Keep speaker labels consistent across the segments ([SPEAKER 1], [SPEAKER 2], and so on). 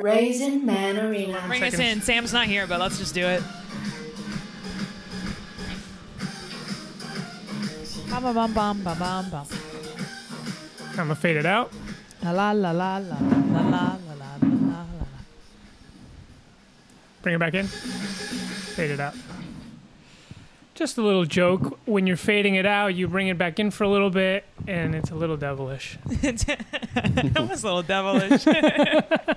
[SPEAKER 1] Raisin Man Arena.
[SPEAKER 2] Bring us in. Sam's not here, but let's just do it. Bum, bum, bum, bum, bum, bum, bum.
[SPEAKER 3] I'm gonna fade it out.
[SPEAKER 2] La la la la la la la la la la la.
[SPEAKER 3] Bring it back in. Fade it out. Just a little joke. When you're fading it out, you bring it back in for a little bit, and it's a little devilish.
[SPEAKER 2] that was a little devilish.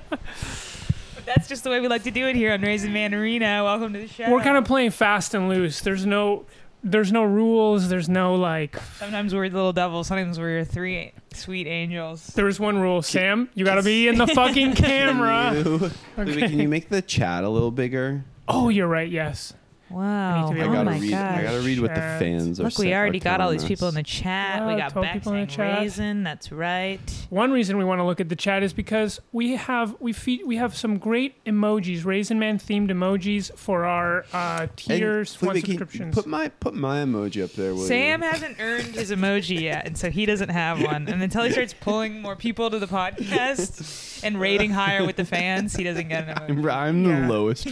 [SPEAKER 2] But That's just the way we like to do it here on Raising Man Arena. Welcome to the show.
[SPEAKER 3] We're kind of playing fast and loose. There's no, there's no rules. There's no like.
[SPEAKER 2] sometimes we're little devils, sometimes we're three sweet angels.
[SPEAKER 3] There is one rule, Sam. You gotta be in the fucking camera.
[SPEAKER 4] Can you, Louis, can you make the chat a little bigger?
[SPEAKER 3] Oh, you're right. Yes.
[SPEAKER 2] Wow!
[SPEAKER 3] I need to be-
[SPEAKER 4] I
[SPEAKER 3] Oh
[SPEAKER 4] gotta
[SPEAKER 2] my
[SPEAKER 4] read. I
[SPEAKER 2] gosh.
[SPEAKER 4] gotta read what the
[SPEAKER 3] Shit.
[SPEAKER 4] fans are.
[SPEAKER 2] Look, we
[SPEAKER 4] sa- are
[SPEAKER 2] already got all
[SPEAKER 4] telling
[SPEAKER 2] these people
[SPEAKER 4] us.
[SPEAKER 2] in the chat. we
[SPEAKER 3] Yeah,
[SPEAKER 2] got
[SPEAKER 3] 12
[SPEAKER 2] back
[SPEAKER 3] people in the
[SPEAKER 2] saying
[SPEAKER 3] chat.
[SPEAKER 2] raisin. That's right.
[SPEAKER 3] One reason we want to look at the chat is because we have we fe- we have some great emojis, Raisin Man themed emojis for our uh,
[SPEAKER 4] And
[SPEAKER 3] tiers,
[SPEAKER 4] Louis,
[SPEAKER 3] one
[SPEAKER 4] can you
[SPEAKER 3] subscriptions.
[SPEAKER 4] Put my put my emoji up there. Will
[SPEAKER 2] Sam
[SPEAKER 4] you?
[SPEAKER 2] hasn't earned his emoji yet, and so he doesn't have one. And until he starts pulling more people to the podcast and rating higher with the fans, he doesn't get an emoji.
[SPEAKER 4] I'm, I'm
[SPEAKER 3] Yeah.
[SPEAKER 4] the lowest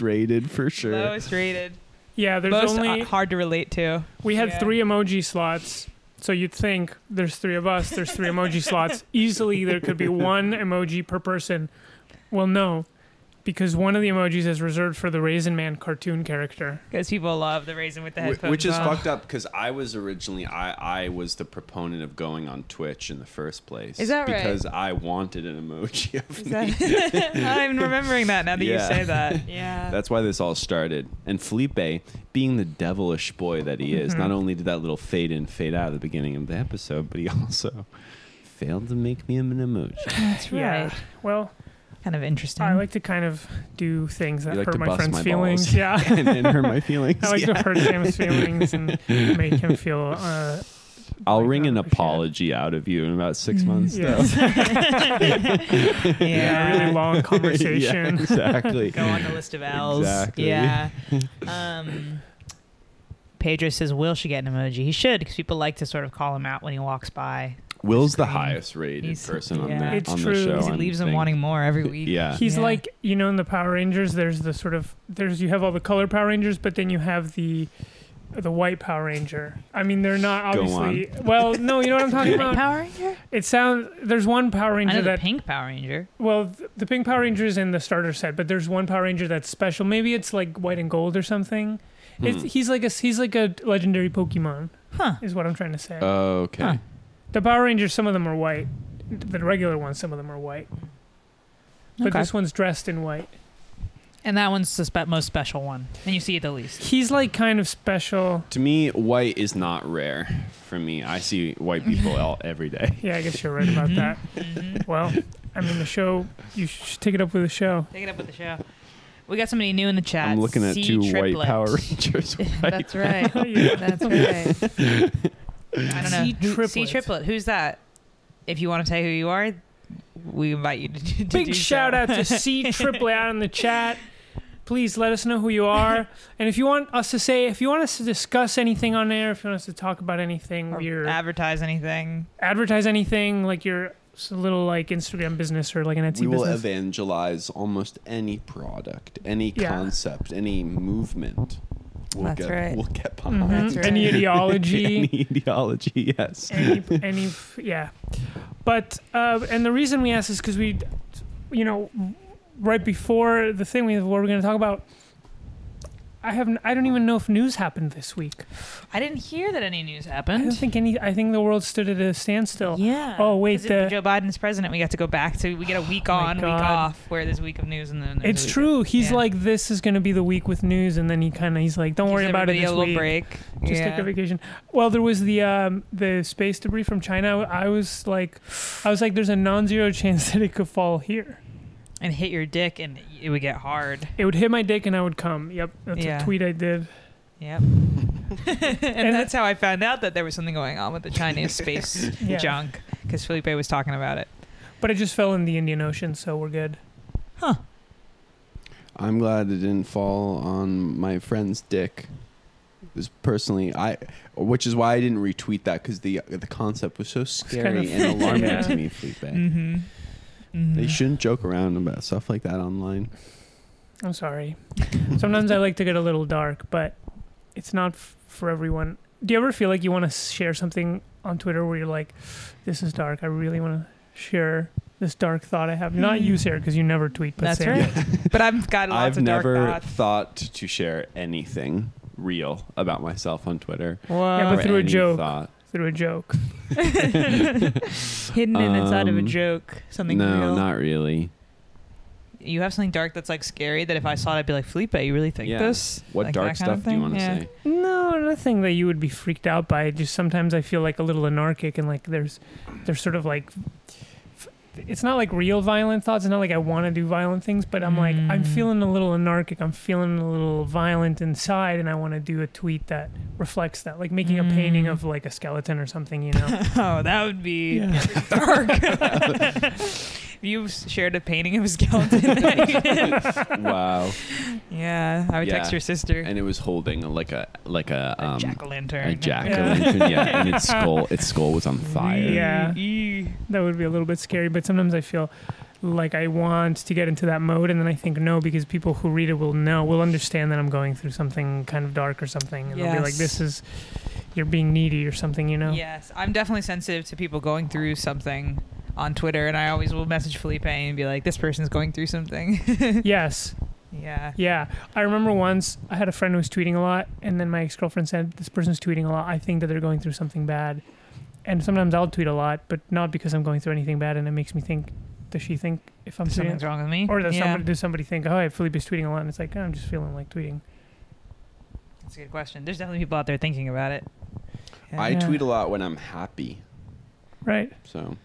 [SPEAKER 4] rated for sure.
[SPEAKER 2] Lowest rated,
[SPEAKER 3] yeah, there's
[SPEAKER 2] most
[SPEAKER 3] only
[SPEAKER 2] uh, hard to relate to.
[SPEAKER 3] we had
[SPEAKER 2] yeah.
[SPEAKER 3] three emoji slots, so you'd think there's three of us, there's three emoji slots. Easily there could be one emoji per person. Well, no, because one of the emojis is reserved for the Raisin Man cartoon character.
[SPEAKER 2] Because people love the raisin with the
[SPEAKER 4] Wh-
[SPEAKER 2] headphones.
[SPEAKER 4] Which is
[SPEAKER 2] on.
[SPEAKER 4] fucked up because I was originally I I was the proponent of going on Twitch in the first place.
[SPEAKER 2] Is that right?
[SPEAKER 4] Because I wanted an emoji of
[SPEAKER 2] Is
[SPEAKER 4] me.
[SPEAKER 2] that- I'm remembering that now that you
[SPEAKER 4] Yeah.
[SPEAKER 2] say that. Yeah.
[SPEAKER 4] That's why this all started. And Felipe, being the devilish boy that he is,
[SPEAKER 2] Mm-hmm.
[SPEAKER 4] not only did that little fade in, fade out at the beginning of the episode, but he also failed to make me an emoji.
[SPEAKER 2] That's
[SPEAKER 3] Yeah. Well,
[SPEAKER 2] Kind of interesting.
[SPEAKER 3] I like to kind of do things that
[SPEAKER 4] You like
[SPEAKER 3] hurt
[SPEAKER 4] to
[SPEAKER 3] my
[SPEAKER 4] bust
[SPEAKER 3] friend's
[SPEAKER 4] my
[SPEAKER 3] feelings.
[SPEAKER 4] balls.
[SPEAKER 3] Yeah.
[SPEAKER 4] and then hurt my feelings.
[SPEAKER 3] I like
[SPEAKER 4] Yeah.
[SPEAKER 3] to hurt Sam's feelings and make him feel. Uh,
[SPEAKER 4] I'll
[SPEAKER 3] like
[SPEAKER 4] wring
[SPEAKER 3] that
[SPEAKER 4] an
[SPEAKER 3] for sure.
[SPEAKER 4] apology out of you in about six
[SPEAKER 2] Mm-hmm.
[SPEAKER 4] months.
[SPEAKER 3] yeah.
[SPEAKER 4] though.
[SPEAKER 3] a really
[SPEAKER 2] yeah.
[SPEAKER 3] long
[SPEAKER 4] yeah,
[SPEAKER 3] conversation.
[SPEAKER 4] exactly.
[SPEAKER 2] Go on the list of L's.
[SPEAKER 4] Exactly.
[SPEAKER 2] Yeah. Um, Pedro says Will should get an emoji. He should because people like to sort of call him out when he walks by.
[SPEAKER 4] Will's the
[SPEAKER 2] Scream.
[SPEAKER 4] highest rated
[SPEAKER 2] He's-
[SPEAKER 4] person on,
[SPEAKER 2] yeah.
[SPEAKER 4] the,
[SPEAKER 3] It's
[SPEAKER 4] on
[SPEAKER 3] true.
[SPEAKER 4] the show.
[SPEAKER 2] Because he
[SPEAKER 4] on
[SPEAKER 2] leaves them
[SPEAKER 4] thing.
[SPEAKER 2] wanting more every week.
[SPEAKER 4] Oh, Yeah.
[SPEAKER 3] He's
[SPEAKER 2] Yeah.
[SPEAKER 3] like you know in the Power Rangers. There's the sort of there's you have all the color Power Rangers, but then you have the the white Power Ranger. I mean, they're not
[SPEAKER 4] Go
[SPEAKER 3] obviously. Well, no, you know what I'm talking
[SPEAKER 2] Pink
[SPEAKER 3] about.
[SPEAKER 2] Power Ranger?
[SPEAKER 3] It sounds there's one
[SPEAKER 2] I
[SPEAKER 3] Power
[SPEAKER 2] know
[SPEAKER 3] Ranger
[SPEAKER 2] the
[SPEAKER 3] that
[SPEAKER 2] pink Power Ranger.
[SPEAKER 3] well th- the pink Power Ranger is in the starter set, but there's one Power Ranger that's special. Maybe it's like white and gold or something.
[SPEAKER 4] Hmm.
[SPEAKER 3] It's, he's like a he's like a legendary Pokemon.
[SPEAKER 2] Huh.
[SPEAKER 3] Is what I'm trying to say.
[SPEAKER 4] Uh. Okay.
[SPEAKER 2] Huh.
[SPEAKER 3] The Power Rangers, some of them are white. The regular ones, some of them are white. But
[SPEAKER 2] Okay.
[SPEAKER 3] this one's dressed in white.
[SPEAKER 2] And that one's the spe- most special one. And you see it the least.
[SPEAKER 3] He's like kind of special.
[SPEAKER 4] To me, white is not rare. For me, I see white people all every day.
[SPEAKER 3] Yeah, I guess you're right about that.
[SPEAKER 2] Mm-hmm.
[SPEAKER 3] Well, I mean, the show, you should take it up with the show.
[SPEAKER 2] Take it up with the show. We got somebody new in the chat.
[SPEAKER 4] I'm looking at
[SPEAKER 2] C
[SPEAKER 4] two
[SPEAKER 2] triplet.
[SPEAKER 4] white Power Rangers. White.
[SPEAKER 2] That's right.
[SPEAKER 3] Yeah.
[SPEAKER 2] That's right. I don't know.
[SPEAKER 3] C
[SPEAKER 2] Who- C
[SPEAKER 3] triplet.
[SPEAKER 2] triplet. Who's that? If you want to say who you are, we invite you to, to do
[SPEAKER 3] Big shout
[SPEAKER 2] so.
[SPEAKER 3] out to C Triple out in the chat. Please let us know who you are. And if you want us to say, if you want us to discuss anything on air, if you want us to talk about anything,
[SPEAKER 2] Or
[SPEAKER 3] your
[SPEAKER 2] advertise anything.
[SPEAKER 3] advertise anything, like your s- little like Instagram business or like an Etsy
[SPEAKER 4] We will
[SPEAKER 3] business.
[SPEAKER 4] evangelize almost any product, any
[SPEAKER 3] Yeah.
[SPEAKER 4] concept, any movement. We'll
[SPEAKER 2] That's
[SPEAKER 4] get,
[SPEAKER 2] right. Mm-hmm.
[SPEAKER 4] We'll get
[SPEAKER 3] Mhm.
[SPEAKER 4] behind
[SPEAKER 2] right.
[SPEAKER 3] Any ideology.
[SPEAKER 4] any ideology. Yes.
[SPEAKER 3] any, any f- yeah but uh, and the reason we asked is because we you know right before the thing we what we're going to talk about i haven't i don't even know if news happened this week
[SPEAKER 2] I didn't hear that any news
[SPEAKER 3] i don't
[SPEAKER 2] happened.
[SPEAKER 3] think any i think the world stood at a standstill
[SPEAKER 2] Yeah.
[SPEAKER 3] Oh, wait,
[SPEAKER 2] 'Cause if
[SPEAKER 3] the- Oh
[SPEAKER 2] Joe Biden's president. We got to go back to. We get a week
[SPEAKER 3] my
[SPEAKER 2] on, week
[SPEAKER 3] God.
[SPEAKER 2] off, where there's a week of news and then. there's
[SPEAKER 3] it's
[SPEAKER 2] a week
[SPEAKER 3] true
[SPEAKER 2] Of,
[SPEAKER 3] he's
[SPEAKER 2] yeah.
[SPEAKER 3] like this is going to be the week with news and then he kind of he's like don't
[SPEAKER 2] Gives
[SPEAKER 3] worry about it
[SPEAKER 2] everybody
[SPEAKER 3] this
[SPEAKER 2] a little
[SPEAKER 3] week
[SPEAKER 2] break.
[SPEAKER 3] just
[SPEAKER 2] yeah.
[SPEAKER 3] take a vacation. Well, there was the um, the space debris from China. I was like, I was like, there's a non-zero chance that it could fall here.
[SPEAKER 2] and hit your dick, and it would get hard.
[SPEAKER 3] It would hit my dick and I would come. Yep, that's
[SPEAKER 2] Yeah.
[SPEAKER 3] a tweet I did.
[SPEAKER 2] Yep. and, that's how I found out that there was something going on with the Chinese space
[SPEAKER 3] Yeah.
[SPEAKER 2] junk because Felipe was talking about it.
[SPEAKER 3] But it just fell in the Indian Ocean, so we're good.
[SPEAKER 4] I'm glad it didn't fall on my friend's dick. Because personally, I, which is why I didn't retweet that because the the concept was so
[SPEAKER 3] kind
[SPEAKER 4] scary
[SPEAKER 3] of-
[SPEAKER 4] and alarming
[SPEAKER 3] Yeah.
[SPEAKER 4] to me, Felipe.
[SPEAKER 2] Mm-hmm.
[SPEAKER 4] They shouldn't joke around about stuff like that online.
[SPEAKER 3] I'm sorry. Sometimes I like to get a little dark, but it's not f- for everyone. Do you ever feel like you want to share something on Twitter where you're like, "This is dark. I really want to share this dark thought I have." Not you, Sarah, because you never tweet. But
[SPEAKER 2] Hmm. That's
[SPEAKER 3] Sarah.
[SPEAKER 2] right. But I've got lots
[SPEAKER 4] I've
[SPEAKER 2] of dark
[SPEAKER 4] never
[SPEAKER 2] thoughts.
[SPEAKER 4] thought to share anything real about myself on Twitter.
[SPEAKER 3] But
[SPEAKER 4] or
[SPEAKER 3] through a
[SPEAKER 4] any
[SPEAKER 3] joke.
[SPEAKER 4] thought.
[SPEAKER 3] through a joke.
[SPEAKER 2] Hidden in inside of a
[SPEAKER 4] Um,
[SPEAKER 2] joke, something
[SPEAKER 4] no,
[SPEAKER 2] real.
[SPEAKER 4] not really.
[SPEAKER 2] you have something dark that's like scary that if I saw it, I'd be like, Felipe, you really think
[SPEAKER 4] Yeah.
[SPEAKER 2] this?
[SPEAKER 4] What
[SPEAKER 2] Like
[SPEAKER 4] dark
[SPEAKER 2] that kind of
[SPEAKER 4] stuff do
[SPEAKER 2] thing?
[SPEAKER 4] you want to
[SPEAKER 2] Yeah.
[SPEAKER 4] say?
[SPEAKER 3] No, nothing that you would be freaked out by. Just sometimes I feel like a little anarchic and like there's, there's sort of like, f- it's not like real violent thoughts. It's not like I want to do violent things, but I'm like I'm
[SPEAKER 2] Mm.
[SPEAKER 3] feeling a little anarchic. I'm feeling a little violent inside, and I want to do a tweet that reflects that, like making a painting
[SPEAKER 2] Mm.
[SPEAKER 3] of like a skeleton or something. You know,
[SPEAKER 2] Oh, that would be
[SPEAKER 3] Yeah.
[SPEAKER 2] dark. If you shared a painting of a skeleton.
[SPEAKER 4] wow.
[SPEAKER 2] yeah, I would
[SPEAKER 4] Yeah.
[SPEAKER 2] text your sister.
[SPEAKER 4] And it was holding like a like a
[SPEAKER 2] a
[SPEAKER 4] um
[SPEAKER 2] jack o' lantern.
[SPEAKER 4] a jack o'
[SPEAKER 3] Yeah.
[SPEAKER 4] lantern. Yeah, and its skull its skull was on fire.
[SPEAKER 3] Yeah.
[SPEAKER 2] Eee.
[SPEAKER 3] that would be a little bit scary. But sometimes I feel like I want to get into that mode, and then I think no, because people who read it will know, will understand that I'm going through something kind of dark or something, and they'll be
[SPEAKER 2] Yes.
[SPEAKER 3] like, "This is you're being needy or something," you know.
[SPEAKER 2] Yes, I'm definitely sensitive to people going through something on Twitter, and I always will message Felipe and be like, "This person's going through something."
[SPEAKER 3] Yes.
[SPEAKER 2] yeah.
[SPEAKER 3] Yeah. I remember once I had a friend who was tweeting a lot, and then my ex girlfriend said, This person's tweeting a lot. I think that they're going through something bad. And sometimes I'll tweet a lot, but not because I'm going through anything bad, and it makes me think, Does she think if I'm tweeting?
[SPEAKER 2] Something's wrong with me.
[SPEAKER 3] Or does
[SPEAKER 2] yeah.
[SPEAKER 3] somebody does somebody think, oh, Felipe's tweeting a lot, and it's like, oh, I'm just feeling like tweeting.
[SPEAKER 2] That's a good question. There's definitely people out there thinking about it.
[SPEAKER 4] I
[SPEAKER 3] Yeah.
[SPEAKER 4] tweet a lot when I'm happy.
[SPEAKER 3] Right.
[SPEAKER 4] So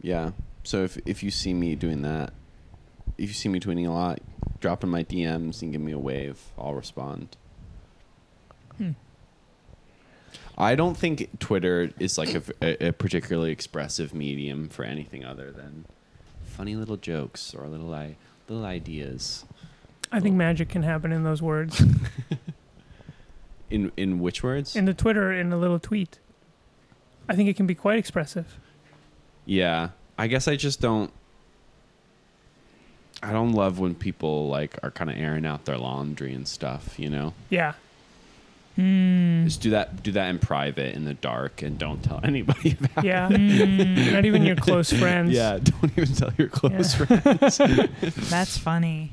[SPEAKER 4] yeah. So if if you see me doing that, if you see me tweeting a lot, drop in my DMs and give me a wave, I'll respond.
[SPEAKER 2] Hmm.
[SPEAKER 4] I don't think Twitter is like a, a- a particularly expressive medium for anything other than funny little jokes or little I, little ideas.
[SPEAKER 3] I think magic can happen in those words.
[SPEAKER 4] In in which words?
[SPEAKER 3] in the Twitter, in a little tweet. I think it can be quite expressive.
[SPEAKER 4] Yeah. I guess I just don't I don't love when people like are kind of airing out their laundry and stuff, you know.
[SPEAKER 3] Yeah. Mm.
[SPEAKER 2] Hmm.
[SPEAKER 4] Just do that do that in private in the dark and don't tell anybody about
[SPEAKER 3] Yeah.
[SPEAKER 2] Hmm.
[SPEAKER 3] Not even your close
[SPEAKER 4] it.
[SPEAKER 3] friends.
[SPEAKER 4] Yeah, don't even tell your close
[SPEAKER 3] Yeah.
[SPEAKER 4] friends.
[SPEAKER 2] That's funny.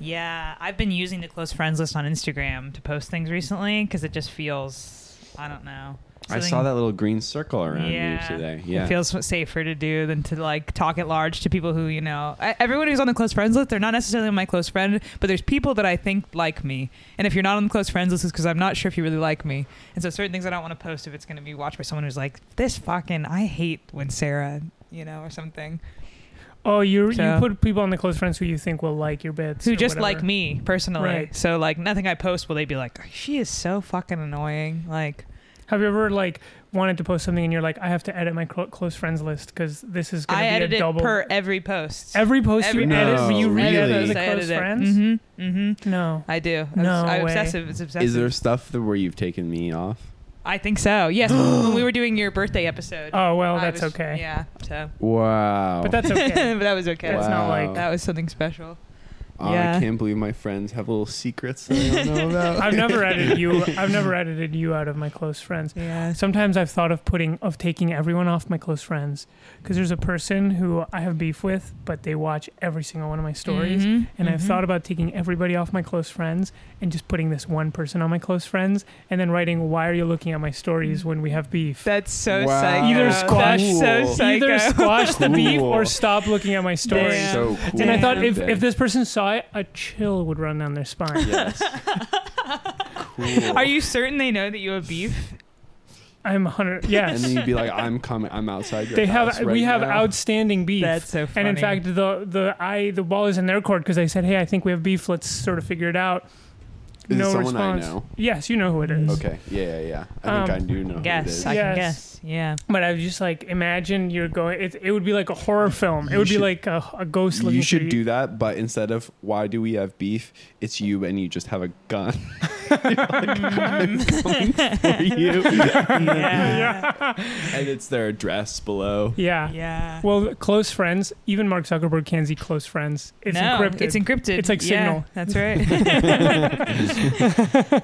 [SPEAKER 2] Yeah, I've been using the close friends list on Instagram to post things recently because it just feels, I don't know.
[SPEAKER 4] I
[SPEAKER 2] something-
[SPEAKER 4] saw that little green circle around
[SPEAKER 2] Yeah.
[SPEAKER 4] you today. Yeah.
[SPEAKER 2] It feels safer to do than to like talk at large to people who you know. I, everyone who's on the close friends list, they're not necessarily my close friend, but there's people that I think like me. And if you're not on the close friends list, it's because I'm not sure if you really like me. And so certain things I don't want to post if it's going to be watched by someone who's like, "This fucking I hate when Sarah," you know, or something.
[SPEAKER 3] Oh, you
[SPEAKER 2] So-
[SPEAKER 3] you put people on the close friends who you think will like your bits.
[SPEAKER 2] Who
[SPEAKER 3] or
[SPEAKER 2] just like
[SPEAKER 3] whatever.
[SPEAKER 2] me personally.
[SPEAKER 3] Right.
[SPEAKER 2] So like nothing I post will they be like, "She is so fucking annoying." Like,
[SPEAKER 3] Have you ever like wanted to post something and you're like, I have to edit my clo- close friends list because this is going
[SPEAKER 2] I
[SPEAKER 3] to be
[SPEAKER 2] edit
[SPEAKER 3] a
[SPEAKER 2] it
[SPEAKER 3] double.
[SPEAKER 2] per every post.
[SPEAKER 3] every post
[SPEAKER 2] every
[SPEAKER 3] you
[SPEAKER 4] post.
[SPEAKER 3] edit, you
[SPEAKER 4] No,
[SPEAKER 3] re-edit
[SPEAKER 4] Oh, really?
[SPEAKER 3] the
[SPEAKER 2] I edit
[SPEAKER 3] close
[SPEAKER 2] it.
[SPEAKER 3] friends.
[SPEAKER 2] Mhm, mhm.
[SPEAKER 3] No.
[SPEAKER 2] I do.
[SPEAKER 3] No
[SPEAKER 2] No I'm
[SPEAKER 3] way.
[SPEAKER 2] obsessive. It's obsessive.
[SPEAKER 4] Is there stuff that where you've taken me off?
[SPEAKER 2] I think so. Yes, when we were doing your birthday episode.
[SPEAKER 3] Oh well,
[SPEAKER 2] I
[SPEAKER 3] that's
[SPEAKER 2] was-
[SPEAKER 3] okay.
[SPEAKER 2] Yeah. So,
[SPEAKER 4] Wow.
[SPEAKER 3] But that's okay.
[SPEAKER 2] but that was okay.
[SPEAKER 3] That's not like-
[SPEAKER 2] That was something special.
[SPEAKER 4] Oh,
[SPEAKER 2] yeah.
[SPEAKER 4] I can't believe my friends have little secrets that I don't know about.
[SPEAKER 3] I've never edited you. I've never edited you out of my close friends.
[SPEAKER 2] Yeah.
[SPEAKER 3] Sometimes I've thought of putting of taking everyone off my close friends because there's a person who I have beef with, but they watch every single one of my stories.
[SPEAKER 2] Mm-hmm,
[SPEAKER 3] And I've thought about taking everybody off my close friends and just putting this one person on my close friends, and then writing, "Why are you looking at my stories when we have beef?"
[SPEAKER 2] That's so
[SPEAKER 4] Wow.
[SPEAKER 2] psycho.
[SPEAKER 3] Either squash-
[SPEAKER 2] That's so
[SPEAKER 4] Cool.
[SPEAKER 2] psycho.
[SPEAKER 3] Either squash the beef
[SPEAKER 4] Cool.
[SPEAKER 3] or stop looking at my stories.
[SPEAKER 2] Damn.
[SPEAKER 4] So cool.
[SPEAKER 3] And I thought if,
[SPEAKER 4] Damn.
[SPEAKER 3] if this person saw it, a chill would run down their spine.
[SPEAKER 4] Yes. cool.
[SPEAKER 2] Are you certain they know that you have beef?
[SPEAKER 3] I'm 100.
[SPEAKER 4] And
[SPEAKER 3] Yes.
[SPEAKER 4] then you'd be like, I'm coming. I'm outside your
[SPEAKER 3] They
[SPEAKER 4] house
[SPEAKER 3] have
[SPEAKER 4] right
[SPEAKER 3] we have
[SPEAKER 4] now.
[SPEAKER 3] outstanding beef.
[SPEAKER 2] That's so funny.
[SPEAKER 3] And in fact, the the I the ball is in their court because I said, "Hey, I think we have beef. Let's sort of figure it out."
[SPEAKER 4] Is it
[SPEAKER 3] no
[SPEAKER 4] someone I
[SPEAKER 3] response.
[SPEAKER 4] know?
[SPEAKER 3] Yes, you know who it is.
[SPEAKER 4] Okay. Yeah, yeah, yeah. I
[SPEAKER 3] Um,
[SPEAKER 4] think I do know. who it
[SPEAKER 2] guess
[SPEAKER 4] is.
[SPEAKER 2] I can
[SPEAKER 3] Yes.
[SPEAKER 2] guess. Yeah.
[SPEAKER 3] But I was just like, imagine you're going. It, it would be like a horror film. It
[SPEAKER 4] You
[SPEAKER 3] would
[SPEAKER 4] should-
[SPEAKER 3] be like a, a ghost looking.
[SPEAKER 4] You
[SPEAKER 3] for
[SPEAKER 4] should do that, but instead of why do we have beef, it's you and you just have a gun.
[SPEAKER 3] Mm.
[SPEAKER 4] for you.
[SPEAKER 2] Yeah.
[SPEAKER 4] and it's their address below.
[SPEAKER 3] Yeah.
[SPEAKER 2] Yeah.
[SPEAKER 3] Well, close friends. Even Mark Zuckerberg can't see close friends. It's
[SPEAKER 2] no,
[SPEAKER 3] encrypted.
[SPEAKER 2] It's encrypted.
[SPEAKER 3] It's like
[SPEAKER 2] Yeah,
[SPEAKER 3] Signal.
[SPEAKER 2] that's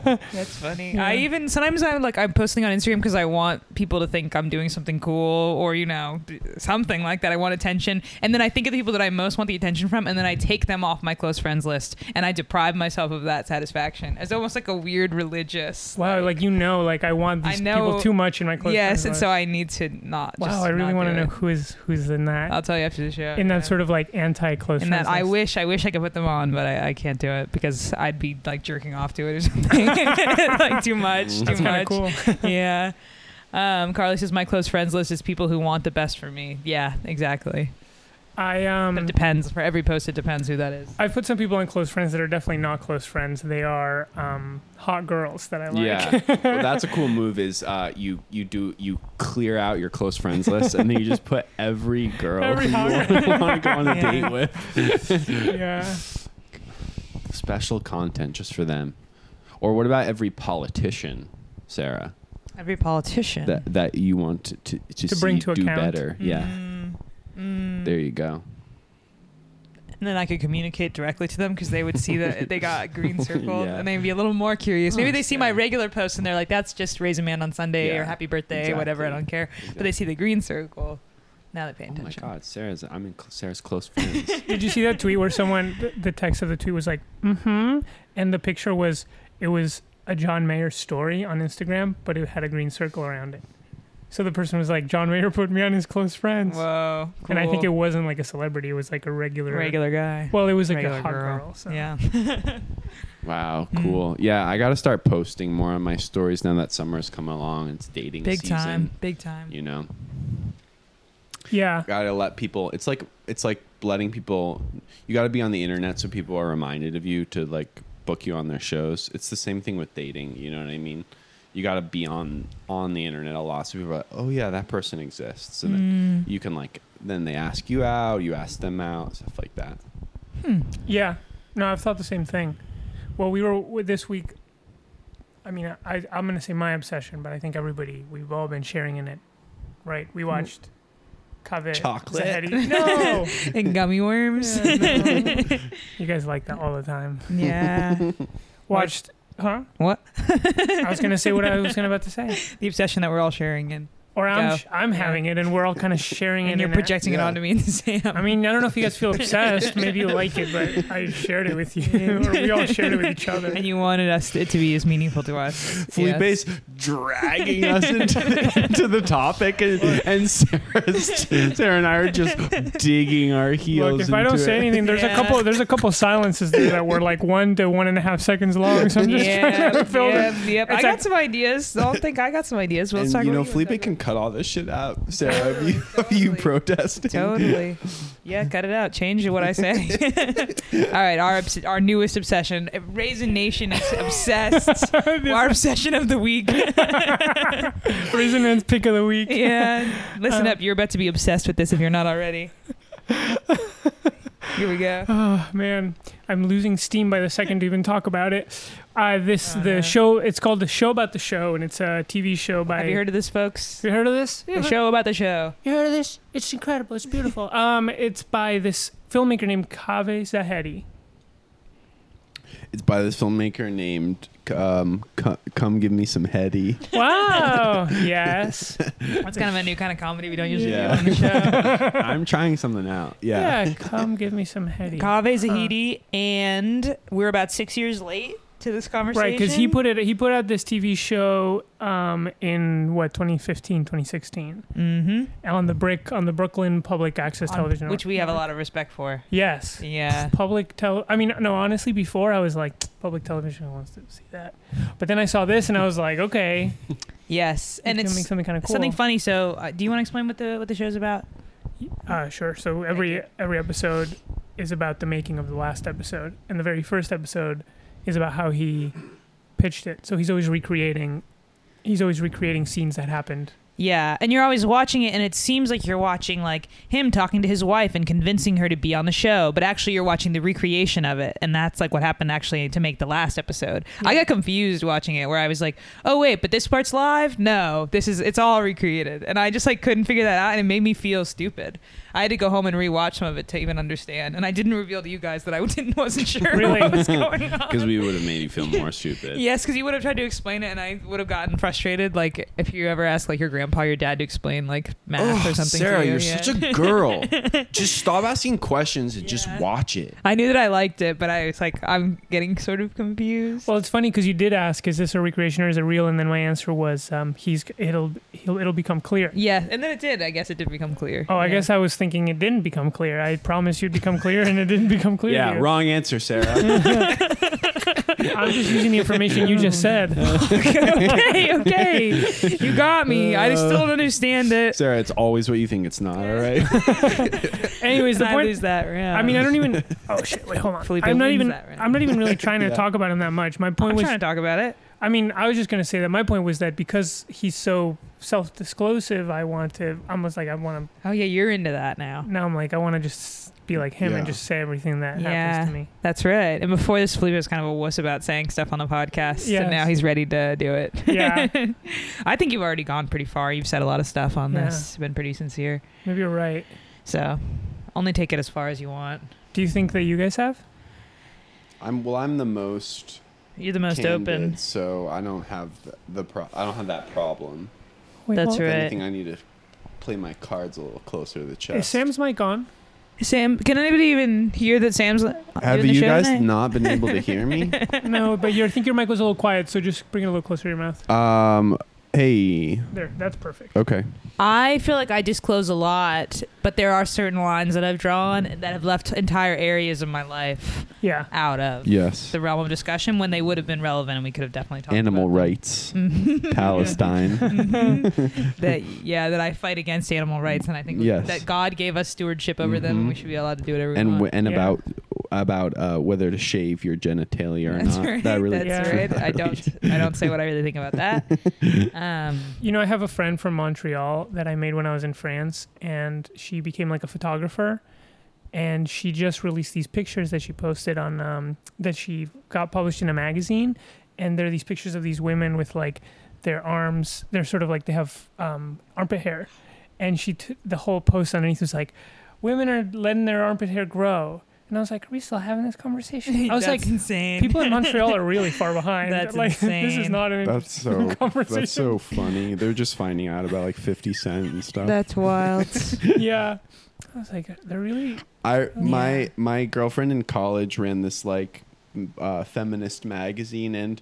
[SPEAKER 2] right. that's funny. I
[SPEAKER 3] Yeah.
[SPEAKER 2] even sometimes I'm like I'm posting on Instagram because I want people to think I'm doing something cool or you know d- something like that. I want attention, and then I think of the people that I most want the attention from, and then I take them off my close friends list, and I deprive myself of that satisfaction. It's almost like a weird religious.
[SPEAKER 3] wow. Like you know, like I want
[SPEAKER 2] I
[SPEAKER 3] these
[SPEAKER 2] know-
[SPEAKER 3] people too much in my close
[SPEAKER 2] yes,
[SPEAKER 3] friends
[SPEAKER 2] and
[SPEAKER 3] list.
[SPEAKER 2] so I need to not.
[SPEAKER 3] Wow.
[SPEAKER 2] just
[SPEAKER 3] I really
[SPEAKER 2] not
[SPEAKER 3] want to
[SPEAKER 2] do
[SPEAKER 3] know
[SPEAKER 2] it.
[SPEAKER 3] who is who's in that.
[SPEAKER 2] I'll tell you after the show.
[SPEAKER 3] in that
[SPEAKER 2] yeah.
[SPEAKER 3] sort of like anti close
[SPEAKER 2] And
[SPEAKER 3] friends.
[SPEAKER 2] that I
[SPEAKER 3] list.
[SPEAKER 2] wish, I wish I could put them on, but I, I can't do it because I'd be like jerking off to it or something. like too
[SPEAKER 4] Mm.
[SPEAKER 2] much, too
[SPEAKER 3] That's kind
[SPEAKER 2] much.
[SPEAKER 3] of cool.
[SPEAKER 2] Yeah. Um, Carly says my close friends list is people who want the best for me. Yeah, exactly.
[SPEAKER 3] I
[SPEAKER 2] But it
[SPEAKER 3] um.
[SPEAKER 2] depends for every post. It depends who that is.
[SPEAKER 3] I've put some people in close friends that are definitely not close friends. They are um, hot girls that I like.
[SPEAKER 4] Yeah, well, that's a cool move. Is uh, you you do you clear out your close friends list and then you just put every girl
[SPEAKER 3] Every
[SPEAKER 4] who
[SPEAKER 3] hot
[SPEAKER 4] you want to go on a
[SPEAKER 2] Yeah.
[SPEAKER 4] date with.
[SPEAKER 3] yeah.
[SPEAKER 4] Special content just for them. Or what about every politician, Sarah?
[SPEAKER 2] Every politician.
[SPEAKER 4] That that you want to to, to,
[SPEAKER 3] To bring
[SPEAKER 4] see
[SPEAKER 3] to
[SPEAKER 4] do
[SPEAKER 3] account.
[SPEAKER 4] better. Yeah,
[SPEAKER 2] Mm, mm.
[SPEAKER 4] there you go.
[SPEAKER 2] And then I could communicate directly to them because they would see that they got green circled
[SPEAKER 4] Yeah.
[SPEAKER 2] and they'd be a little more curious. Maybe they see my
[SPEAKER 4] Okay.
[SPEAKER 2] regular posts and they're like, that's just raise a man on Sunday
[SPEAKER 4] Yeah,
[SPEAKER 2] or happy birthday, whatever. I
[SPEAKER 4] exactly.
[SPEAKER 2] don't care. But they see the green circle. Now they're paying
[SPEAKER 4] Oh my
[SPEAKER 2] attention.
[SPEAKER 4] God, Sarah's! I'm in cl- Sarah's close friends.
[SPEAKER 3] Did you see that tweet where someone th- the text of the tweet was like, "Mm-hmm," and the picture was it was a John Mayer story on Instagram, but it had a green circle around it. So the person was like, "John Mayer put me on his close friends,"
[SPEAKER 2] Whoa.
[SPEAKER 3] and I think it
[SPEAKER 2] cool.
[SPEAKER 3] wasn't like a celebrity; it was like a regular.
[SPEAKER 2] regular guy.
[SPEAKER 3] Well, it was like
[SPEAKER 2] Regular
[SPEAKER 3] a hot
[SPEAKER 2] girl.
[SPEAKER 3] girl. so.
[SPEAKER 2] Yeah.
[SPEAKER 4] Wow,
[SPEAKER 2] Mm.
[SPEAKER 4] cool. Yeah, I got to start posting more on my stories now that summer's come along. It's dating
[SPEAKER 2] Big
[SPEAKER 4] season,
[SPEAKER 2] time. Big time.
[SPEAKER 4] You know,
[SPEAKER 3] Yeah.
[SPEAKER 4] got to let people. It's like it's like letting people. You got to be on the internet so people are reminded of you to like book you on their shows. It's the same thing with dating. You know what I mean? You got to be on on the internet a lot so people are like, oh yeah, that person exists, and
[SPEAKER 3] Mm.
[SPEAKER 4] then you can like then they ask you out, you ask them out, stuff like that.
[SPEAKER 3] Yeah. No, I've thought the same thing. Well, we were with this week. I mean, I, I'm going to say my obsession, but I think everybody, we've all been sharing in it, right?
[SPEAKER 2] Mm.
[SPEAKER 3] We watched Cave
[SPEAKER 4] Chocolate?
[SPEAKER 3] Zahedi- No!
[SPEAKER 2] and gummy worms.
[SPEAKER 3] Yeah, no. you guys like that all the time.
[SPEAKER 2] yeah.
[SPEAKER 3] Watched, huh?
[SPEAKER 2] What?
[SPEAKER 3] I was going to say what I was going about to say.
[SPEAKER 2] The obsession that we're all sharing and,
[SPEAKER 3] Or I'm,
[SPEAKER 2] Go.
[SPEAKER 3] sh- I'm
[SPEAKER 2] Yeah.
[SPEAKER 3] having it, and we're all kind of sharing
[SPEAKER 2] and
[SPEAKER 3] it.
[SPEAKER 2] you're
[SPEAKER 3] in a-
[SPEAKER 2] projecting it
[SPEAKER 4] Yeah.
[SPEAKER 2] onto me and Sam.
[SPEAKER 3] I mean, I don't know if you guys feel obsessed. Maybe you like it, but I shared it with you, or we all shared it with each other.
[SPEAKER 2] and you wanted us to, it to be as meaningful to us.
[SPEAKER 4] Felipe's
[SPEAKER 2] Yes.
[SPEAKER 4] base dragging us into, into the topic, and, and Sarah's, Sarah and I are just digging our heels.
[SPEAKER 3] Look, if I don't
[SPEAKER 4] into
[SPEAKER 3] say
[SPEAKER 4] it.
[SPEAKER 3] anything, there's
[SPEAKER 2] Yeah.
[SPEAKER 3] a couple. There's a couple silences there that were like one to one and a half seconds long. So I'm just
[SPEAKER 2] yeah,
[SPEAKER 3] trying to fill
[SPEAKER 2] yeah,
[SPEAKER 3] it.
[SPEAKER 2] yep. I
[SPEAKER 3] It's
[SPEAKER 2] got
[SPEAKER 3] like-
[SPEAKER 2] some ideas. Don't think I got some ideas. We'll
[SPEAKER 4] and
[SPEAKER 2] talk
[SPEAKER 4] you
[SPEAKER 2] about
[SPEAKER 4] know,
[SPEAKER 2] it.
[SPEAKER 4] Felipe can cut all this shit out. Sarah, of you, of you
[SPEAKER 2] Totally.
[SPEAKER 4] protesting?
[SPEAKER 2] Totally. Yeah, cut it out. Change what I say. All right, our obs- our newest obsession, Raisin Nation is obsessed. our obsession of the week.
[SPEAKER 3] Reason Man's pick of the week.
[SPEAKER 2] yeah. Listen up, you're about to be obsessed with this if you're not already. Here we go.
[SPEAKER 3] Oh man, I'm losing steam by the second to even talk about it. Uh, this
[SPEAKER 2] Oh,
[SPEAKER 3] the
[SPEAKER 2] no.
[SPEAKER 3] show. It's called the show about the show, and it's a TV show by.
[SPEAKER 2] Have you heard of this, folks?
[SPEAKER 3] Have you heard of this?
[SPEAKER 2] The show about the show.
[SPEAKER 3] You heard of this? It's incredible. It's beautiful. um, it's by this filmmaker named Kaveh Zahedi.
[SPEAKER 4] It's by this filmmaker named um, C- Come Give Me Some Heady.
[SPEAKER 3] Wow. yes.
[SPEAKER 2] That's kind of a new kind of comedy we don't usually
[SPEAKER 4] Yeah.
[SPEAKER 2] do on the show.
[SPEAKER 4] I'm trying something out. Yeah.
[SPEAKER 3] Yeah. Come give me some heady.
[SPEAKER 2] Kaveh Zahidi, and we're about six years late to this conversation.
[SPEAKER 3] Right, because he put it. He put out this TV show um, in what 2015, 2016
[SPEAKER 2] mm-hmm.
[SPEAKER 3] on the brick on the Brooklyn Public Access Television,
[SPEAKER 2] which we have a lot of respect for.
[SPEAKER 3] Yes,
[SPEAKER 2] Yeah.
[SPEAKER 3] public tele. I mean, no, honestly, before I was like public television who wants to see that, but then I saw this and I was like, okay,
[SPEAKER 2] Yes. And
[SPEAKER 3] doing
[SPEAKER 2] it's
[SPEAKER 3] something kind of cool.
[SPEAKER 2] something funny. So, uh, do you want to explain what the what the show's about?
[SPEAKER 3] Uh, sure. So every every episode is about the making of the last episode, and the very first episode is about how he pitched it. So he's always recreating, he's always recreating scenes that happened
[SPEAKER 2] Yeah, and you're always watching it, and it seems like you're watching like him talking to his wife and convincing her to be on the show, but actually you're watching the recreation of it, and that's like what happened actually to make the last episode. I got confused watching it, where I was like, "Oh wait, but this part's live? No, this is it's all recreated," and I just like couldn't figure that out, and it made me feel stupid. I had to go home and rewatch some of it to even understand, and I didn't reveal to you guys that I didn't wasn't sure
[SPEAKER 3] Really?
[SPEAKER 2] what was going on
[SPEAKER 4] because we would have made you feel more stupid.
[SPEAKER 2] Yes, because you would have tried to explain it, and I would have gotten frustrated. Like if you ever asked like your grandpa, or your dad to explain like math
[SPEAKER 4] Oh,
[SPEAKER 2] or something.
[SPEAKER 4] Sarah,
[SPEAKER 2] to you.
[SPEAKER 4] are
[SPEAKER 2] yeah.
[SPEAKER 4] such a girl. just stop asking questions and just
[SPEAKER 2] Yeah.
[SPEAKER 4] watch it.
[SPEAKER 2] I knew that I liked it, but I was like, I'm getting sort of confused.
[SPEAKER 3] Well, it's funny because you did ask, "Is this a recreation or is it real?" And then my answer was, um, "He's it'll he'll, it'll become clear."
[SPEAKER 2] yeah, and then it did. I guess it did become clear.
[SPEAKER 3] Oh, I
[SPEAKER 2] Yeah.
[SPEAKER 3] guess I was thinking it didn't become clear. I promised you'd become clear, and it didn't become clear.
[SPEAKER 4] yeah,
[SPEAKER 3] to you.
[SPEAKER 4] wrong answer, Sarah.
[SPEAKER 3] I'm just using the information you just said.
[SPEAKER 2] okay, okay, you got me. I
[SPEAKER 4] Uh.
[SPEAKER 2] still don't understand it.
[SPEAKER 4] Sarah, it's always what you think it's not. All right.
[SPEAKER 3] Anyways, the
[SPEAKER 2] I
[SPEAKER 3] point.
[SPEAKER 2] lose that round.
[SPEAKER 3] I mean, I don't even. Oh shit! Wait, hold on.
[SPEAKER 2] Felipe
[SPEAKER 3] I'm not
[SPEAKER 2] wins
[SPEAKER 3] even.
[SPEAKER 2] that round.
[SPEAKER 3] I'm not even really trying to
[SPEAKER 4] Yeah.
[SPEAKER 3] talk about him that much. My point
[SPEAKER 2] I'm
[SPEAKER 3] was.
[SPEAKER 2] trying to talk about it.
[SPEAKER 3] I mean, I was just gonna say that my point was that because he's so self-disclosive, I want to. I'm just like I want
[SPEAKER 2] Oh yeah, you're into that now.
[SPEAKER 3] to. Now I'm like I want to just be like him and
[SPEAKER 4] Yeah.
[SPEAKER 3] just say everything that
[SPEAKER 2] Yeah.
[SPEAKER 3] happens to me.
[SPEAKER 2] That's right. And before this, Felipe was kind of a wuss about saying stuff on the podcast,
[SPEAKER 3] Yes.
[SPEAKER 2] and now he's ready to do it.
[SPEAKER 3] Yeah.
[SPEAKER 2] I think you've already gone pretty far. You've said a lot of stuff on
[SPEAKER 3] Yeah.
[SPEAKER 2] this. Been pretty sincere.
[SPEAKER 3] Maybe you're right.
[SPEAKER 2] So, only take it as far as you want.
[SPEAKER 3] Do you think that you guys have?
[SPEAKER 4] I'm well. I'm the most
[SPEAKER 2] You're the most
[SPEAKER 4] candid,
[SPEAKER 2] open.
[SPEAKER 4] so I don't have the, the pro- I don't have that problem.
[SPEAKER 3] Wait,
[SPEAKER 2] That's
[SPEAKER 3] hold-
[SPEAKER 4] If
[SPEAKER 2] Right.
[SPEAKER 4] anything, I need to play my cards a little closer to the
[SPEAKER 3] Is
[SPEAKER 4] chest.
[SPEAKER 3] Sam's mic on?
[SPEAKER 2] Sam, can anybody even hear that Sam's?
[SPEAKER 4] have
[SPEAKER 2] doing the
[SPEAKER 4] you
[SPEAKER 2] show
[SPEAKER 4] guys
[SPEAKER 2] tonight?
[SPEAKER 4] not been able to hear me?
[SPEAKER 3] no, but your, I think your mic was a little quiet, so just bring it a little closer to your mouth.
[SPEAKER 4] Um. Hey.
[SPEAKER 3] There, that's perfect.
[SPEAKER 4] Okay.
[SPEAKER 2] I feel like I disclose a lot, but there are certain lines that I've drawn that have left entire areas of my life
[SPEAKER 3] Yeah.
[SPEAKER 2] out of
[SPEAKER 4] Yes.
[SPEAKER 2] the realm of discussion when they would have been relevant, and we could have definitely talked.
[SPEAKER 4] Animal
[SPEAKER 2] about them.
[SPEAKER 4] rights. Palestine.
[SPEAKER 2] Mhm. that yeah, that I fight against animal rights, and I think
[SPEAKER 4] Yes.
[SPEAKER 2] that God gave us stewardship over them, and
[SPEAKER 4] Mhm.
[SPEAKER 2] we should be allowed to do whatever we
[SPEAKER 4] and
[SPEAKER 2] want.
[SPEAKER 4] w- and
[SPEAKER 3] Yeah.
[SPEAKER 4] about about uh, whether to shave your genitalia or
[SPEAKER 2] that's
[SPEAKER 4] not.
[SPEAKER 2] right.
[SPEAKER 4] That really.
[SPEAKER 2] that's
[SPEAKER 3] Yeah.
[SPEAKER 2] right. I don't. I don't say what I really think about that. Um,
[SPEAKER 3] You know, I have a friend from Montreal that I made when I was in France, and she became like a photographer. And she just released these pictures that she posted on, um, that she got published in a magazine. And they're these pictures of these women with like their arms, they're sort of like they have um, armpit hair. And she, t- the whole post underneath was like, women are letting their armpit hair grow. And I was like, are we still having this conversation? I was like,
[SPEAKER 2] that's insane.
[SPEAKER 3] people in Montreal are really far behind.
[SPEAKER 2] That's
[SPEAKER 3] like, This is
[SPEAKER 2] insane.
[SPEAKER 3] not an
[SPEAKER 4] That's so.
[SPEAKER 3] conversation.
[SPEAKER 4] That's so funny. They're just finding out about like Fifty Cent and stuff.
[SPEAKER 2] That's wild.
[SPEAKER 3] yeah. I was like, they're really.
[SPEAKER 4] I
[SPEAKER 2] Yeah.
[SPEAKER 4] my my girlfriend in college ran this like m- uh, feminist magazine, and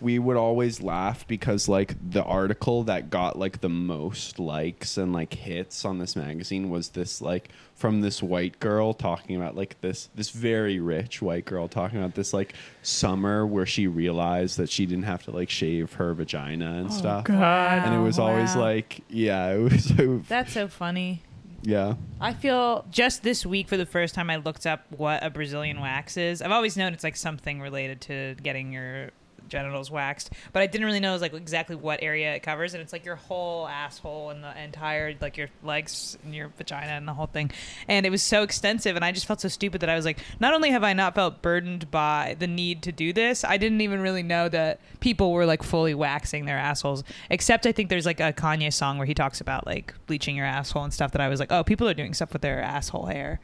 [SPEAKER 4] we would always laugh because like the article that got like the most likes and like hits on this magazine was this like from this white girl talking about like this this very rich white girl talking about this like summer where she realized that she didn't have to like shave her vagina and stuff.
[SPEAKER 3] God.
[SPEAKER 4] And it was always
[SPEAKER 2] Oh, Wow.
[SPEAKER 4] like, yeah, it was,
[SPEAKER 2] That's so funny.
[SPEAKER 4] yeah.
[SPEAKER 2] I feel just this week for the first time I looked up what a Brazilian wax is. I've always known it's like something related to getting your genitals waxed, but I didn't really know it was like exactly what area it covers. And it's like your whole asshole and the entire like your legs and your vagina and the whole thing. And it was so extensive, and I just felt so stupid that I was like, not only have I not felt burdened by the need to do this, I didn't even really know that people were like fully waxing their assholes. Except I think there's like a Kanye song where he talks about like bleaching your asshole and stuff that I was like, oh, people are doing stuff with their asshole hair.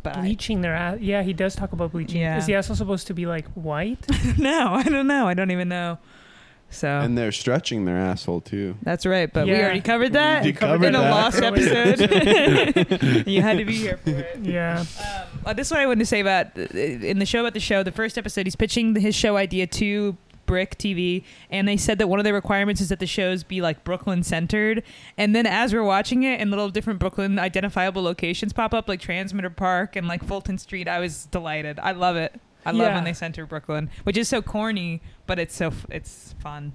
[SPEAKER 2] But I-
[SPEAKER 3] Bleaching their ass. Yeah, he does talk about bleaching.
[SPEAKER 2] Yeah.
[SPEAKER 3] Is the asshole supposed to be like white?
[SPEAKER 2] no, I don't know. I don't even know. So
[SPEAKER 4] And they're stretching their asshole too.
[SPEAKER 2] that's right. But we
[SPEAKER 3] Yeah.
[SPEAKER 2] already covered that
[SPEAKER 4] did cover
[SPEAKER 2] in a
[SPEAKER 4] that.
[SPEAKER 2] lost episode. you had to be here for it.
[SPEAKER 3] yeah.
[SPEAKER 2] Um, uh, this is what I wanted to say about uh, in the show about the show. The first episode, he's pitching his show idea to Brick TV, and they said that one of their requirements is that the shows be like Brooklyn centered. And then as we're watching it, and little different Brooklyn identifiable locations pop up, like Transmitter Park and like Fulton Street. I was delighted. I love it. I love
[SPEAKER 3] Yeah.
[SPEAKER 2] when they center Brooklyn, which is so corny, but it's so f- it's fun.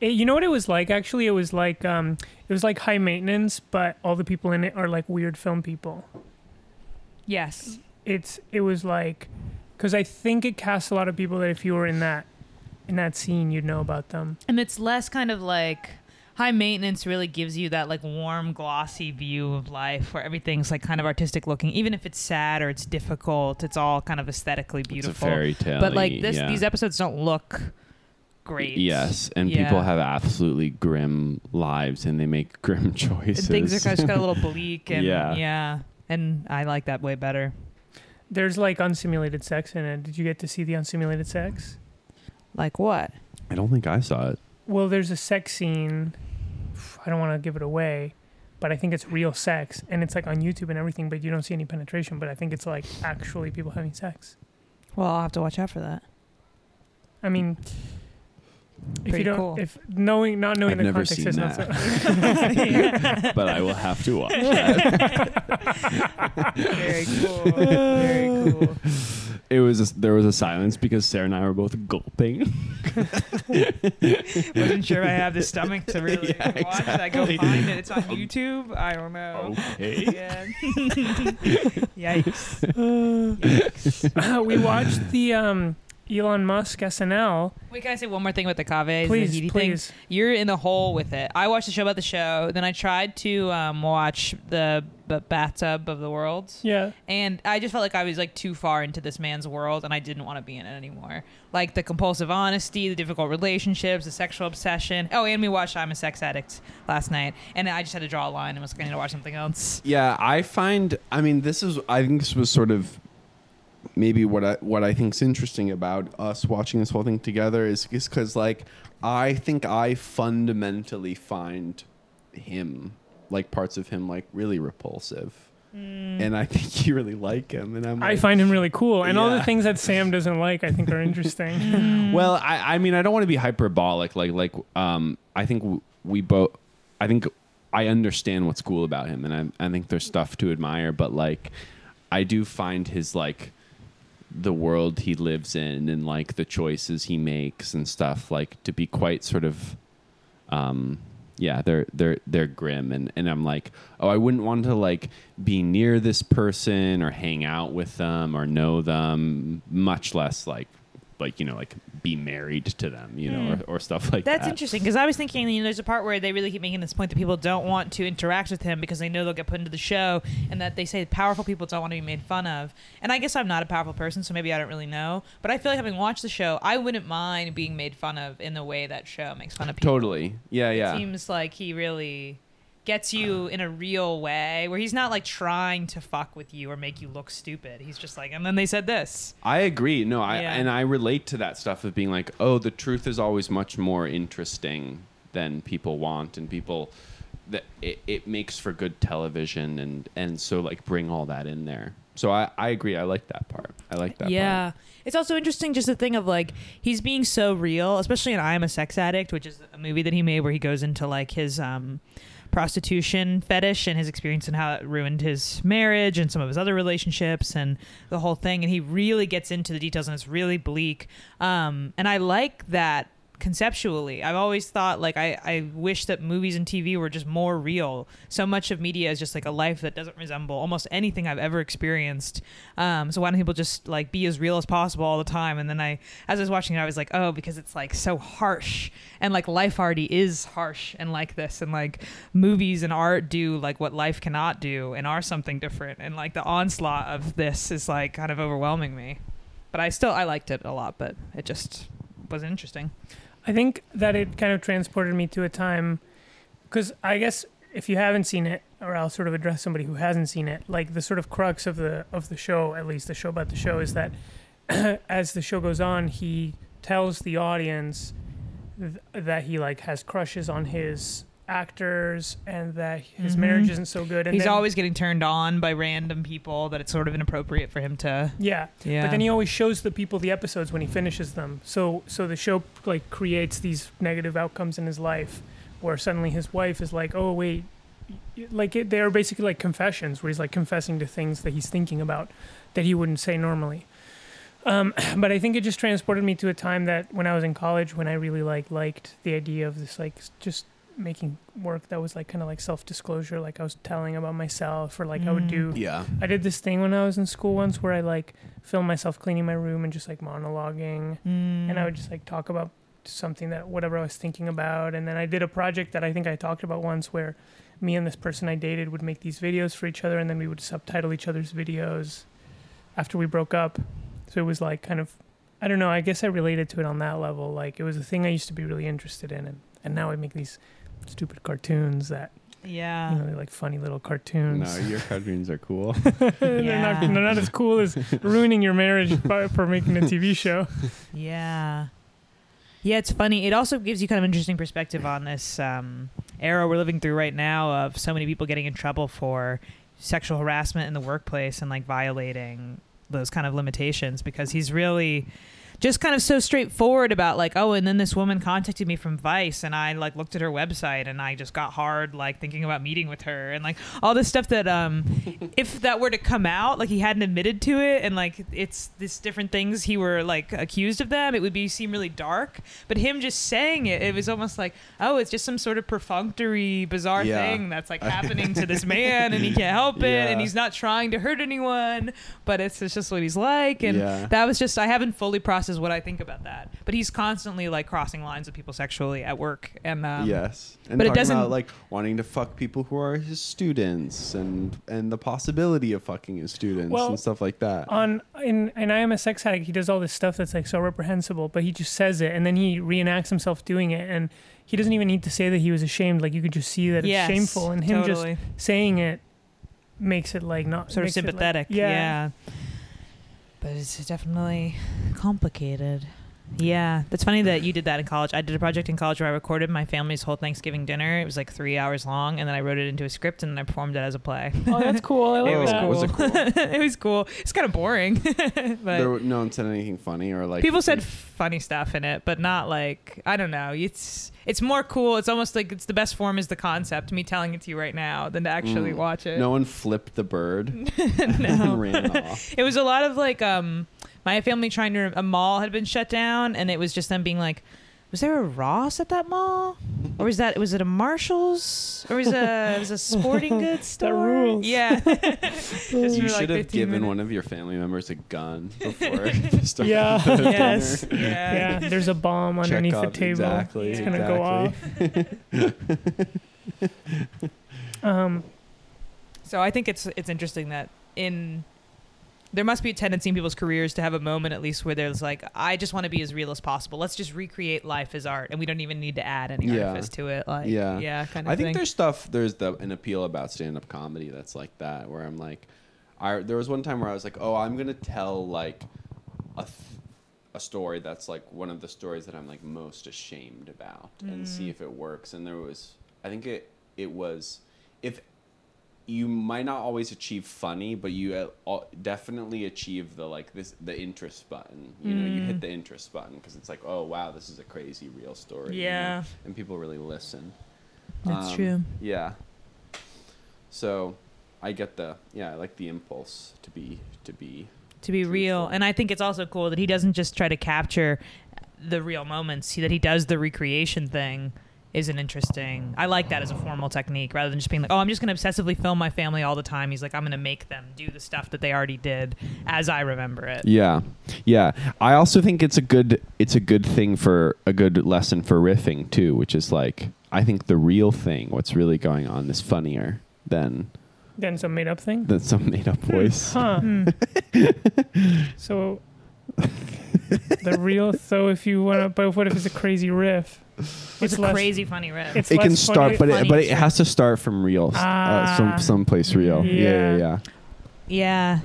[SPEAKER 3] It- you know what it was like? Actually, it was like um, it was like high maintenance, but all the people in it are like weird film people.
[SPEAKER 2] Yes.
[SPEAKER 3] It's it was like, because I think it casts a lot of people that if you were in that, in that scene, you'd know about them.
[SPEAKER 2] And it's less kind of like high maintenance really gives you that like warm, glossy view of life where everything's like kind of artistic looking, even if it's sad or it's difficult. It's all kind of aesthetically beautiful.
[SPEAKER 4] fairy tale-y,
[SPEAKER 2] But like this,
[SPEAKER 4] yeah.
[SPEAKER 2] these episodes don't look great.
[SPEAKER 4] Yes, and
[SPEAKER 2] Yeah.
[SPEAKER 4] people have absolutely grim lives and they make grim choices.
[SPEAKER 2] things are kind of, a little bleak and
[SPEAKER 4] Yeah.
[SPEAKER 2] yeah. and i like that way better
[SPEAKER 3] There's like unsimulated sex in it. Did you get to see the unsimulated sex?
[SPEAKER 2] like what
[SPEAKER 4] I don't think I saw it.
[SPEAKER 3] Well, there's a sex scene. I don't want to give it away, but I think it's real sex, and it's like on YouTube and everything. But you don't see any penetration. But I think it's like actually people having sex.
[SPEAKER 2] well i'll have to watch out for that
[SPEAKER 3] I mean, if
[SPEAKER 2] Pretty
[SPEAKER 3] you don't,
[SPEAKER 2] cool.
[SPEAKER 3] if knowing not knowing
[SPEAKER 4] I've
[SPEAKER 3] the
[SPEAKER 4] never
[SPEAKER 3] context
[SPEAKER 4] seen
[SPEAKER 3] is not
[SPEAKER 4] that.
[SPEAKER 3] so.
[SPEAKER 4] But I will have to watch that.
[SPEAKER 2] very cool very cool
[SPEAKER 4] It was there was a silence because Sarah and I were both gulping.
[SPEAKER 2] wasn't sure if i have the stomach to really
[SPEAKER 4] Yeah,
[SPEAKER 2] watch it. i go
[SPEAKER 4] exactly.
[SPEAKER 2] find it it's on youtube i don't know
[SPEAKER 4] Okay.
[SPEAKER 2] yeah yikes yikes
[SPEAKER 3] we watched the um, Elon Musk SNL.
[SPEAKER 2] Wait, can I say one more thing about the cave? and the
[SPEAKER 3] Please,
[SPEAKER 2] Heaty thing?
[SPEAKER 3] please.
[SPEAKER 2] You're in the hole with it. I watched the show about the show. Then I tried to um, watch the b- bathtub of the world.
[SPEAKER 3] Yeah.
[SPEAKER 2] and I just felt like I was like too far into this man's world, and I didn't want to be in it anymore. Like the compulsive honesty, the difficult relationships, the sexual obsession. Oh, and we watched I'm a Sex Addict last night, and I just had to draw a line and was going to watch something else.
[SPEAKER 4] Yeah, I find. I mean, this is. I think this was sort of maybe what I what I think's interesting about us watching this whole thing together is is because like I think I fundamentally find him like parts of him like really repulsive, and I think you really like him, and I'm.
[SPEAKER 3] I
[SPEAKER 4] like,
[SPEAKER 3] find him really cool, and all the
[SPEAKER 4] Yeah.
[SPEAKER 3] things that Sam doesn't like, I think, are interesting.
[SPEAKER 4] Well, I, I mean, I don't want to be hyperbolic. Like, like, um, I think w- we both, I think I understand what's cool about him, and I, I think there's stuff to admire. But like, I do find his like the world he lives in and like the choices he makes and stuff like to be quite sort of, um, yeah, they're they're they're grim, and and I'm like, oh, I wouldn't want to like be near this person or hang out with them or know them, much less like like you know like be married to them you know or, or stuff like
[SPEAKER 2] Hmm. That's
[SPEAKER 4] that
[SPEAKER 2] interesting because I was thinking, you know, there's a part where they really keep making this point that people don't want to interact with him because they know they'll get put into the show, and that they say powerful people don't want to be made fun of. And I guess I'm not a powerful person, so maybe I don't really know. But I feel like having watched the show, I wouldn't mind being made fun of in the way that show makes fun of people.
[SPEAKER 4] totally yeah yeah
[SPEAKER 2] seems like he really gets you in a real way where he's not like trying to fuck with you or make you look stupid. He's just like, and then they said this.
[SPEAKER 4] I agree. No, I
[SPEAKER 2] Yeah.
[SPEAKER 4] and I relate to that stuff of being like, oh, the truth is always much more interesting than people want, and people that it, it makes for good television, and and so like bring all that in there. So I I agree. I like that part. I like that.
[SPEAKER 2] yeah.
[SPEAKER 4] part.
[SPEAKER 2] It's also interesting just the thing of like he's being so real, especially in I Am a Sex Addict, which is a movie that he made where he goes into like his um prostitution fetish and his experience and how it ruined his marriage and some of his other relationships and the whole thing and he really gets into the details and it's really bleak um and i like that conceptually i've always thought like I, I wish that movies and tv were just more real so much of media is just like a life that doesn't resemble almost anything i've ever experienced um, so why don't people just like be as real as possible all the time and then i as i was watching it i was like oh because it's like so harsh and like life already is harsh and like this and like movies and art do like what life cannot do and are something different and like the onslaught of this is like kind of overwhelming me but i still i liked it a lot but it just was interesting
[SPEAKER 3] I think that it kind of transported me to a time, because I guess if you haven't seen it, or I'll sort of address somebody who hasn't seen it, like the sort of crux of the of the show, at least the show about the show, is that as the show goes on, he tells the audience th- that he like has crushes on his actors and that his
[SPEAKER 2] Mhm.
[SPEAKER 3] marriage isn't so good. And
[SPEAKER 2] he's
[SPEAKER 3] then-
[SPEAKER 2] always getting turned on by random people that it's sort of inappropriate for him to
[SPEAKER 3] yeah.
[SPEAKER 2] yeah
[SPEAKER 3] But then he always shows the people the episodes when he finishes them. So so the show like creates these negative outcomes in his life, where suddenly his wife is like, oh wait, like it, they are basically like confessions, where he's like confessing to things that he's thinking about that he wouldn't say normally. Um, but I think it just transported me to a time that when I was in college, when I really like liked the idea of this like s- just making work that was like kind of like self disclosure, like I was telling about myself or like I would
[SPEAKER 2] Mm.
[SPEAKER 3] do
[SPEAKER 4] Yeah.
[SPEAKER 3] I did this thing when I was in school once where I like filmed myself cleaning my room and just like monologuing,
[SPEAKER 2] Mm.
[SPEAKER 3] and I would just like talk about something that whatever I was thinking about. And then I did a project that I think I talked about once where me and this person I dated would make these videos for each other and then we would subtitle each other's videos after we broke up. So it was like kind of, I don't know, I guess I related to it on that level. Like it was a thing I used to be really interested in. And, and now I make these stupid cartoons that, you know,
[SPEAKER 2] Yeah.
[SPEAKER 3] they're like funny little
[SPEAKER 4] No,
[SPEAKER 3] cartoons.
[SPEAKER 4] your cartoons are cool.
[SPEAKER 3] they're, not,
[SPEAKER 2] Yeah.
[SPEAKER 3] they're not as cool as ruining your marriage by, for making a TV show.
[SPEAKER 2] Yeah. Yeah, it's funny. It also gives you kind of interesting perspective on this um, era we're living through right now of so many people getting in trouble for sexual harassment in the workplace and like violating those kind of limitations because he's really just kind of so straightforward about like oh and then this woman contacted me from Vice and I like looked at her website and I just got hard like thinking about meeting with her and like all this stuff that um if that were to come out like he hadn't admitted to it and like it's this different things he were like accused of them it would be seem really dark but him just saying it it was almost like oh it's just some sort of perfunctory bizarre
[SPEAKER 4] Yeah.
[SPEAKER 2] thing that's like happening to this man and he can't help it and
[SPEAKER 4] Yeah.
[SPEAKER 2] he's not trying to hurt anyone but it's, it's just what he's like and
[SPEAKER 4] Yeah.
[SPEAKER 2] that was just i haven't fully processed what i think about that but he's constantly like crossing lines with people sexually at work and um,
[SPEAKER 4] yes, and
[SPEAKER 2] but it
[SPEAKER 4] talking
[SPEAKER 2] doesn't-
[SPEAKER 4] about like wanting to fuck people who are his students and and the possibility of fucking his students
[SPEAKER 3] Well,
[SPEAKER 4] and stuff like that.
[SPEAKER 2] uh,
[SPEAKER 3] on in in I am a sex addict, he does all this stuff that's like so reprehensible, but he just says it and then he reenacts himself doing it and he doesn't even need to say that he was ashamed. Like you could just see that
[SPEAKER 2] yes,
[SPEAKER 3] it's shameful and him
[SPEAKER 2] totally.
[SPEAKER 3] just saying it makes it like not
[SPEAKER 2] sort of
[SPEAKER 3] makes it, like-
[SPEAKER 2] sympathetic. yeah. But it's definitely complicated. Yeah, that's funny that you did that in college. I did a project in college where I recorded my family's whole Thanksgiving dinner. It was like three hours long, and then I wrote it into a script and then I performed it as a play.
[SPEAKER 3] Oh, that's cool. I
[SPEAKER 4] Oh,
[SPEAKER 3] like that.
[SPEAKER 4] was it cool?
[SPEAKER 2] it was cool. It's kind of boring, but
[SPEAKER 4] there, were- no one said anything funny or like
[SPEAKER 2] people said funny stuff in it, but not like I don't know. It's it's more cool. It's almost like it's the best form is the concept. Me telling it to you right now than to actually
[SPEAKER 4] Mm.
[SPEAKER 2] watch it.
[SPEAKER 4] no one flipped the bird
[SPEAKER 2] No.
[SPEAKER 4] and ran off.
[SPEAKER 2] It was a lot of like um my family trying to a mall had been shut down and it was just them being like was there a Ross at that mall? Or was that was it a Marshalls? Or was a was a sporting goods store?
[SPEAKER 3] rules.
[SPEAKER 2] Yeah. Just for,
[SPEAKER 4] You
[SPEAKER 2] like,
[SPEAKER 4] should have
[SPEAKER 2] 15
[SPEAKER 4] given
[SPEAKER 2] minutes.
[SPEAKER 4] one of your family members a gun before it started.
[SPEAKER 3] Yeah.
[SPEAKER 4] the dinner.
[SPEAKER 2] Yes. Yeah.
[SPEAKER 3] Yeah, there's a bomb underneath
[SPEAKER 4] Chekhov,
[SPEAKER 3] the table.
[SPEAKER 4] Exactly.
[SPEAKER 3] It's gonna
[SPEAKER 4] exactly.
[SPEAKER 3] go off. Um,
[SPEAKER 2] So I think it's it's interesting that in there must be a tendency in people's careers to have a moment at least where there's like I just want to be as real as possible. Let's just recreate life as art and we don't even need to add any
[SPEAKER 4] Yeah.
[SPEAKER 2] artifice to it. Like
[SPEAKER 4] Yeah.
[SPEAKER 2] yeah kind of
[SPEAKER 4] I think
[SPEAKER 2] thing.
[SPEAKER 4] there's stuff there's the an appeal about stand up comedy that's like that where I'm like, I there was one time where I was like, oh, I'm gonna tell like a th- a story that's like one of the stories that I'm like most ashamed about and
[SPEAKER 2] Mm.
[SPEAKER 4] see if it works. And there was I think it it was if you might not always achieve funny, but you uh, al- definitely achieve the like this the interest button. You know, you hit the interest button because it's like, oh wow, this is a crazy real story. you know?
[SPEAKER 2] Yeah.
[SPEAKER 4] and people really listen.
[SPEAKER 2] That's
[SPEAKER 4] Um,
[SPEAKER 2] true.
[SPEAKER 4] Yeah. So, I get the yeah, I like the impulse to be to be
[SPEAKER 2] to be real.
[SPEAKER 4] Truthful.
[SPEAKER 2] And I think it's also cool that he doesn't just try to capture the real moments, he- that he does the recreation thing is an interesting. I like that as a formal technique rather than just being like, "Oh, I'm just going to obsessively film my family all the time." He's like, "I'm going to make them do the stuff that they already did as I remember it."
[SPEAKER 4] Yeah. Yeah. I also think it's a good it's a good thing for a good lesson for riffing too, which is like I think the real thing, what's really going on is funnier than
[SPEAKER 3] then some made up thing.
[SPEAKER 4] than some made up voice.
[SPEAKER 3] Huh. Hmm. so the real. So if you want to, but what if it's a crazy riff? It's,
[SPEAKER 2] It's, a
[SPEAKER 3] less-
[SPEAKER 2] crazy funny riff.
[SPEAKER 3] It's
[SPEAKER 4] It can
[SPEAKER 3] less
[SPEAKER 4] start
[SPEAKER 3] funny-
[SPEAKER 4] but it,
[SPEAKER 2] funny
[SPEAKER 4] but it
[SPEAKER 2] shit.
[SPEAKER 4] has to start from real uh,
[SPEAKER 3] Ah.
[SPEAKER 4] some someplace real. Yeah, yeah,
[SPEAKER 3] Yeah.
[SPEAKER 4] yeah.
[SPEAKER 2] yeah.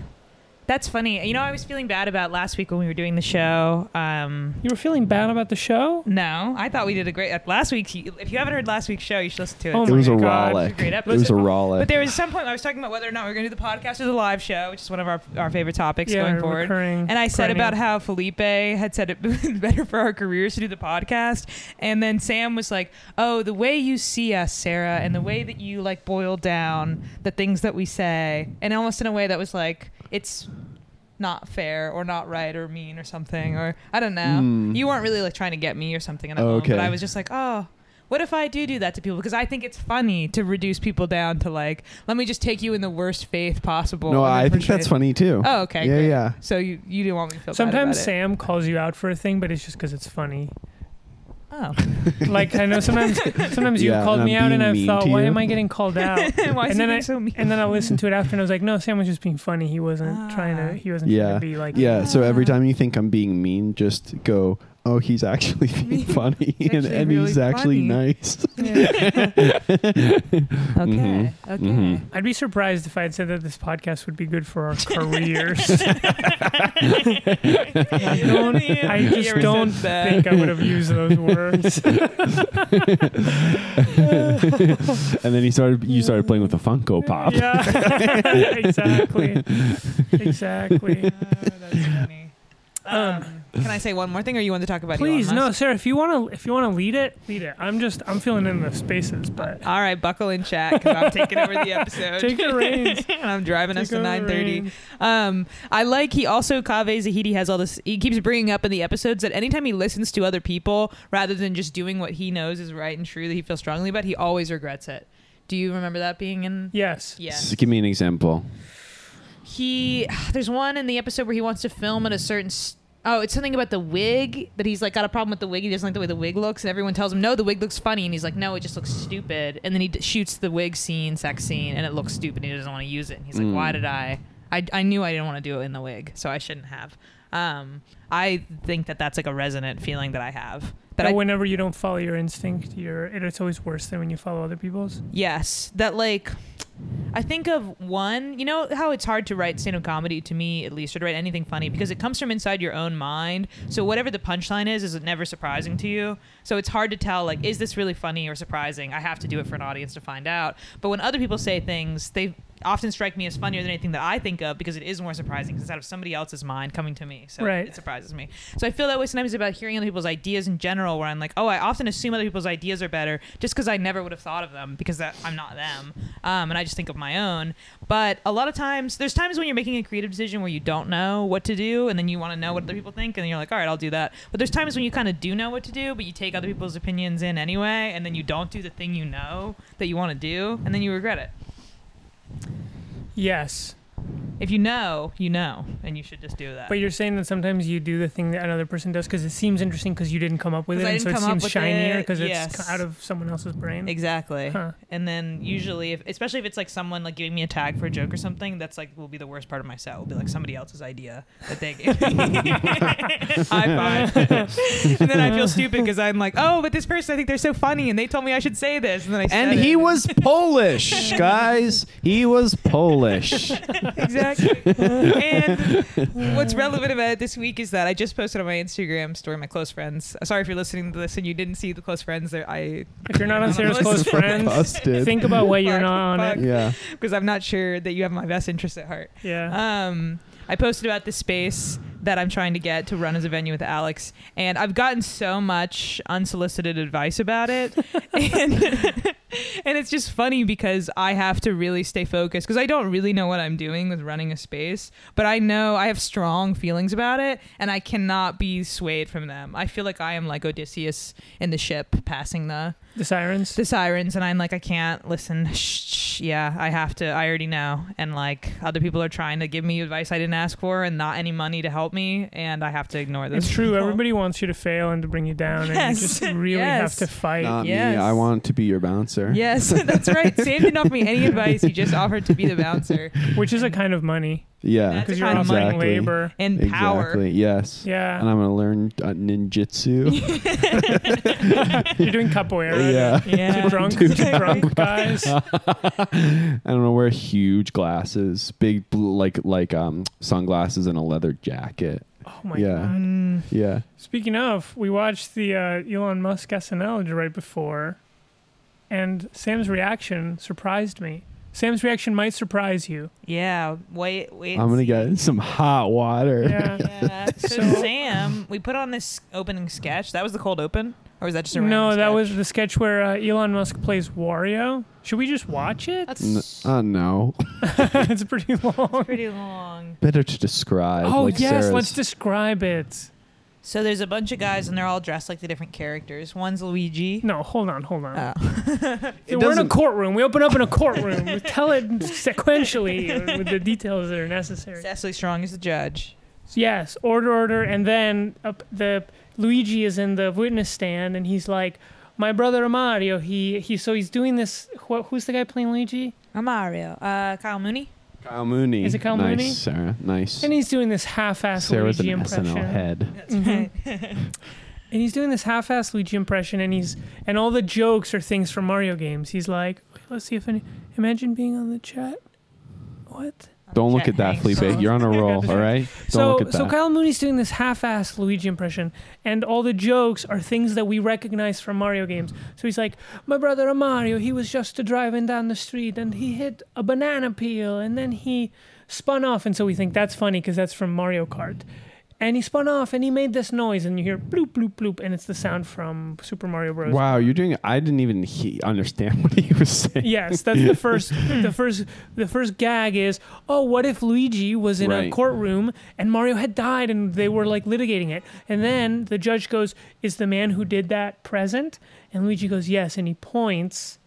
[SPEAKER 2] That's funny. You know, I was feeling bad about last week when we were doing the show. Um,
[SPEAKER 3] You were feeling bad about the show?
[SPEAKER 2] no, I thought we did a great uh, last week. If you haven't heard last week's show, you should listen to it.
[SPEAKER 3] Oh
[SPEAKER 4] It
[SPEAKER 3] my
[SPEAKER 4] was a
[SPEAKER 3] God,
[SPEAKER 4] rollick.
[SPEAKER 2] great
[SPEAKER 4] It was a
[SPEAKER 2] episode.
[SPEAKER 4] rollick.
[SPEAKER 2] But there was some point I was talking about whether or not we are going to do the podcast or the live show, which is one of our, our favorite topics going forward.
[SPEAKER 3] recurring,
[SPEAKER 2] And I said
[SPEAKER 3] perennial.
[SPEAKER 2] about how Felipe had said it was better for our careers to do the podcast. And then Sam was like, Oh, the way you see us, Sarah, and the way that you like boil down the things that we say, and almost in a way that was like, It's not fair or not right or mean or something. Or I don't know.
[SPEAKER 4] Mm.
[SPEAKER 2] You weren't really like trying to get me or something. in that
[SPEAKER 4] Oh,
[SPEAKER 2] moment, But
[SPEAKER 4] okay.
[SPEAKER 2] I was just like, Oh, what if I do do that to people? Because I think it's funny to reduce people down to like, let me just take you in the worst faith possible.
[SPEAKER 4] no,
[SPEAKER 2] and
[SPEAKER 4] I
[SPEAKER 2] then
[SPEAKER 4] think
[SPEAKER 2] portray-
[SPEAKER 4] that's funny too.
[SPEAKER 2] Oh, okay.
[SPEAKER 4] Yeah,
[SPEAKER 2] great.
[SPEAKER 4] yeah.
[SPEAKER 2] So you you didn't want me to feel bad
[SPEAKER 3] Sometimes
[SPEAKER 2] about it.
[SPEAKER 3] Sam calls you out for a thing, but it's just because it's funny.
[SPEAKER 2] Oh,
[SPEAKER 3] Like I know sometimes sometimes you
[SPEAKER 4] Yeah,
[SPEAKER 3] called
[SPEAKER 4] and
[SPEAKER 3] me
[SPEAKER 4] I'm
[SPEAKER 3] out and
[SPEAKER 4] being
[SPEAKER 3] I
[SPEAKER 4] mean
[SPEAKER 3] thought,
[SPEAKER 4] to
[SPEAKER 3] why
[SPEAKER 4] you.
[SPEAKER 3] am I getting called out?
[SPEAKER 2] why is
[SPEAKER 3] And
[SPEAKER 2] he
[SPEAKER 3] then
[SPEAKER 2] being
[SPEAKER 3] I-
[SPEAKER 2] so mean?
[SPEAKER 3] and then I listened to it after and I was like, no, Sam was just being funny. He wasn't trying
[SPEAKER 2] Ah.
[SPEAKER 3] to. He wasn't trying
[SPEAKER 4] Yeah.
[SPEAKER 3] to be like.
[SPEAKER 4] Yeah, so every
[SPEAKER 2] Ah.
[SPEAKER 4] time you think I'm being mean, just go, "Oh, he's actually being funny, and,
[SPEAKER 2] actually
[SPEAKER 4] and
[SPEAKER 2] really
[SPEAKER 4] he's actually
[SPEAKER 2] funny."
[SPEAKER 4] nice."
[SPEAKER 2] okay, okay.
[SPEAKER 4] mhm.
[SPEAKER 3] I'd be surprised if I had said that this podcast would be good for our careers. I don't. I
[SPEAKER 2] You
[SPEAKER 3] just
[SPEAKER 2] ever
[SPEAKER 3] don't
[SPEAKER 2] said that.
[SPEAKER 3] think I would have used those words.
[SPEAKER 4] And then he started. You started playing with a Funko Pop.
[SPEAKER 3] Yeah, exactly, exactly.
[SPEAKER 2] that's funny. Um, can I say one more thing, or you want to talk about?
[SPEAKER 3] Please,
[SPEAKER 2] Elon
[SPEAKER 3] no,
[SPEAKER 2] Musk?
[SPEAKER 3] Sarah. If you want to, if you want to lead it, lead it. I'm just, I'm filling in the spaces, but
[SPEAKER 2] All right, buckle in, chat, because I'm taking over the episode.
[SPEAKER 3] Take the reins.
[SPEAKER 2] and I'm driving us
[SPEAKER 3] Take
[SPEAKER 2] to
[SPEAKER 3] over,
[SPEAKER 2] 9:30.
[SPEAKER 3] Rain.
[SPEAKER 2] Um, I like he also Kaveh Zahidi has all this. He keeps bringing up in the episodes that anytime he listens to other people, rather than just doing what he knows is right and true that he feels strongly about, he always regrets it. Do you remember that being in?
[SPEAKER 3] Yes.
[SPEAKER 2] Yeah.
[SPEAKER 4] S- give me an example.
[SPEAKER 2] He there's one in the episode where he wants to film at a certain. St- Oh, it's something about the wig that he's like got a problem with the wig. He doesn't like the way the wig looks, and everyone tells him no, the wig looks funny, and he's like, no, it just looks stupid. And then he d- shoots the wig scene, sex scene, and it looks stupid. and He doesn't want to use it. And he's like,
[SPEAKER 4] Mm.
[SPEAKER 2] why did I? I I knew I didn't want to do it in the wig, so I shouldn't have. Um, I think that that's like a resonant feeling that I have. That
[SPEAKER 3] That
[SPEAKER 2] I
[SPEAKER 3] whenever you don't follow your instinct, you're it, it's always worse than when you follow other people's.
[SPEAKER 2] Yes, that like I think of one. You know how it's hard to write stand-up comedy to me, at least, or to write anything funny because it comes from inside your own mind. So whatever the punchline is, is never surprising to you. So it's hard to tell like is this really funny or surprising? I have to do it for an audience to find out. But when other people say things, they often strike me as funnier than anything that I think of because it is more surprising 'cause it's out of somebody else's mind coming to me. So
[SPEAKER 3] Right.
[SPEAKER 2] it surprises me. So I feel that way sometimes about hearing other people's ideas in general, where I'm like, oh, I often assume other people's ideas are better just because I never would have thought of them because that, I'm not them, um, and I just think of my own. But a lot of times, there's times when you're making a creative decision where you don't know what to do, and then you want to know what other people think, and you're like, all right, I'll do that. But there's times when you kind of do know what to do, but you take other people's opinions in anyway, and then you don't do the thing you know that you want to do, and then you regret it.
[SPEAKER 3] Yes,
[SPEAKER 2] If you know, you know, and you should just do that.
[SPEAKER 3] but you're saying that sometimes you do the thing that another person does because it seems interesting because you didn't come up with it,
[SPEAKER 2] 'Cause I
[SPEAKER 3] and so
[SPEAKER 2] didn't
[SPEAKER 3] it
[SPEAKER 2] come up
[SPEAKER 3] seems
[SPEAKER 2] with
[SPEAKER 3] shinier
[SPEAKER 2] it,
[SPEAKER 3] because
[SPEAKER 2] yes.
[SPEAKER 3] it's out of someone else's brain.
[SPEAKER 2] Exactly.
[SPEAKER 3] Huh.
[SPEAKER 2] And
[SPEAKER 4] Hmm.
[SPEAKER 2] then usually, if, especially if it's like someone like giving me a tag for a joke or something, that's like will be the worst part of my set. Will be like somebody else's idea that they gave me. High five. and then I feel stupid because I'm like, oh, but this person, I think they're so funny, and they told me I should say this, and then I said
[SPEAKER 4] And he
[SPEAKER 2] it.
[SPEAKER 4] was Polish, guys. He was Polish.
[SPEAKER 2] exactly. and what's relevant about it this week is that I just posted on my Instagram story, my close friends. Sorry if you're listening to this and you didn't see the close friends. There, I
[SPEAKER 3] If you're not on Sarah's close friends,
[SPEAKER 4] Busted.
[SPEAKER 3] think about why you're
[SPEAKER 2] Fuck,
[SPEAKER 3] not on
[SPEAKER 2] fuck.
[SPEAKER 3] it.
[SPEAKER 4] yeah.
[SPEAKER 2] because I'm not sure that you have my best interest at heart.
[SPEAKER 3] Yeah.
[SPEAKER 2] Um, I posted about this space that I'm trying to get to run as a venue with Alex, and I've gotten so much unsolicited advice about it, and, and it's just funny because I have to really stay focused because I don't really know what I'm doing with running a space, but I know I have strong feelings about it, and I cannot be swayed from them. I feel like I am like Odysseus in the ship passing the
[SPEAKER 3] The sirens.
[SPEAKER 2] the sirens and I'm like I can't listen. Shh, shh, yeah, I have to. I already know. And like other people are trying to give me advice I didn't ask for and not any money to help me, and I have to ignore this.
[SPEAKER 3] It's true. Everybody wants you to fail and to bring you down, and
[SPEAKER 2] Yes.
[SPEAKER 3] you just really
[SPEAKER 2] Yes.
[SPEAKER 3] have to fight.
[SPEAKER 4] Not
[SPEAKER 2] Yes.
[SPEAKER 4] me. I want to be your bouncer.
[SPEAKER 2] Yes, that's right. Sam didn't offer me any advice. He just offered to be the bouncer
[SPEAKER 3] which is a kind of money
[SPEAKER 4] Yeah.
[SPEAKER 2] That's
[SPEAKER 3] because
[SPEAKER 2] a
[SPEAKER 3] you're
[SPEAKER 2] kind of
[SPEAKER 3] offering
[SPEAKER 4] Exactly.
[SPEAKER 3] labor.
[SPEAKER 2] and power.
[SPEAKER 4] Exactly. Yes. And
[SPEAKER 3] Yeah,
[SPEAKER 4] I'm gonna learn uh, ninjutsu.
[SPEAKER 3] you're doing capoeira.
[SPEAKER 4] Yeah.
[SPEAKER 2] Yeah.
[SPEAKER 3] Too drunk, too drunk guys. Oh
[SPEAKER 4] I'm gonna wear huge glasses, big blue, like like um sunglasses and a leather jacket.
[SPEAKER 3] Oh my
[SPEAKER 4] Yeah.
[SPEAKER 3] god.
[SPEAKER 2] Mm,
[SPEAKER 4] Yeah.
[SPEAKER 3] Speaking of, we watched the uh, Elon Musk SNL right before, and Sam's reaction surprised me. Sam's reaction might surprise you.
[SPEAKER 2] yeah. Wait. Wait.
[SPEAKER 4] I'm gonna get some hot water.
[SPEAKER 3] Yeah.
[SPEAKER 2] Yeah. So,
[SPEAKER 3] So-
[SPEAKER 2] Sam, we put on this opening sketch. That was the cold open, or was that just a random
[SPEAKER 3] No, that
[SPEAKER 2] sketch?
[SPEAKER 3] was the sketch where uh, Elon Musk plays Wario. Should we just watch it?
[SPEAKER 4] N-
[SPEAKER 2] That's
[SPEAKER 4] uh, no.
[SPEAKER 3] it's pretty long.
[SPEAKER 2] pretty long.
[SPEAKER 4] Better to describe.
[SPEAKER 3] Oh
[SPEAKER 4] like
[SPEAKER 3] yes,
[SPEAKER 4] Sarah's-
[SPEAKER 3] let's describe it.
[SPEAKER 2] So there's a bunch of guys and they're all dressed like the different characters. One's Luigi.
[SPEAKER 3] No, hold on, hold on.
[SPEAKER 4] It
[SPEAKER 3] We're in a
[SPEAKER 4] doesn't-
[SPEAKER 3] courtroom. We open up in a courtroom. we tell it sequentially uh, with the details that are necessary.
[SPEAKER 2] Cecily Strong is the judge.
[SPEAKER 3] Yes, order, order, and then up the Luigi is in the witness stand and he's like, "My brother Mario." He he. So he's doing this. Wh- who's the guy playing Luigi?
[SPEAKER 2] I'm Mario. Uh, Kyle Mooney.
[SPEAKER 4] Kyle Mooney.
[SPEAKER 3] Is it Kyle
[SPEAKER 4] nice,
[SPEAKER 3] Mooney?
[SPEAKER 4] Sarah. Nice.
[SPEAKER 3] And he's doing this half-ass
[SPEAKER 4] Sarah with an
[SPEAKER 3] Luigi impression.
[SPEAKER 4] SNL head.
[SPEAKER 3] Mhm. and he's doing this half-assed Luigi impression, and he's and all the jokes are things from Mario games. He's like, Wait, let's see if any. Imagine being on the chat. What?
[SPEAKER 4] Don't look
[SPEAKER 2] Chet
[SPEAKER 4] at that,
[SPEAKER 2] Hanks.
[SPEAKER 4] Felipe. You're on a roll, all right? Don't
[SPEAKER 3] so
[SPEAKER 4] look at that.
[SPEAKER 3] so Kyle Mooney's doing this half-assed Luigi impression, and all the jokes are things that we recognize from Mario games. So he's like, "My brother Mario, he was just driving down the street, and he hit a banana peel, and then he spun off." And so we think that's funny because that's from Mario Kart. And he spun off, and he made this noise, and you hear bloop bloop bloop, and it's the sound from Super Mario Bros.
[SPEAKER 4] wow, you're doing. I didn't even he, understand what he was saying.
[SPEAKER 3] Yes, that's the first the first the first gag is, oh, what if Luigi was in a
[SPEAKER 4] Right.
[SPEAKER 3] courtroom and Mario had died and they were like litigating it. And then the judge goes, "Is the man who did that present?" And Luigi goes, "Yes," and he points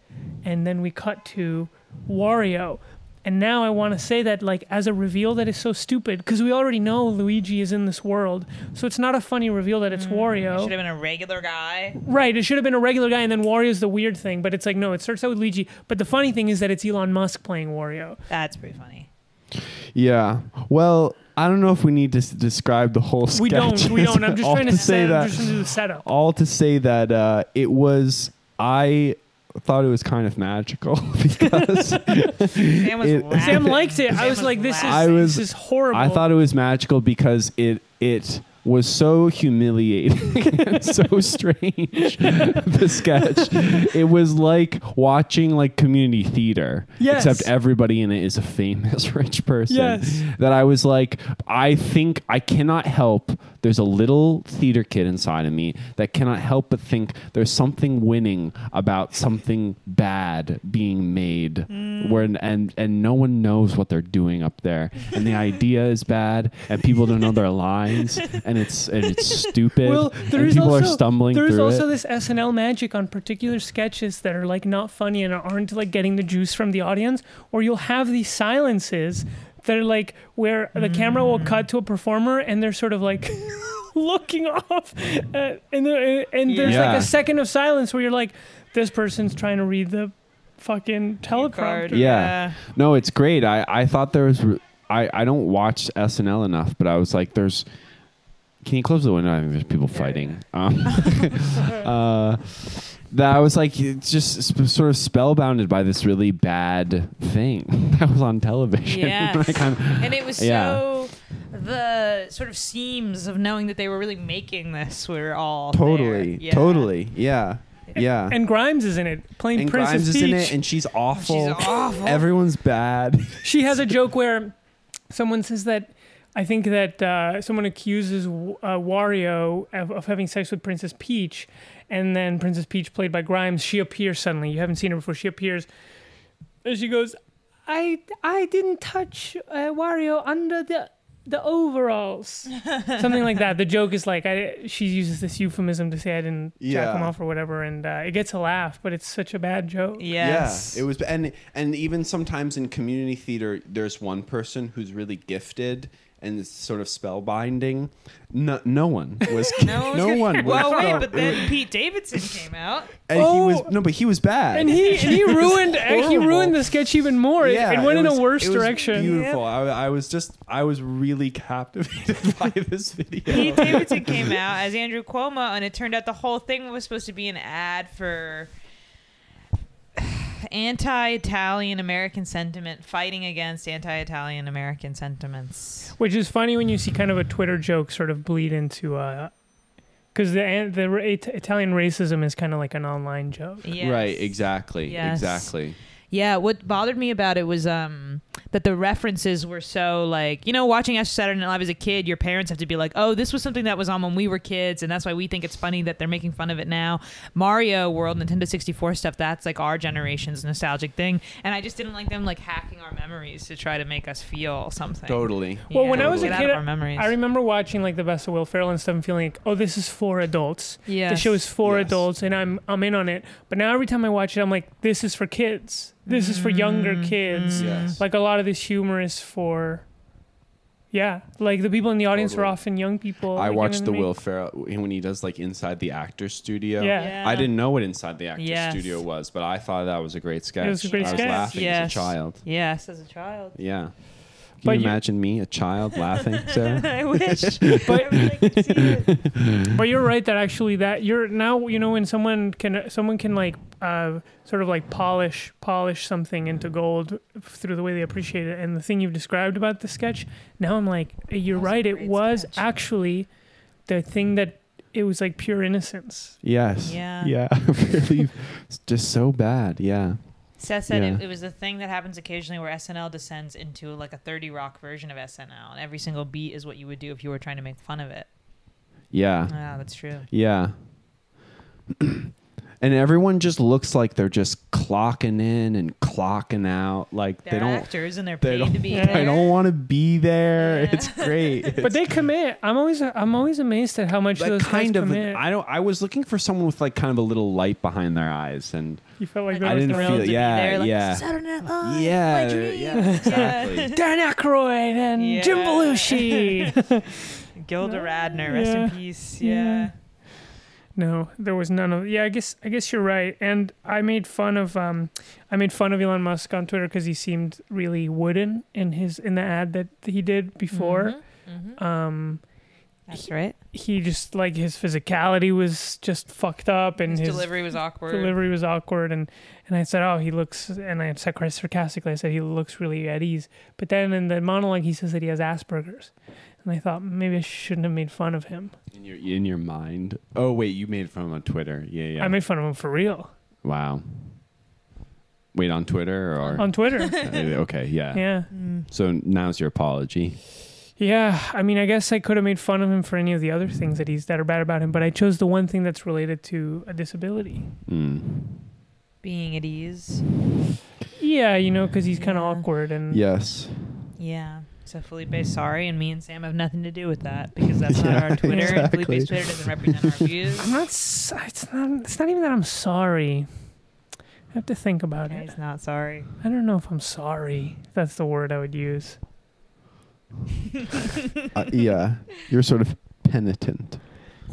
[SPEAKER 3] and then we cut to Wario. And now I want to say that like as a reveal that is so stupid because we already know Luigi is in this world. So it's not a funny reveal that it's Wario.
[SPEAKER 2] Should have been a regular guy.
[SPEAKER 3] Right, it should have been a regular guy, and then Wario's the weird thing, but it's like, no, it starts out with Luigi. But the funny thing is that it's Elon Musk playing Wario.
[SPEAKER 2] That's pretty funny.
[SPEAKER 4] Yeah. Well, I don't know if we need to s- describe the whole sketch.
[SPEAKER 3] We don't, we don't. I'm just
[SPEAKER 4] All
[SPEAKER 3] trying to,
[SPEAKER 4] say
[SPEAKER 3] set, I'm
[SPEAKER 4] that.
[SPEAKER 3] just trying to do the setup.
[SPEAKER 4] All to say that uh, it was. I thought it was kind of magical because
[SPEAKER 2] Sam was
[SPEAKER 4] It-
[SPEAKER 2] laughing.
[SPEAKER 3] Sam liked it. I
[SPEAKER 2] Sam
[SPEAKER 3] was like, this is,
[SPEAKER 4] I was-
[SPEAKER 3] this is horrible.
[SPEAKER 4] I thought it was magical because it it was so humiliating and so strange the sketch it was like watching like community theater
[SPEAKER 3] Yes.
[SPEAKER 4] except everybody in it is a famous rich person
[SPEAKER 3] Yes.
[SPEAKER 4] that i was like i think i cannot help there's a little theater kid inside of me that cannot help but think there's something winning about something bad being made
[SPEAKER 3] Mm.
[SPEAKER 4] where and and no one knows what they're doing up there and the idea is bad and people don't know their lines and it's and it's stupid
[SPEAKER 3] well, there
[SPEAKER 4] and
[SPEAKER 3] is
[SPEAKER 4] people
[SPEAKER 3] also,
[SPEAKER 4] are stumbling
[SPEAKER 3] there is
[SPEAKER 4] through
[SPEAKER 3] also
[SPEAKER 4] it.
[SPEAKER 3] this SNL magic on particular sketches that are like not funny and aren't like getting the juice from the audience, or you'll have these silences that are like where the camera
[SPEAKER 4] Mm.
[SPEAKER 3] will cut to a performer and they're sort of like looking off, uh, and there, and there's
[SPEAKER 4] Yeah.
[SPEAKER 3] like a second of silence where you're like, this person's trying to read the fucking teleprompter.
[SPEAKER 2] Card.
[SPEAKER 4] Yeah.
[SPEAKER 2] Uh,
[SPEAKER 4] No, it's great. I, I thought there was. I, I don't watch SNL enough, but I was like, there's. Can you close the window? I think there's people fighting. Um, uh, that I was like, it's just sp- sort of spellbounded by this really bad thing that was on television.
[SPEAKER 2] Yes.
[SPEAKER 4] Like, I'm-
[SPEAKER 2] and it was
[SPEAKER 4] Yeah.
[SPEAKER 2] so the sort of seams of knowing that they were really making this were all there.
[SPEAKER 4] totally,
[SPEAKER 2] Yeah.
[SPEAKER 4] totally, yeah, yeah.
[SPEAKER 3] And Grimes is in it playing
[SPEAKER 4] And
[SPEAKER 3] Princess
[SPEAKER 4] Grimes
[SPEAKER 3] Peach.
[SPEAKER 4] is in it, and she's awful.
[SPEAKER 2] She's awful.
[SPEAKER 4] Everyone's bad.
[SPEAKER 3] She has a joke where someone says that I think that uh, someone accuses W- uh, Wario of, of having sex with Princess Peach, and then Princess Peach, played by Grimes, she appears suddenly. You haven't seen her before. She appears, and she goes, "I I didn't touch uh, Wario under the." The overalls, something like that. The joke is like I, she uses this euphemism to say I didn't jack him
[SPEAKER 4] Yeah.
[SPEAKER 3] off or whatever, and uh, it gets a laugh, but it's such a bad joke.
[SPEAKER 2] Yes.
[SPEAKER 4] Yeah, it was, and and even sometimes in community theater, there's one person who's really gifted and is sort of spellbinding. No, no one was. no, one.
[SPEAKER 2] Well,
[SPEAKER 4] was
[SPEAKER 2] wait,
[SPEAKER 4] spell-
[SPEAKER 2] but then Pete Davidson came out.
[SPEAKER 4] and
[SPEAKER 3] Oh.
[SPEAKER 4] he was no, but he was bad.
[SPEAKER 3] and he and he ruined uh, he
[SPEAKER 4] horrible.
[SPEAKER 3] ruined the sketch even more. It- it, went in
[SPEAKER 4] was-
[SPEAKER 3] a worse
[SPEAKER 4] it was
[SPEAKER 3] direction.
[SPEAKER 4] Beautiful. I, I was just, I was really captivated by this video.
[SPEAKER 2] Pete Davidson came out as Andrew Cuomo, and it turned out the whole thing was supposed to be an ad for anti-Italian American sentiment, fighting against anti-Italian American sentiments.
[SPEAKER 3] Which is funny when you see kind of a Twitter joke sort of bleed into a. Because the the ra- It- Italian racism is kind of like an online joke.
[SPEAKER 2] Yes.
[SPEAKER 4] Right. Exactly.
[SPEAKER 2] Yes.
[SPEAKER 4] Exactly.
[SPEAKER 2] Yeah, what bothered me about it was um that the references were so like you know watching After Saturday Night Live as a kid, your parents have to be like, oh, this was something that was on when we were kids, and that's why we think it's funny that they're making fun of it now. Mario World, Nintendo sixty four stuff, that's like our generation's nostalgic thing, and I just didn't like them like hacking our memories to try to make us feel something.
[SPEAKER 4] Totally.
[SPEAKER 3] Well, when I was a
[SPEAKER 2] get out
[SPEAKER 3] kid,
[SPEAKER 2] of our memories.
[SPEAKER 3] I remember watching like the best of Will Ferrell and stuff, and feeling like, oh, this is for adults.
[SPEAKER 2] Yes.
[SPEAKER 3] The show is for
[SPEAKER 4] Yes.
[SPEAKER 3] adults, and I'm I'm in on it. But now every time I watch it, I'm like, this is for
[SPEAKER 2] Mm-hmm.
[SPEAKER 3] kids. This is for younger kids.
[SPEAKER 4] Yes.
[SPEAKER 3] Like a lot of this humor is for. Yeah, like the people in the audience are
[SPEAKER 4] Totally.
[SPEAKER 3] often young people.
[SPEAKER 4] I
[SPEAKER 3] like
[SPEAKER 4] watched
[SPEAKER 3] him
[SPEAKER 4] the
[SPEAKER 3] and me.
[SPEAKER 4] Will Ferrell when he does like Inside the Actor Studio.
[SPEAKER 3] Yeah.
[SPEAKER 4] I didn't know what Inside the Actor
[SPEAKER 2] Yes.
[SPEAKER 4] Studio was, but I thought that was a great sketch.
[SPEAKER 3] was a great
[SPEAKER 4] I
[SPEAKER 3] sketch.
[SPEAKER 4] was laughing as
[SPEAKER 2] Yes.
[SPEAKER 4] a child.
[SPEAKER 2] Yes, as a child.
[SPEAKER 4] Yeah. Can
[SPEAKER 3] But
[SPEAKER 4] you,
[SPEAKER 3] you-
[SPEAKER 4] imagine me, a child, laughing? Sarah?
[SPEAKER 2] I wish. I wish I could see it.
[SPEAKER 3] But you're right that actually that you're now you know when someone can someone can like uh, sort of like polish polish something into gold through the way they appreciate it. And the thing you've described about the sketch, now I'm like, eh, you're
[SPEAKER 2] That was a
[SPEAKER 3] right. It
[SPEAKER 2] great
[SPEAKER 3] was
[SPEAKER 2] sketch.
[SPEAKER 3] actually the thing that it was like pure innocence.
[SPEAKER 4] yes.
[SPEAKER 2] Yeah.
[SPEAKER 4] Yeah. really, it's just so bad. Yeah.
[SPEAKER 2] Seth said it,
[SPEAKER 4] Yeah.
[SPEAKER 2] it was the thing that happens occasionally where SNL descends into like a 30 rock version of SNL, and every single beat is what you would do if you were trying to make fun of it.
[SPEAKER 4] Yeah.
[SPEAKER 2] Yeah, that's true.
[SPEAKER 4] Yeah. and everyone just looks like they're just clocking in and clocking out. Like
[SPEAKER 2] They're
[SPEAKER 4] they don't.
[SPEAKER 2] actors and they're
[SPEAKER 4] they
[SPEAKER 2] paid
[SPEAKER 4] don't-
[SPEAKER 2] to be
[SPEAKER 3] I
[SPEAKER 4] I
[SPEAKER 2] there.
[SPEAKER 4] don't want to be there. It's great.
[SPEAKER 3] But they commit. I'm always I'm always amazed at how much
[SPEAKER 4] Like,
[SPEAKER 3] those guys
[SPEAKER 4] kind of.
[SPEAKER 3] commit.
[SPEAKER 4] I don't. I was looking for someone with like kind of a little light behind their eyes, and
[SPEAKER 3] you felt like
[SPEAKER 2] Like,
[SPEAKER 3] that
[SPEAKER 4] I
[SPEAKER 3] was
[SPEAKER 4] didn't
[SPEAKER 3] the real
[SPEAKER 4] feel-
[SPEAKER 2] thrilled to be
[SPEAKER 4] yeah,
[SPEAKER 2] there, like,
[SPEAKER 4] yeah.
[SPEAKER 2] Saturday Night Live,
[SPEAKER 4] yeah,
[SPEAKER 2] my
[SPEAKER 4] they're-
[SPEAKER 2] dream.
[SPEAKER 4] yeah, exactly.
[SPEAKER 3] Dan Aykroyd and
[SPEAKER 2] Yeah.
[SPEAKER 3] Jim Belushi.
[SPEAKER 2] Gilda Radner, rest
[SPEAKER 3] Yeah.
[SPEAKER 2] in peace. Yeah.
[SPEAKER 3] no, there was none of. Yeah, I guess I guess you're right. And I made fun of um, I made fun of Elon Musk on Twitter because he seemed really wooden in his in the ad that he did before.
[SPEAKER 2] Mhm, mhm.
[SPEAKER 3] Um,
[SPEAKER 2] That's right.
[SPEAKER 3] he just like his physicality was just fucked up and
[SPEAKER 2] His,
[SPEAKER 3] his,
[SPEAKER 2] delivery was awkward.
[SPEAKER 3] delivery was awkward and and I said, "Oh, he looks." And I said quite sarcastically, "I said he looks really at ease." But then in the monologue, he says that he has Asperger's, and I thought maybe I shouldn't have made fun of him.
[SPEAKER 4] In your in your mind. Oh wait, you made it from on Twitter. Yeah, yeah.
[SPEAKER 3] I made fun of him for real
[SPEAKER 4] wow. Wait on Twitter or
[SPEAKER 3] on Twitter.
[SPEAKER 4] Uh, okay, yeah.
[SPEAKER 3] yeah,
[SPEAKER 2] Mm.
[SPEAKER 4] So now's your apology.
[SPEAKER 3] yeah. I mean, I guess I could have made fun of him for any of the other things that he's that are bad about him, but I chose the one thing that's related to a disability.
[SPEAKER 4] Mm.
[SPEAKER 2] Being at ease.
[SPEAKER 3] Yeah, you know, because he's kind of
[SPEAKER 2] Yeah.
[SPEAKER 3] awkward and
[SPEAKER 4] Yes.
[SPEAKER 2] Yeah. So Felipe, sorry, and me and Sam have nothing to do with that because that's not
[SPEAKER 4] Yeah,
[SPEAKER 2] our Twitter, and
[SPEAKER 4] exactly.
[SPEAKER 2] Felipe's Twitter doesn't represent our views.
[SPEAKER 3] I'm not. s- It's not. It's not even that I'm sorry. I have to think about
[SPEAKER 2] Okay,
[SPEAKER 3] it.
[SPEAKER 2] he's not sorry.
[SPEAKER 3] I don't know if I'm sorry. if That's the word I would use.
[SPEAKER 4] Uh, yeah. You're sort of penitent.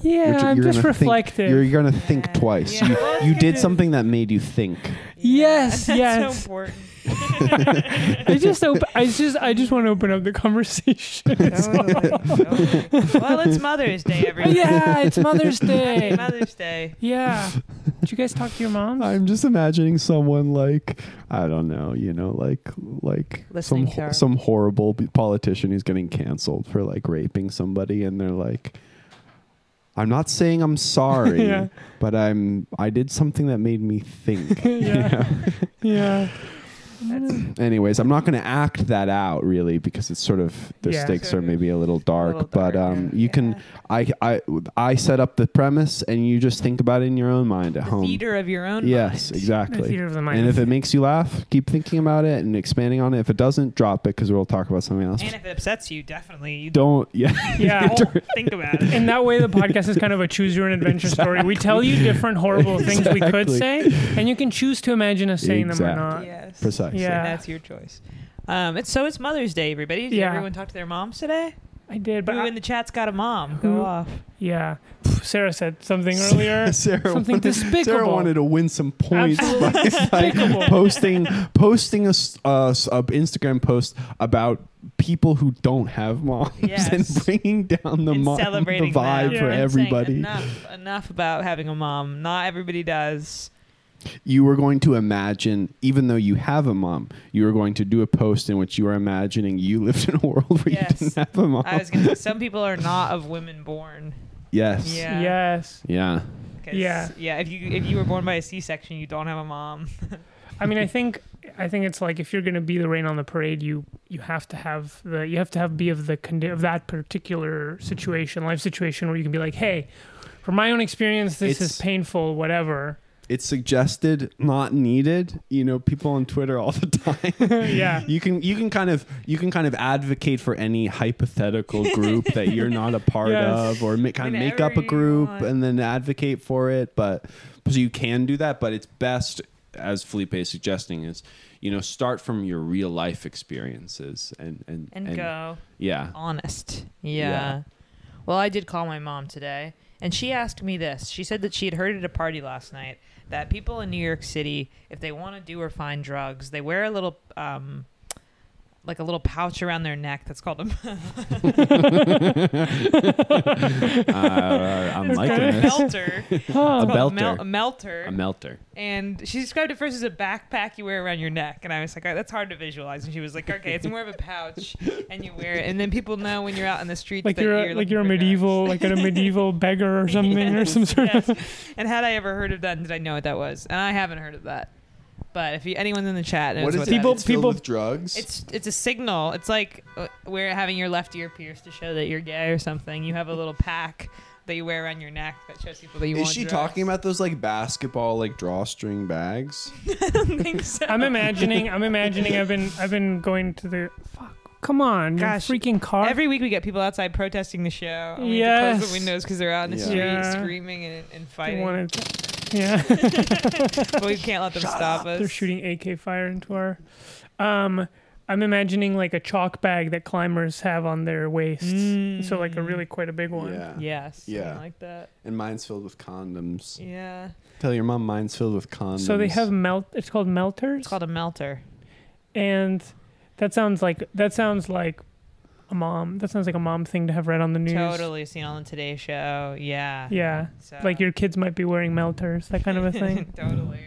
[SPEAKER 3] Yeah,
[SPEAKER 4] ju-
[SPEAKER 3] I'm
[SPEAKER 4] you're
[SPEAKER 3] just
[SPEAKER 4] gonna think-
[SPEAKER 3] reflective.
[SPEAKER 4] You're going to
[SPEAKER 2] Yeah.
[SPEAKER 4] think twice.
[SPEAKER 2] Yeah. Oh,
[SPEAKER 4] You, you did something that made you think.
[SPEAKER 3] Yes,
[SPEAKER 2] that's
[SPEAKER 3] yes.
[SPEAKER 2] so important.
[SPEAKER 3] I just, op- I just, I just want to open up the conversation.
[SPEAKER 2] Totally, totally. Well, it's Mother's Day, everyone.
[SPEAKER 3] Oh, yeah, it's Mother's Day.
[SPEAKER 2] Mother's Day.
[SPEAKER 3] Yeah. Did you guys talk to your mom?
[SPEAKER 4] I'm just imagining someone like I don't know, you know, like like
[SPEAKER 2] Listening
[SPEAKER 4] some ho-
[SPEAKER 2] therapy.
[SPEAKER 4] some horrible b- politician who's getting canceled for like raping somebody, and they're like, "I'm not saying I'm sorry,
[SPEAKER 3] Yeah.
[SPEAKER 4] but I'm I did something that made me think." you
[SPEAKER 3] Yeah.
[SPEAKER 4] know?
[SPEAKER 3] Yeah.
[SPEAKER 4] Anyways, I'm not going to act that out really because it's sort of the
[SPEAKER 3] Yeah.
[SPEAKER 4] stakes
[SPEAKER 2] Sort
[SPEAKER 4] are
[SPEAKER 2] of
[SPEAKER 4] maybe a little dark,
[SPEAKER 2] little
[SPEAKER 4] but
[SPEAKER 2] dark,
[SPEAKER 4] um,
[SPEAKER 2] yeah.
[SPEAKER 4] you can I I I set up the premise, and you just think about it in your own mind at
[SPEAKER 2] The
[SPEAKER 4] home.
[SPEAKER 2] theater of your own.
[SPEAKER 4] Yes,
[SPEAKER 2] mind.
[SPEAKER 3] The
[SPEAKER 4] exactly.
[SPEAKER 3] theater of the
[SPEAKER 4] And
[SPEAKER 3] mind.
[SPEAKER 4] if it makes you laugh, keep thinking about it and expanding on it. If it doesn't, drop it because we'll talk about something else.
[SPEAKER 2] And if it upsets you, definitely you
[SPEAKER 4] Don't. Yeah.
[SPEAKER 3] yeah.
[SPEAKER 2] don't think about it.
[SPEAKER 3] In that way, the podcast is kind of a choose your own adventure story. We tell you different horrible things we could
[SPEAKER 4] Exactly.
[SPEAKER 3] say, and you can choose to imagine us saying them or
[SPEAKER 4] Exactly.
[SPEAKER 3] not.
[SPEAKER 2] Yes.
[SPEAKER 4] Precisely.
[SPEAKER 3] Yeah.
[SPEAKER 2] And that's your choice. Um, it's so it's Mother's Day, everybody. Did
[SPEAKER 3] Yeah.
[SPEAKER 2] everyone talk to their moms today?
[SPEAKER 3] I did, but
[SPEAKER 2] Who
[SPEAKER 3] I-
[SPEAKER 2] in the chat's got a mom?
[SPEAKER 3] Who-
[SPEAKER 2] Go off.
[SPEAKER 3] yeah. Sarah said something earlier.
[SPEAKER 4] Sarah
[SPEAKER 3] Something
[SPEAKER 4] wanted,
[SPEAKER 3] despicable.
[SPEAKER 4] Sarah wanted to win some points by,
[SPEAKER 3] Absolutely
[SPEAKER 4] by
[SPEAKER 3] despicable.
[SPEAKER 4] posting posting a, s- a s- a Instagram post about people who don't have moms
[SPEAKER 2] Yes.
[SPEAKER 4] and bringing down the
[SPEAKER 2] and
[SPEAKER 4] mom, the
[SPEAKER 2] celebrating
[SPEAKER 4] vibe
[SPEAKER 2] that.
[SPEAKER 4] for
[SPEAKER 2] and saying
[SPEAKER 4] everybody.
[SPEAKER 2] Enough, enough about having a mom. Not everybody does.
[SPEAKER 4] you were going to imagine, even though you have a mom, you were going to do a post in which you were imagining you lived in a world where
[SPEAKER 2] Yes.
[SPEAKER 4] you didn't have a mom.
[SPEAKER 2] I was gonna say some people are not of women born.
[SPEAKER 4] yes.
[SPEAKER 2] Yeah.
[SPEAKER 3] Yes.
[SPEAKER 4] Yeah.
[SPEAKER 2] 'Cause,
[SPEAKER 3] Yeah.
[SPEAKER 2] yeah. If you if you were born by a C section, you don't have a mom.
[SPEAKER 3] I mean, I think I think it's like if you're going to be the rain on the parade, you you have to have the you have to have be of the condi- of that particular situation, life situation where you can be like, hey, from my own experience, this is
[SPEAKER 4] It's-
[SPEAKER 3] painful, whatever.
[SPEAKER 4] It's suggested, not needed. You know, people on Twitter all the time.
[SPEAKER 3] yeah.
[SPEAKER 4] You can you can kind of you can kind of advocate for any hypothetical group that you're not a part
[SPEAKER 3] Yes.
[SPEAKER 4] of, or ma- kind of make
[SPEAKER 2] Whenever
[SPEAKER 4] up a
[SPEAKER 2] you
[SPEAKER 4] group
[SPEAKER 2] want.
[SPEAKER 4] and then advocate for it. But so you can do that, but it's best, as Felipe is suggesting, is
[SPEAKER 5] you know start from your real life experiences and and
[SPEAKER 2] and, go
[SPEAKER 5] yeah
[SPEAKER 2] honest.
[SPEAKER 5] Yeah.
[SPEAKER 2] Yeah. Well, I did call my mom today, and she asked me this. She said that she had heard at a party last night that people in New York City, if they want to do or find drugs, they wear a little um like a little pouch around their neck that's called a
[SPEAKER 5] Uh, I'm liking this.
[SPEAKER 2] melter.
[SPEAKER 5] A
[SPEAKER 2] Called
[SPEAKER 5] belter,
[SPEAKER 2] a mel- a melter.
[SPEAKER 5] a melter.
[SPEAKER 2] and she described it first as a backpack you wear around your neck and i was like "Oh, that's hard to visualize and she was like okay it's more of a pouch and you wear it and then people know when you're out in the streets
[SPEAKER 3] like
[SPEAKER 2] that
[SPEAKER 3] you're, a-
[SPEAKER 2] looking
[SPEAKER 3] like you're a
[SPEAKER 2] for drugs.
[SPEAKER 3] medieval like a medieval beggar or something or some sort of
[SPEAKER 2] yes. and had i ever heard of that and did i know what that was and i haven't heard of that but if you, anyone's in the chat knows
[SPEAKER 4] What
[SPEAKER 2] what,
[SPEAKER 4] is it?
[SPEAKER 2] that
[SPEAKER 3] People-
[SPEAKER 4] It's filled
[SPEAKER 3] people-
[SPEAKER 4] with drugs.
[SPEAKER 2] it's it's a signal. It's like uh, we're having your left ear pierced to show that you're gay or something. You have a little pack that you wear around your neck that shows people that you
[SPEAKER 4] Is
[SPEAKER 2] want
[SPEAKER 4] she
[SPEAKER 2] drugs.
[SPEAKER 4] talking about those like basketball like drawstring bags?
[SPEAKER 2] I don't think so.
[SPEAKER 3] I'm imagining. I'm imagining. I've been. I've been going to the. Fuck. Come on. your
[SPEAKER 2] Gosh,
[SPEAKER 3] freaking car.
[SPEAKER 2] Every week we get people outside protesting the show. And we have to close
[SPEAKER 3] Yes.
[SPEAKER 2] the windows because they're out in the
[SPEAKER 4] Yeah.
[SPEAKER 2] street
[SPEAKER 3] Yeah.
[SPEAKER 2] screaming and, and
[SPEAKER 3] They
[SPEAKER 2] fighting.
[SPEAKER 3] wanted to- yeah.
[SPEAKER 2] but we can't let them stop us.
[SPEAKER 3] They're shooting AK fire into our. Um, I'm imagining like a chalk bag that climbers have on their waists. So like a
[SPEAKER 2] Mm.
[SPEAKER 3] really quite a big one.
[SPEAKER 4] Yeah.
[SPEAKER 2] Yes. something
[SPEAKER 4] Yeah.
[SPEAKER 2] Like that.
[SPEAKER 4] And mine's filled with condoms.
[SPEAKER 2] Yeah.
[SPEAKER 5] Tell your mom mine's filled with condoms.
[SPEAKER 3] So they have melt. It's called melters,
[SPEAKER 2] It's called a melter.
[SPEAKER 3] and that sounds like that sounds like a mom. That sounds like a mom thing to have read on the news.
[SPEAKER 2] Totally seen on the Today Show. Yeah.
[SPEAKER 3] Yeah.
[SPEAKER 2] So.
[SPEAKER 3] Like your kids might be wearing melters, that kind of a thing.
[SPEAKER 2] totally.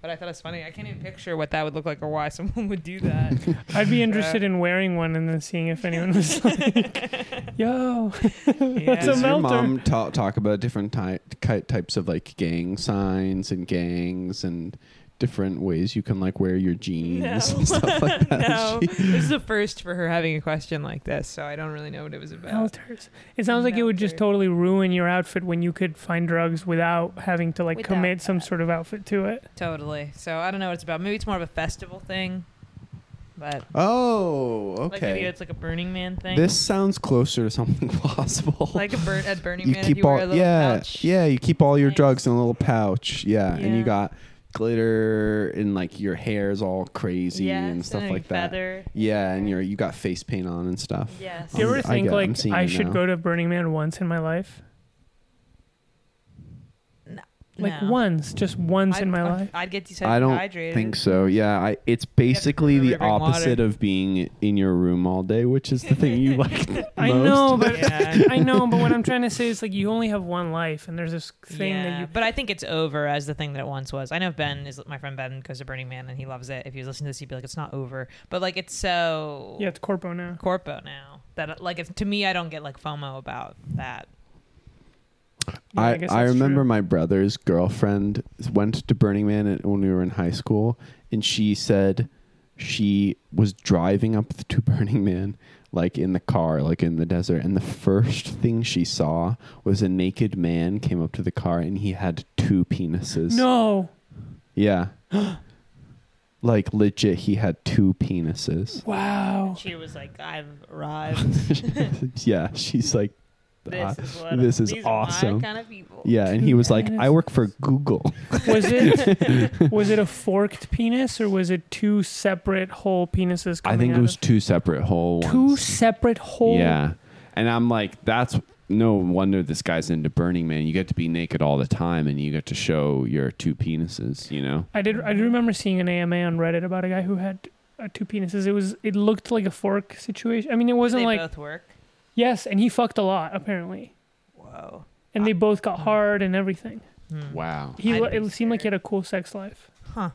[SPEAKER 2] But I thought it's funny. I can't even picture what that would look like or why someone would do that.
[SPEAKER 3] I'd be interested in wearing one and then seeing if anyone was like, "Yo,
[SPEAKER 2] Yeah.
[SPEAKER 3] a
[SPEAKER 4] Does your
[SPEAKER 3] melter.
[SPEAKER 4] mom ta- talk about different ty- ki- types of like gang signs and gangs and different ways you can like wear your jeans
[SPEAKER 2] No.
[SPEAKER 4] and stuff like that?
[SPEAKER 2] no. This is the first for her having a question like this, so I don't really know what it was about.
[SPEAKER 3] melters." It sounds like it would just
[SPEAKER 2] Melter.
[SPEAKER 3] totally ruin your outfit when you could find drugs without having to like
[SPEAKER 2] Without
[SPEAKER 3] commit some
[SPEAKER 2] that.
[SPEAKER 3] sort of outfit to it.
[SPEAKER 2] Totally. So I don't know what it's about. Maybe it's more of a festival thing, but
[SPEAKER 4] Oh,
[SPEAKER 2] like maybe
[SPEAKER 4] okay.
[SPEAKER 2] it's like a Burning Man thing.
[SPEAKER 4] This sounds closer to something possible.
[SPEAKER 2] like a burn at Burning
[SPEAKER 4] you
[SPEAKER 2] Man. if
[SPEAKER 4] keep
[SPEAKER 2] you wear
[SPEAKER 4] all
[SPEAKER 2] a little
[SPEAKER 4] yeah
[SPEAKER 2] pouch.
[SPEAKER 4] yeah you keep all your
[SPEAKER 2] Nice.
[SPEAKER 4] drugs in a little pouch yeah, and you
[SPEAKER 2] Yeah.
[SPEAKER 4] got glitter and like your hair's all crazy
[SPEAKER 2] Yes,
[SPEAKER 4] and stuff
[SPEAKER 2] a
[SPEAKER 4] like that.
[SPEAKER 2] feather.
[SPEAKER 4] Yeah, and you're you got face paint on and stuff.
[SPEAKER 2] Yes.
[SPEAKER 3] Do you ever
[SPEAKER 4] I
[SPEAKER 3] think
[SPEAKER 4] get it. I'm
[SPEAKER 3] like
[SPEAKER 4] seeing
[SPEAKER 3] I
[SPEAKER 4] it
[SPEAKER 3] should
[SPEAKER 4] now.
[SPEAKER 3] go to Burning Man once in my life? Like
[SPEAKER 2] No.
[SPEAKER 3] once, just once
[SPEAKER 2] I'd-
[SPEAKER 3] in my
[SPEAKER 2] I'd-
[SPEAKER 3] life.
[SPEAKER 2] I'd get
[SPEAKER 4] I don't
[SPEAKER 2] dehydrated.
[SPEAKER 4] think so. Yeah, I, it's basically the
[SPEAKER 2] remember to drink
[SPEAKER 4] opposite of being in your room all day, which is the thing you like most.
[SPEAKER 3] I know, but
[SPEAKER 2] Yeah.
[SPEAKER 3] I know, but what I'm trying to say is like you only have one life, and there's this thing
[SPEAKER 2] yeah,
[SPEAKER 3] that you.
[SPEAKER 2] but I think it's over as the thing that it once was. I know Ben is my friend Ben goes to Burning Man and he loves it. If he was listening to this, he'd be like, "It's not over," but like it's so
[SPEAKER 3] Yeah, it's corpo now.
[SPEAKER 2] corpo now that like if, to me, I don't get like FOMO about that.
[SPEAKER 3] Yeah,
[SPEAKER 4] I,
[SPEAKER 3] guess
[SPEAKER 4] I,
[SPEAKER 3] that's
[SPEAKER 4] remember
[SPEAKER 3] true.
[SPEAKER 4] my brother's girlfriend went to Burning Man at- when we were in high school, and she said she was driving up to Burning Man, like in the car, like in the desert, and the first thing she saw was a naked man came up to the car, and he had two penises.
[SPEAKER 3] No,
[SPEAKER 4] Yeah. like legit, he had two penises.
[SPEAKER 3] wow.
[SPEAKER 2] She was like, "I've arrived.
[SPEAKER 4] yeah, she's like. "Ah."
[SPEAKER 2] This is what
[SPEAKER 4] this is
[SPEAKER 2] these Are
[SPEAKER 4] awesome.
[SPEAKER 2] my kind of people."
[SPEAKER 4] yeah, and he was like, "I work for Google."
[SPEAKER 3] Was it was it a forked penis or was it two separate whole penises?
[SPEAKER 4] I
[SPEAKER 3] Coming
[SPEAKER 4] think
[SPEAKER 3] out
[SPEAKER 4] it was
[SPEAKER 3] of-
[SPEAKER 4] two separate whole
[SPEAKER 3] two
[SPEAKER 4] ones.
[SPEAKER 3] separate whole.
[SPEAKER 5] Yeah. And I'm like, that's no wonder this guy's into Burning Man. You get to be naked all the time and you get to show your two penises, you know?
[SPEAKER 3] I did. I do remember seeing an AMA on Reddit about a guy who had uh, two penises. It was. It looked like a fork situation. I mean, it
[SPEAKER 2] Do
[SPEAKER 3] wasn't
[SPEAKER 2] they
[SPEAKER 3] like
[SPEAKER 2] both work.
[SPEAKER 3] yes, and he fucked a lot apparently,
[SPEAKER 2] Whoa.
[SPEAKER 3] and they both got hard and everything.
[SPEAKER 2] Hmm.
[SPEAKER 5] Wow.
[SPEAKER 3] He.
[SPEAKER 2] Oh. I'd
[SPEAKER 3] lo-
[SPEAKER 2] be
[SPEAKER 3] It seemed like he
[SPEAKER 2] scared.
[SPEAKER 3] had a cool sex life.
[SPEAKER 2] Huh.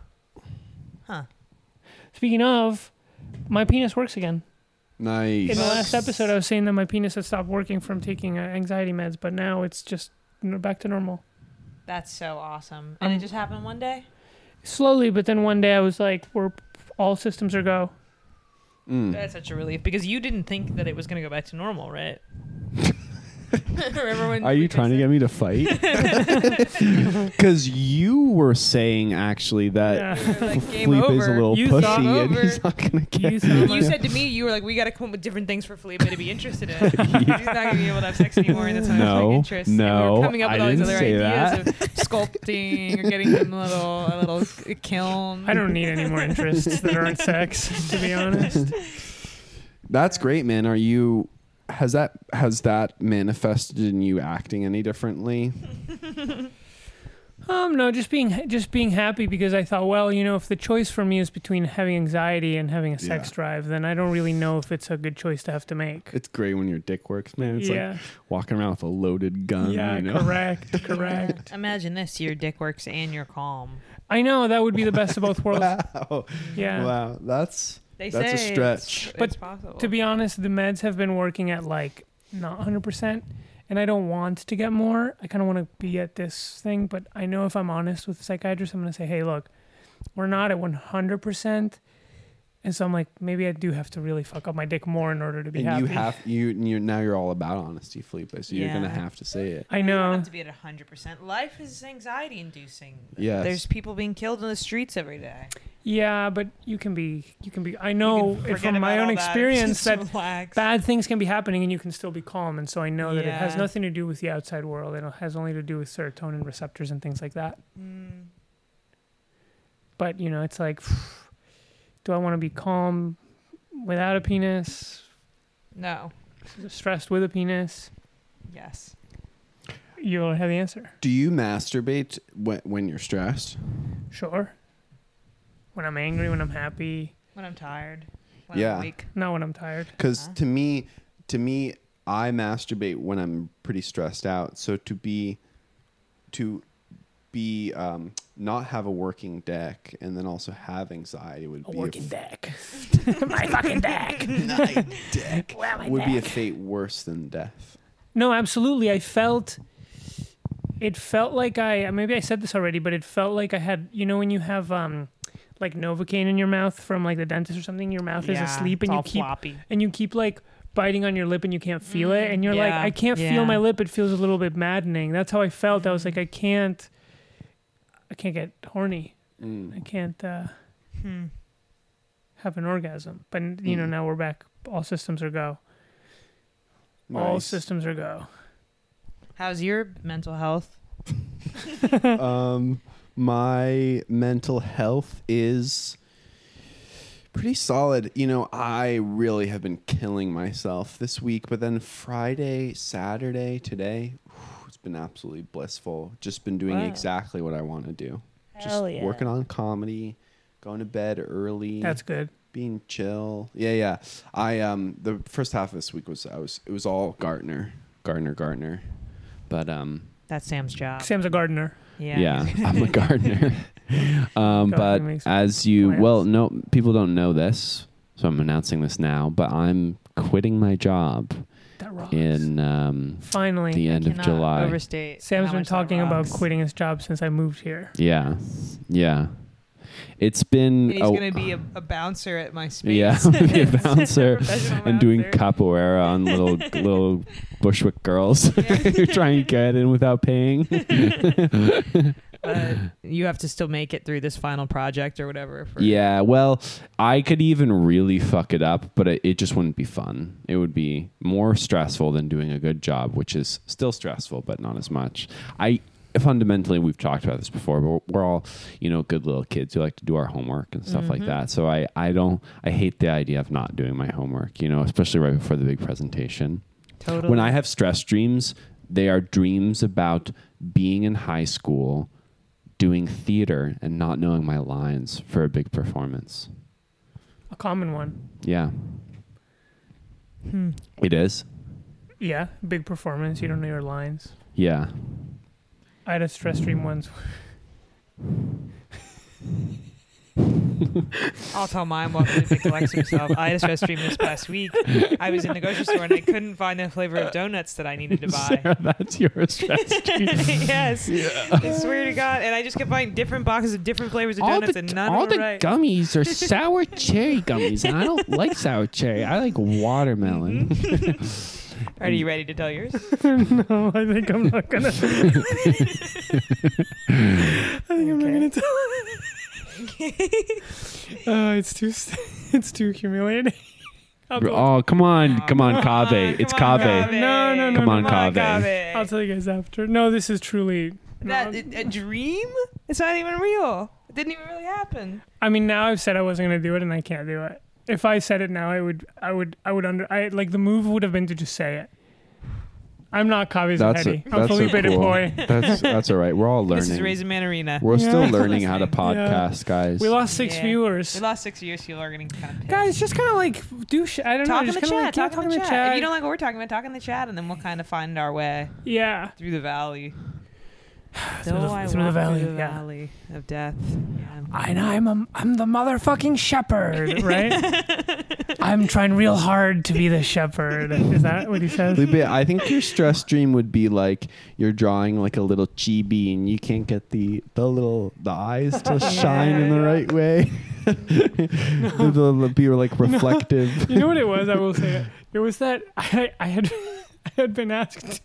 [SPEAKER 2] Huh.
[SPEAKER 3] Speaking of, my penis works again.
[SPEAKER 4] Nice.
[SPEAKER 3] In the last episode, I was saying that my penis had stopped working from taking uh, anxiety meds, but now it's just you know, back to normal.
[SPEAKER 2] That's so awesome. And
[SPEAKER 3] Um,
[SPEAKER 2] it just happened one day.
[SPEAKER 3] slowly but then one day i was like we're all systems are go
[SPEAKER 4] Mm.
[SPEAKER 5] Mm.
[SPEAKER 2] That's such a relief because you didn't think that it was going to go back to normal, right? Remember when
[SPEAKER 4] Are you trying to get me to fight? Because you were saying actually that
[SPEAKER 3] Yeah.
[SPEAKER 2] like, game
[SPEAKER 4] Felipe is a
[SPEAKER 2] over.
[SPEAKER 4] little
[SPEAKER 3] You thought-
[SPEAKER 4] pussy and
[SPEAKER 2] Over.
[SPEAKER 4] he's not going to
[SPEAKER 3] You
[SPEAKER 4] get
[SPEAKER 3] thought-
[SPEAKER 2] You said to me you were like, we got to come up with different things for Felipe to be interested in. He's not gonna be able to have sex anymore, and that's why
[SPEAKER 4] No,
[SPEAKER 2] I'm interest. And we
[SPEAKER 4] no,
[SPEAKER 2] were coming up with
[SPEAKER 4] I
[SPEAKER 2] all these
[SPEAKER 4] didn't
[SPEAKER 2] other
[SPEAKER 4] say
[SPEAKER 2] ideas of sculpting or getting him a little a little k- kiln.
[SPEAKER 3] I don't need any more interests that aren't sex, to be honest.
[SPEAKER 4] That's great, man. Are you? Has that has that manifested in you acting any differently?
[SPEAKER 3] Um, no, just being just being happy because I thought, well, you know, if the choice for me is between having anxiety and having a sex
[SPEAKER 4] Yeah.
[SPEAKER 3] drive, then I don't really know if it's a good choice to have to make.
[SPEAKER 4] It's great when your dick works, man. It's
[SPEAKER 3] yeah,
[SPEAKER 4] like walking around with a loaded gun.
[SPEAKER 3] yeah,
[SPEAKER 4] you know?
[SPEAKER 3] correct, correct.
[SPEAKER 2] Imagine this: your dick works and you're calm.
[SPEAKER 3] I know that would be the best of both worlds.
[SPEAKER 4] Wow,
[SPEAKER 3] Yeah.
[SPEAKER 4] Oh, wow, that's
[SPEAKER 2] They
[SPEAKER 4] That's a
[SPEAKER 2] say
[SPEAKER 4] stretch.
[SPEAKER 2] It's,
[SPEAKER 3] But
[SPEAKER 2] it's possible.
[SPEAKER 3] To be honest, the meds have been working at like not 100%, and I don't want to get more. I kind of want to be at this thing, but I know if I'm honest with the psychiatrist, I'm going to say, hey, look, we're not at 100%. And so I'm like, maybe I do have to really fuck up my dick more in order to be
[SPEAKER 4] and
[SPEAKER 3] happy.
[SPEAKER 4] you have you you now you're all about honesty, Felipe. So you're gonna
[SPEAKER 2] Yeah.
[SPEAKER 4] have to say it.
[SPEAKER 3] I
[SPEAKER 2] You don't
[SPEAKER 3] know.
[SPEAKER 2] have to be at hundred percent. Life is anxiety-inducing.
[SPEAKER 4] Yes.
[SPEAKER 2] There's people being killed in the streets every day.
[SPEAKER 3] Yeah, but you can be, you can be, I
[SPEAKER 2] You
[SPEAKER 3] know
[SPEAKER 2] can
[SPEAKER 3] if
[SPEAKER 2] forget
[SPEAKER 3] from my
[SPEAKER 2] about
[SPEAKER 3] own
[SPEAKER 2] all that.
[SPEAKER 3] experience
[SPEAKER 2] Just
[SPEAKER 3] that
[SPEAKER 2] relax.
[SPEAKER 3] bad things can be happening and you can still be calm. And so I know that it has
[SPEAKER 2] Yeah.
[SPEAKER 3] nothing to do with the outside world. It has only to do with serotonin receptors and things like that.
[SPEAKER 2] Mm.
[SPEAKER 3] But, you know, it's like, do I want to be calm without a penis,
[SPEAKER 2] No.
[SPEAKER 3] stressed with a penis?
[SPEAKER 2] Yes.
[SPEAKER 3] You'll have the answer.
[SPEAKER 4] Do you masturbate when, when you're stressed?
[SPEAKER 3] Sure. When I'm angry, when I'm happy,
[SPEAKER 2] When I'm tired. When
[SPEAKER 4] Yeah.
[SPEAKER 2] I'm weak.
[SPEAKER 3] not when I'm tired.
[SPEAKER 4] Because
[SPEAKER 2] Huh?
[SPEAKER 4] to me, to me, I masturbate when I'm pretty stressed out. So to be, to be um, not have a working deck and then also have anxiety would be a, f-
[SPEAKER 3] deck. my fucking deck.
[SPEAKER 4] My dick
[SPEAKER 3] Well, my
[SPEAKER 4] would be a
[SPEAKER 3] deck.
[SPEAKER 4] fate worse than death.
[SPEAKER 3] No, absolutely. I felt it felt like I maybe I said this already, but it felt like I had you know when you have um like novocaine in your mouth from like the dentist or something, your mouth is
[SPEAKER 2] Yeah,
[SPEAKER 3] asleep
[SPEAKER 2] it's
[SPEAKER 3] and you
[SPEAKER 2] all
[SPEAKER 3] keep
[SPEAKER 2] floppy.
[SPEAKER 3] and you keep like biting on your lip and you can't feel it and you're like
[SPEAKER 2] Mm, yeah,
[SPEAKER 3] I can't
[SPEAKER 2] yeah. Mm-hmm.
[SPEAKER 3] feel my lip. It feels a little bit maddening. That's how I felt. I was like I can't I can't get horny.
[SPEAKER 4] Mm,
[SPEAKER 3] I can't uh
[SPEAKER 2] Hmm.
[SPEAKER 3] have an orgasm. But you know
[SPEAKER 4] Mm.
[SPEAKER 3] now we're back. All systems are go. All
[SPEAKER 4] Nice.
[SPEAKER 3] systems are go.
[SPEAKER 2] How's your mental health?
[SPEAKER 4] um, my mental health is pretty solid. You know, I really have been killing myself this week, but then Friday, Saturday, today, whew, it's been absolutely blissful. Just been doing
[SPEAKER 2] Wow.
[SPEAKER 4] exactly what I want to do.
[SPEAKER 2] Hell
[SPEAKER 4] Just
[SPEAKER 2] yeah.
[SPEAKER 4] working on comedy, going to bed early
[SPEAKER 3] That's good.
[SPEAKER 4] being chill. Yeah, yeah. I um the first half of this week was I was it was all Gartner, Gartner, Gartner. But um
[SPEAKER 2] That's Sam's job.
[SPEAKER 3] Sam's a gardener.
[SPEAKER 2] Yeah.
[SPEAKER 4] yeah, I'm a gardener.
[SPEAKER 3] Gardening
[SPEAKER 4] um, but
[SPEAKER 3] makes
[SPEAKER 4] as you
[SPEAKER 3] plants.
[SPEAKER 4] well, no people don't know this, so I'm announcing this now. But I'm quitting my job
[SPEAKER 3] That rocks.
[SPEAKER 4] in um,
[SPEAKER 3] Finally.
[SPEAKER 4] the end of
[SPEAKER 2] Cannot
[SPEAKER 4] July.
[SPEAKER 2] Overstate.
[SPEAKER 3] Sam's
[SPEAKER 2] how
[SPEAKER 3] been
[SPEAKER 2] much that
[SPEAKER 3] talking about
[SPEAKER 2] rocks.
[SPEAKER 3] quitting his job since I moved here.
[SPEAKER 4] yeah,
[SPEAKER 2] Yes.
[SPEAKER 4] yeah. It's
[SPEAKER 2] And
[SPEAKER 4] been
[SPEAKER 2] he's
[SPEAKER 4] a-
[SPEAKER 2] gonna be a, a bouncer at my space.
[SPEAKER 4] Oh. yeah, I'm gonna be a bouncer
[SPEAKER 2] Professional
[SPEAKER 4] and doing
[SPEAKER 2] bouncer.
[SPEAKER 4] capoeira on little little Bushwick girls who try and get in without paying.
[SPEAKER 2] But you have to still make it through this final project or whatever. For,
[SPEAKER 4] Yeah, well, I could even really fuck it up, but it, it just wouldn't be fun. It would be more stressful than doing a good job, which is still stressful, but not as much. I fundamentally, we've talked about this before, but we're all, you know, good little kids who like to do our homework and stuff like that. So I, I don't, I hate the idea of not doing my homework, you know, especially right before the big presentation.
[SPEAKER 2] Totally.
[SPEAKER 4] When I have stress dreams, they are dreams about being in high school, doing theater, and not knowing my lines for a big performance.
[SPEAKER 3] A common one.
[SPEAKER 4] Yeah,
[SPEAKER 2] Hmm.
[SPEAKER 4] it is.
[SPEAKER 3] Yeah, big performance. You don't know your lines.
[SPEAKER 4] Yeah.
[SPEAKER 3] I had a stress dream once.
[SPEAKER 2] I'll tell mine while Felipe collects himself. I had a stress dream this past week. I was in the grocery store and I couldn't find the flavor of donuts that I needed to buy.
[SPEAKER 4] Sarah, that's your stress dream.
[SPEAKER 2] yes, I swear to God. And I just kept buying different boxes of different flavors of donuts, and none
[SPEAKER 4] all
[SPEAKER 2] were
[SPEAKER 4] the
[SPEAKER 2] right.
[SPEAKER 4] gummies are
[SPEAKER 2] Mm-hmm.
[SPEAKER 4] sour cherry gummies, and I don't like sour cherry. I like watermelon.
[SPEAKER 2] Are you ready to tell yours?
[SPEAKER 3] no, I think I'm not gonna. I think I'm not gonna tell it. uh, it's too st- it's too humiliating. I'll, go-
[SPEAKER 4] Oh, come on, come on, Cave. It's
[SPEAKER 2] Come on,
[SPEAKER 4] Cave.
[SPEAKER 3] No, no, no,
[SPEAKER 4] Come
[SPEAKER 3] no,
[SPEAKER 4] on,
[SPEAKER 3] no.
[SPEAKER 4] Cave.
[SPEAKER 3] I'll tell you guys after. No, this is truly.
[SPEAKER 2] That
[SPEAKER 3] no,
[SPEAKER 2] a, a dream? It's not even real. It didn't even really happen.
[SPEAKER 3] I mean, now I've said I wasn't gonna do it, and I can't do it. If I said it now, I would, I would, I would under, I like the move would have been to just say it. I'm not Kavi
[SPEAKER 4] That's
[SPEAKER 3] Zahetti.
[SPEAKER 4] a,
[SPEAKER 3] I'm
[SPEAKER 4] that's a
[SPEAKER 3] Felipe
[SPEAKER 4] cool.
[SPEAKER 3] Depoy.
[SPEAKER 4] That's that's all right. We're all
[SPEAKER 2] This is
[SPEAKER 4] learning.
[SPEAKER 2] Raising Man Arena.
[SPEAKER 4] We're still
[SPEAKER 3] Yeah.
[SPEAKER 4] learning how to
[SPEAKER 2] Listening.
[SPEAKER 4] podcast, guys.
[SPEAKER 3] We lost six
[SPEAKER 2] Yeah.
[SPEAKER 3] viewers.
[SPEAKER 2] We lost six years, so you're getting kind of pissed.
[SPEAKER 3] Guys, just kind of like do sh- I don't
[SPEAKER 2] talk
[SPEAKER 3] know.
[SPEAKER 2] in
[SPEAKER 3] Just
[SPEAKER 2] the
[SPEAKER 3] kind of
[SPEAKER 2] chat.
[SPEAKER 3] like,
[SPEAKER 2] Talk
[SPEAKER 3] yeah,
[SPEAKER 2] in the chat. If you don't like what we're talking about, talk in the chat, and then we'll kind of find our way
[SPEAKER 3] yeah.
[SPEAKER 2] through the valley.
[SPEAKER 3] Through
[SPEAKER 2] Though
[SPEAKER 3] the-
[SPEAKER 2] I
[SPEAKER 3] through the
[SPEAKER 2] walk
[SPEAKER 3] valley,
[SPEAKER 2] through the
[SPEAKER 3] yeah.
[SPEAKER 2] valley of death.
[SPEAKER 3] And I'm a, I'm the motherfucking shepherd, right? I'm trying real hard to be the shepherd. Is that what he says?
[SPEAKER 4] Felipe, I think your stress dream would be like you're drawing like a little chibi and you can't get the the little the eyes to shine in the right way. They'll be like reflective.
[SPEAKER 3] You know what it was? I will say it. It was that I, I had I had been asked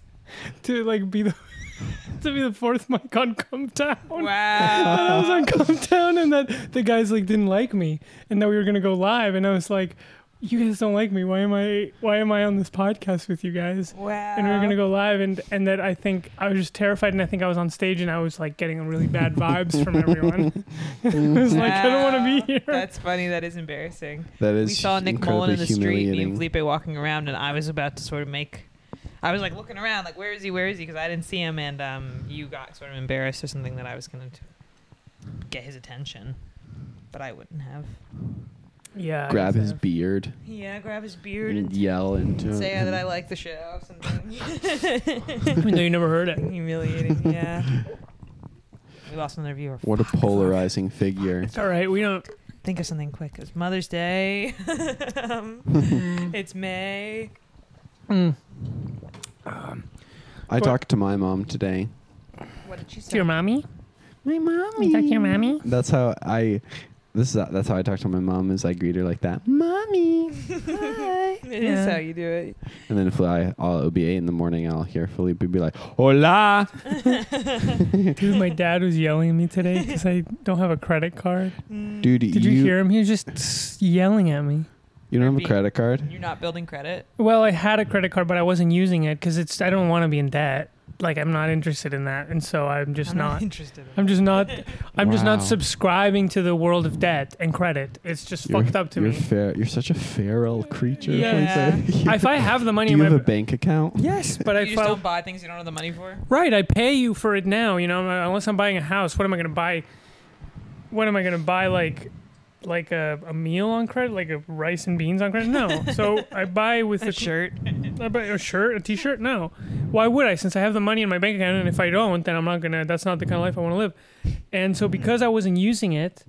[SPEAKER 3] to like be the to be the fourth mic on Come Down.
[SPEAKER 2] Wow.
[SPEAKER 3] And I was on Come Down, and that the guys like didn't like me, and that we were gonna go live, and I was like, "You guys don't like me. Why am I? Why am I on this podcast with you guys?"
[SPEAKER 2] Wow.
[SPEAKER 3] and we were gonna go live and and that I think I was just terrified and I think I was on stage and I was like getting really bad vibes from everyone. it was like I don't
[SPEAKER 2] Wow.
[SPEAKER 3] want to be here.
[SPEAKER 2] That's funny. That is embarrassing.
[SPEAKER 4] That is
[SPEAKER 2] We saw Nick Mullen
[SPEAKER 4] incredibly
[SPEAKER 2] in the street, me and
[SPEAKER 4] humiliating.
[SPEAKER 2] Felipe walking around, and I was about to sort of make. I was like looking around, like where is he? Where is he? Because I didn't see him, and um, you got sort of embarrassed or something that I was gonna t- get his attention, but I wouldn't have.
[SPEAKER 3] Yeah.
[SPEAKER 4] Grab his beard
[SPEAKER 2] Yeah, grab his beard
[SPEAKER 4] and
[SPEAKER 2] and
[SPEAKER 4] yell into
[SPEAKER 2] say
[SPEAKER 4] it.
[SPEAKER 2] that I like the show. Something
[SPEAKER 3] Even though you never heard it.
[SPEAKER 2] humiliating. Yeah. We lost another viewer.
[SPEAKER 4] What a polarizing figure.
[SPEAKER 3] It's all right. We don't.
[SPEAKER 2] Think of something quick. It's Mother's Day. um, it's May.
[SPEAKER 4] I talked to my mom today.
[SPEAKER 2] What did she
[SPEAKER 3] To
[SPEAKER 2] say?
[SPEAKER 3] your mommy.
[SPEAKER 4] My mommy.
[SPEAKER 3] You talk to your mommy.
[SPEAKER 4] That's how I. This is that's how I talk to my mom. Is I greet her like that, mommy, hi.
[SPEAKER 2] It is
[SPEAKER 3] Yeah.
[SPEAKER 2] how you do it.
[SPEAKER 4] And then if I, I'll it'll be eight in the morning, I'll hear Felipe be like, "Hola."
[SPEAKER 3] Dude, my dad was yelling at me today because I don't have a credit card.
[SPEAKER 4] Dude,
[SPEAKER 3] Mm. Did you, hear him? He was just yelling at me.
[SPEAKER 4] You don't have a
[SPEAKER 2] Airbnb?
[SPEAKER 4] credit card?
[SPEAKER 2] You're not building credit.
[SPEAKER 3] Well, I had a credit card, but I wasn't using it because it's. I don't want to be in debt. Like I'm not interested in that, and so I'm just
[SPEAKER 2] I'm
[SPEAKER 3] not.
[SPEAKER 2] interested. In
[SPEAKER 3] I'm just not. I'm just not
[SPEAKER 4] Wow.
[SPEAKER 3] subscribing to the world of debt and credit. It's just fucked up to
[SPEAKER 4] you're
[SPEAKER 3] me.
[SPEAKER 4] Fer- you're such a feral creature.
[SPEAKER 3] Yeah.
[SPEAKER 4] Felipe.
[SPEAKER 3] if I have the money,
[SPEAKER 4] Do
[SPEAKER 3] in
[SPEAKER 4] you
[SPEAKER 3] my
[SPEAKER 4] have a bank account?
[SPEAKER 3] yes, but
[SPEAKER 2] that.
[SPEAKER 3] I
[SPEAKER 2] you just
[SPEAKER 3] file
[SPEAKER 2] don't buy things you don't have the money for.
[SPEAKER 3] right. I pay you for it now. You know, unless I'm buying a house, what am I going to buy? What am I going to buy? Like, like a, a meal on credit, like a rice and beans on credit? No. so I buy with the
[SPEAKER 2] shirt.
[SPEAKER 3] I buy a shirt, a T-shirt. No, why would I? Since I have the money in my bank account, and if I don't, then I'm not gonna. That's not the kind of life I want to live. And so because I wasn't using it,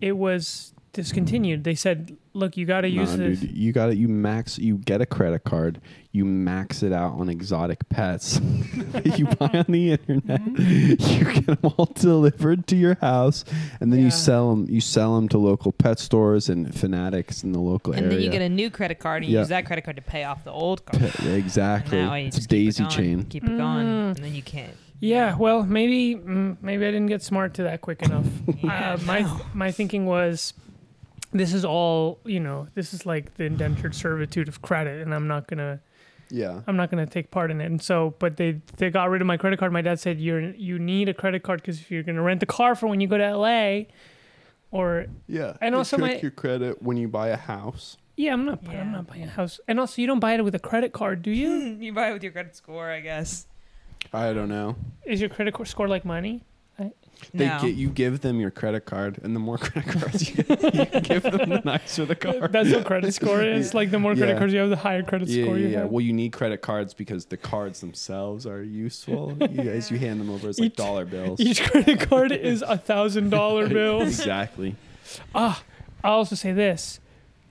[SPEAKER 3] it was discontinued. They said, "Look, you got to
[SPEAKER 4] No,
[SPEAKER 3] use this."
[SPEAKER 4] dude, you got to You max. You get a credit card. You max it out on exotic pets. that you buy on the internet.
[SPEAKER 3] Mm-hmm.
[SPEAKER 4] You get them all delivered to your house, and then
[SPEAKER 2] Yeah.
[SPEAKER 4] you sell them. You sell them to local pet stores and fanatics in the local
[SPEAKER 2] And
[SPEAKER 4] area.
[SPEAKER 2] then you get a new credit card and you
[SPEAKER 4] Yeah.
[SPEAKER 2] use that credit card to pay off the old card.
[SPEAKER 4] Pet- yeah, exactly.
[SPEAKER 2] And that way you
[SPEAKER 4] It's a
[SPEAKER 2] just keep it
[SPEAKER 4] daisy
[SPEAKER 2] going,
[SPEAKER 4] chain.
[SPEAKER 2] Keep it going, and then you can't.
[SPEAKER 3] Yeah. Well, maybe mm, maybe I didn't get smart to that quick enough.
[SPEAKER 2] Yeah,
[SPEAKER 3] uh, my my thinking was, this is all you know. This is like the indentured servitude of credit, and I'm not gonna.
[SPEAKER 4] Yeah.
[SPEAKER 3] I'm not going to take part in it. And so, but they they got rid of my credit card. My dad said, "You're you need a credit card because if you're going to rent a car for when you go to LA, or
[SPEAKER 4] Yeah.
[SPEAKER 3] And They also check my- your
[SPEAKER 4] credit when you buy a house.
[SPEAKER 3] yeah, I'm not bu-
[SPEAKER 2] Yeah.
[SPEAKER 3] I'm not buying a house. And also, you don't buy it with a credit card, do you?
[SPEAKER 2] you buy it with your credit score, I guess.
[SPEAKER 4] I don't know.
[SPEAKER 3] Is your credit cor- score like money?
[SPEAKER 4] They
[SPEAKER 2] no.
[SPEAKER 4] get you give them your credit card, and the more credit cards you, you give them, the nicer the card.
[SPEAKER 3] That's what credit score is. Like the more credit
[SPEAKER 4] Yeah.
[SPEAKER 3] cards you have, the higher credit
[SPEAKER 4] Yeah,
[SPEAKER 3] score
[SPEAKER 4] yeah,
[SPEAKER 3] you
[SPEAKER 4] yeah.
[SPEAKER 3] have.
[SPEAKER 4] Well, you need credit cards because the cards themselves are useful you, as you hand them over as like
[SPEAKER 3] Each-
[SPEAKER 4] dollar bills.
[SPEAKER 3] Each credit card is a thousand dollar bill.
[SPEAKER 4] Exactly.
[SPEAKER 3] Ah, I'll also say this.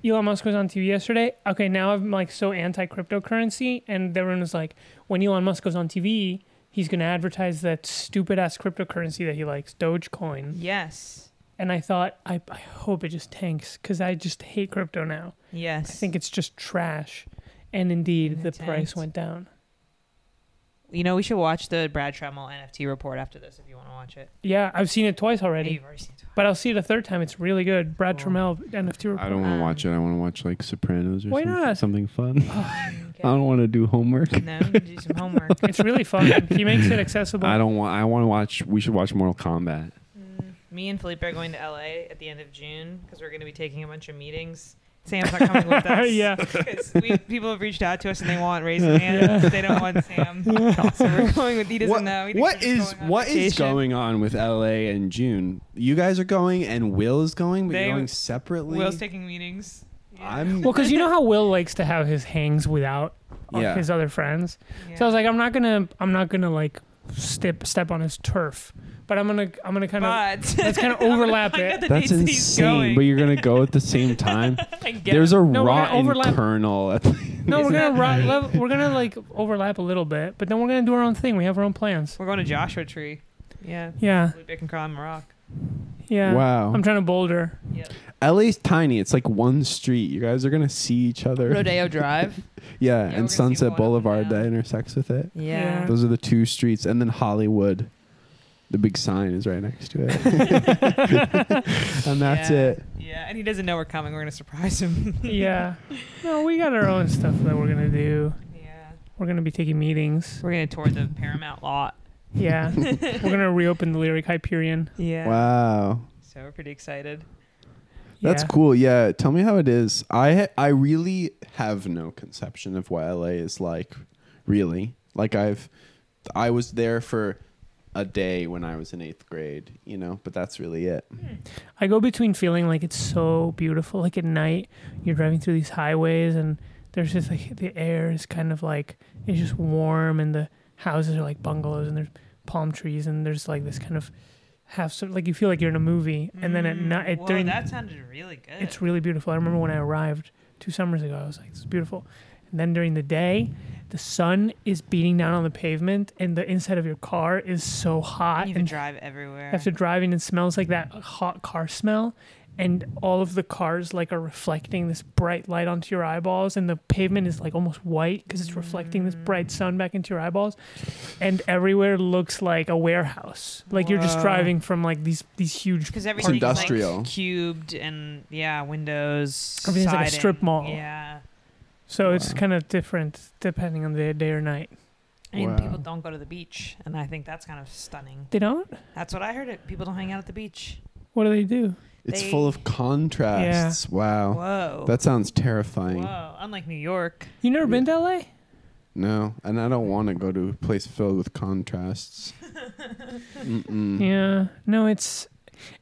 [SPEAKER 3] Elon Musk was on TV yesterday. Okay, now I'm like so anti cryptocurrency, and everyone was like, when Elon Musk goes on TV, he's gonna advertise that stupid ass cryptocurrency that he likes, Dogecoin.
[SPEAKER 2] Yes.
[SPEAKER 3] And I thought, I, I hope it just tanks because I just hate crypto now. I
[SPEAKER 2] Yes.
[SPEAKER 3] think it's just trash. And indeed,
[SPEAKER 2] In
[SPEAKER 3] the
[SPEAKER 2] the
[SPEAKER 3] price
[SPEAKER 2] tent.
[SPEAKER 3] went down.
[SPEAKER 2] You know, we should watch the Brad Tremmel NFT report after this if you want to watch it.
[SPEAKER 3] Yeah, I've seen it twice
[SPEAKER 2] Hey,
[SPEAKER 3] already,
[SPEAKER 2] you've already seen it.
[SPEAKER 3] but I'll see it a third time. It's really good. Brad
[SPEAKER 2] Cool.
[SPEAKER 3] Trammell NFT report.
[SPEAKER 4] I don't want
[SPEAKER 2] Um,
[SPEAKER 4] to watch it. I want to watch like Sopranos or
[SPEAKER 3] Why
[SPEAKER 4] something,
[SPEAKER 3] not?
[SPEAKER 4] something fun.
[SPEAKER 2] Okay.
[SPEAKER 4] I don't want to do homework.
[SPEAKER 2] No, you can do some homework.
[SPEAKER 3] It's really fun. he makes it accessible.
[SPEAKER 4] I don't want. I want to watch. We should watch Mortal Kombat.
[SPEAKER 2] Mm, Me and Felipe are going to LA at the end of June because we're going to be taking a bunch of meetings. Sam's not coming with us.
[SPEAKER 3] Yeah.
[SPEAKER 2] 'Cause we, people have reached out to us and they want Raisin Man. They don't want Sam. So we're going with. He doesn't know. He thinks
[SPEAKER 4] what
[SPEAKER 2] we're just
[SPEAKER 4] is
[SPEAKER 2] going on
[SPEAKER 4] what is
[SPEAKER 2] vacation.
[SPEAKER 4] going on with LA and June? You guys are going, and Will is going, but
[SPEAKER 2] They-
[SPEAKER 4] you're going separately.
[SPEAKER 2] Will's taking meetings.
[SPEAKER 4] I'm
[SPEAKER 3] Well, because you know how Will likes to have his hangs without all
[SPEAKER 4] Yeah.
[SPEAKER 3] his other friends.
[SPEAKER 2] Yeah.
[SPEAKER 3] So I was like, I'm not gonna, I'm not gonna like step step on his turf, but I'm gonna, I'm gonna kind of.
[SPEAKER 2] but
[SPEAKER 3] Let's kind of overlap it.
[SPEAKER 4] that's insane. But you're gonna go at the same time. There's a
[SPEAKER 3] No, we're gonna
[SPEAKER 4] rotten
[SPEAKER 3] overlap.
[SPEAKER 4] kernel. At the,
[SPEAKER 3] No, we're gonna ri- lev- we're gonna like overlap a little bit, but then we're gonna do our own thing. We have our own plans.
[SPEAKER 2] We're going to Joshua Tree. Yeah.
[SPEAKER 3] Yeah,
[SPEAKER 2] Felipe can climb a rock.
[SPEAKER 3] yeah.
[SPEAKER 4] Wow.
[SPEAKER 3] I'm trying to boulder.
[SPEAKER 2] Yep.
[SPEAKER 4] LA's tiny. It's like one street. You guys are gonna see each other.
[SPEAKER 2] Rodeo Drive. we're
[SPEAKER 4] Yeah,
[SPEAKER 2] gonna
[SPEAKER 4] and
[SPEAKER 2] see
[SPEAKER 4] Sunset
[SPEAKER 2] one up and
[SPEAKER 4] Boulevard that
[SPEAKER 2] down.
[SPEAKER 4] intersects with it.
[SPEAKER 2] Yeah.
[SPEAKER 4] Those are the two streets, and then Hollywood. The big sign is right next to it, and that's
[SPEAKER 2] Yeah.
[SPEAKER 4] it.
[SPEAKER 2] Yeah. And he doesn't know we're coming. We're going to surprise him.
[SPEAKER 3] yeah. No, we got our own stuff that we're gonna do.
[SPEAKER 2] yeah.
[SPEAKER 3] We're gonna be taking meetings.
[SPEAKER 2] We're going to tour the Paramount lot.
[SPEAKER 3] Yeah. we're gonna reopen the Lyric Hyperion.
[SPEAKER 2] Yeah.
[SPEAKER 4] Wow,
[SPEAKER 2] So we're pretty excited.
[SPEAKER 4] that's
[SPEAKER 3] Yeah.
[SPEAKER 4] cool. Yeah, tell me how it is. I ha- I really have no conception of what LA is like. Really, like I've I was there for a day when I was in eighth grade, you know, but that's really it.
[SPEAKER 3] I go between feeling like it's so beautiful, like at night, you're driving through these highways and there's just like the air is kind of like it's just warm and the houses are like bungalows and there's palm trees and there's like this kind of half sort like you feel like you're in a movie and then at night
[SPEAKER 2] Whoa,
[SPEAKER 3] during
[SPEAKER 2] Mm, that sounded really good.
[SPEAKER 3] it's really beautiful. I remember when I arrived two summers ago, I was like, this is beautiful. And then during the day, the sun is beating down on the pavement and the inside of your car is so hot
[SPEAKER 2] you
[SPEAKER 3] and
[SPEAKER 2] can drive everywhere.
[SPEAKER 3] after driving and smells like that hot car smell and all of the cars like are reflecting this bright light onto your eyeballs and the pavement is like almost white because it's reflecting this bright sun back into your eyeballs and everywhere looks like a warehouse like you're just
[SPEAKER 2] Wow.
[SPEAKER 3] driving from like these these huge
[SPEAKER 2] because everything's
[SPEAKER 4] industrial.
[SPEAKER 2] like cubed and yeah, windows.
[SPEAKER 3] Everything's like a
[SPEAKER 2] siding.
[SPEAKER 3] strip mall.
[SPEAKER 2] Yeah,
[SPEAKER 3] so it's
[SPEAKER 4] Wow.
[SPEAKER 3] kind of different depending on the day or night
[SPEAKER 2] and
[SPEAKER 4] Wow.
[SPEAKER 2] people don't go to the beach, and I think that's kind of stunning.
[SPEAKER 3] they don't
[SPEAKER 2] That's what I heard. It people don't hang out at the beach.
[SPEAKER 3] what do they do
[SPEAKER 4] It's
[SPEAKER 2] They-
[SPEAKER 4] full of contrasts. Wow,
[SPEAKER 2] Whoa.
[SPEAKER 4] that sounds terrifying.
[SPEAKER 2] Whoa. Unlike New York.
[SPEAKER 3] you never been to la
[SPEAKER 4] No, and I don't want to go to a place filled with contrasts. Mm-mm.
[SPEAKER 3] Yeah. No, it's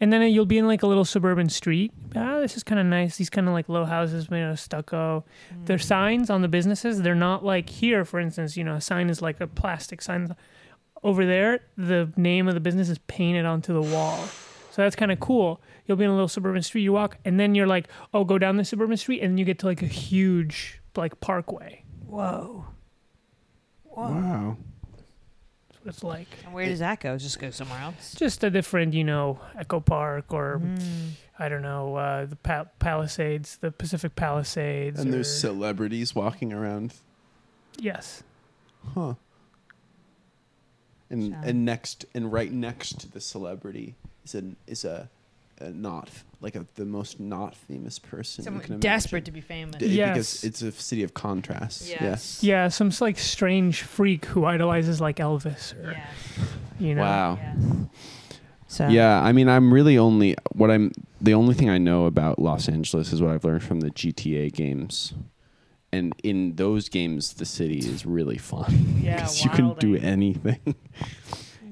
[SPEAKER 3] and then you'll be in like a little suburban street. Ah, this is kind of nice. These kind of like low houses made out of stucco. Their signs on the businesses, they're not like here, for instance, you know, a sign is like a plastic sign. Over there, the name of the business is painted onto the wall. So that's kind of cool. You'll be in a little suburban street, you walk, and then you're like, oh, go down the suburban street, and you get to like a huge like parkway.
[SPEAKER 2] Whoa. Whoa.
[SPEAKER 4] Wow.
[SPEAKER 3] That's what it's like.
[SPEAKER 2] And where does that go? Just go somewhere else. Mm.
[SPEAKER 3] Just a different, you know, Echo Park or
[SPEAKER 2] Mm-hmm.
[SPEAKER 3] I don't know, uh, the pa- Palisades, the Pacific Palisades.
[SPEAKER 4] And there's
[SPEAKER 3] or-
[SPEAKER 4] celebrities walking around.
[SPEAKER 3] yes,
[SPEAKER 4] Huh. And
[SPEAKER 2] Shall-
[SPEAKER 4] and next and right next to the celebrity is an is a, a not like a, the most not famous person. you can
[SPEAKER 2] Someone
[SPEAKER 4] imagine.
[SPEAKER 2] desperate to be famous.
[SPEAKER 4] D-
[SPEAKER 3] Yes.
[SPEAKER 4] Because it's a city of contrasts. Yes.
[SPEAKER 3] yeah, some s- like strange freak who idolizes like Elvis or
[SPEAKER 2] Yes.
[SPEAKER 3] you know.
[SPEAKER 4] Wow.
[SPEAKER 2] Yes. So
[SPEAKER 4] Yeah, I mean, I'm really only what I'm the only thing I know about Los Angeles is what I've learned from the GTA games, and in those games, the city is really fun
[SPEAKER 2] Yeah,
[SPEAKER 4] because you can do
[SPEAKER 2] wilding.
[SPEAKER 4] anything.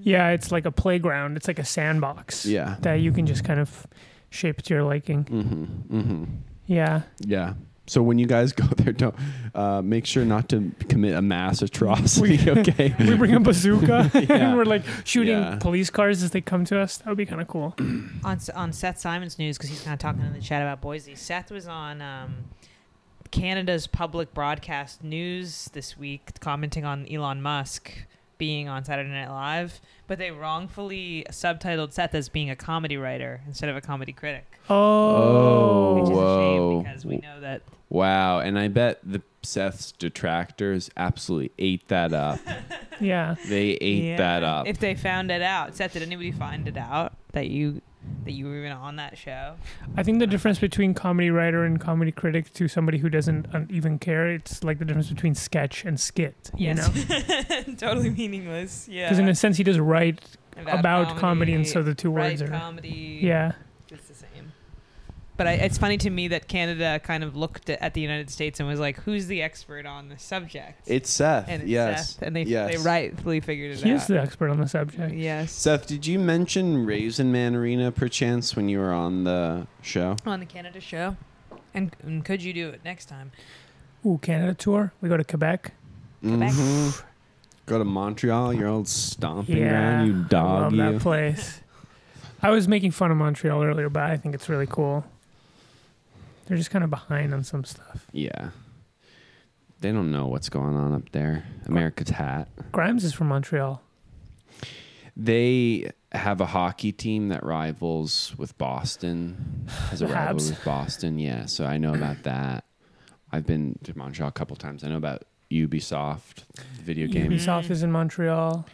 [SPEAKER 3] Yeah, it's like a playground. It's like a sandbox.
[SPEAKER 4] yeah.
[SPEAKER 3] That you can just kind of shape to your liking.
[SPEAKER 4] Mm-hmm. Mm-hmm.
[SPEAKER 3] Yeah.
[SPEAKER 4] Yeah. So when you guys go there, don't uh, make sure not to commit a mass atrocity. Okay.
[SPEAKER 3] We bring a bazooka
[SPEAKER 4] Yeah.
[SPEAKER 3] and we're like shooting
[SPEAKER 4] Yeah.
[SPEAKER 3] police cars as they come to us. That would be kind of cool.
[SPEAKER 2] on on Seth Simon's news because he's kind of talking in the chat about Boise. Seth was on um, Canada's public broadcast news this week, commenting on Elon Musk being on Saturday Night Live, but they wrongfully subtitled Seth as being a comedy writer instead of a comedy critic.
[SPEAKER 3] Oh,
[SPEAKER 2] Which is a
[SPEAKER 4] Whoa.
[SPEAKER 2] shame because we know that
[SPEAKER 4] Wow, and I bet the Seth's detractors absolutely ate that up.
[SPEAKER 3] yeah.
[SPEAKER 4] They ate
[SPEAKER 6] Yeah.
[SPEAKER 4] that up.
[SPEAKER 2] if they found it out, Seth, did anybody find it out that you that you were even on that show?
[SPEAKER 3] I think the difference between comedy writer and comedy critic to somebody who doesn't un- even care, it's like the difference between sketch and skit. You know,
[SPEAKER 2] totally meaningless. Yeah,
[SPEAKER 3] because in a sense, he does write about, comedy, and so the two
[SPEAKER 2] right
[SPEAKER 3] words are.
[SPEAKER 2] comedy.
[SPEAKER 3] Yeah,
[SPEAKER 2] It's the same. But I, it's funny to me that Canada kind of looked at the United States and was like, "Who's the expert on this subject?"
[SPEAKER 4] It's Seth.
[SPEAKER 2] and it's
[SPEAKER 4] yes.
[SPEAKER 2] Seth, and they
[SPEAKER 4] yes.
[SPEAKER 2] they rightfully figured it
[SPEAKER 3] he is
[SPEAKER 2] out.
[SPEAKER 3] the expert on the subject.
[SPEAKER 2] yes,
[SPEAKER 4] Seth, did you mention Raisin Man Arena perchance when you were on the show?
[SPEAKER 2] on the Canada show, and, and could you do it next time?
[SPEAKER 3] Ooh, Canada tour. We go to Quebec.
[SPEAKER 2] Quebec.
[SPEAKER 4] Mhm. Go to Montreal, your old stomping
[SPEAKER 3] Yeah,
[SPEAKER 4] ground, you dog.
[SPEAKER 3] Love
[SPEAKER 4] You.
[SPEAKER 3] that place. I was making fun of Montreal earlier, but I think it's really cool. They're just kind of behind on some stuff.
[SPEAKER 4] Yeah. They don't know what's going on up there. America's hat.
[SPEAKER 3] Grimes is from Montreal.
[SPEAKER 4] They have a hockey team that rivals with Boston. Has a
[SPEAKER 3] The
[SPEAKER 4] rival
[SPEAKER 3] Habs?
[SPEAKER 4] with Boston, yeah. So I know about that. I've been to Montreal a couple times. I know about Ubisoft the
[SPEAKER 3] Mm-hmm.
[SPEAKER 4] video game.
[SPEAKER 3] Ubisoft is in Montreal.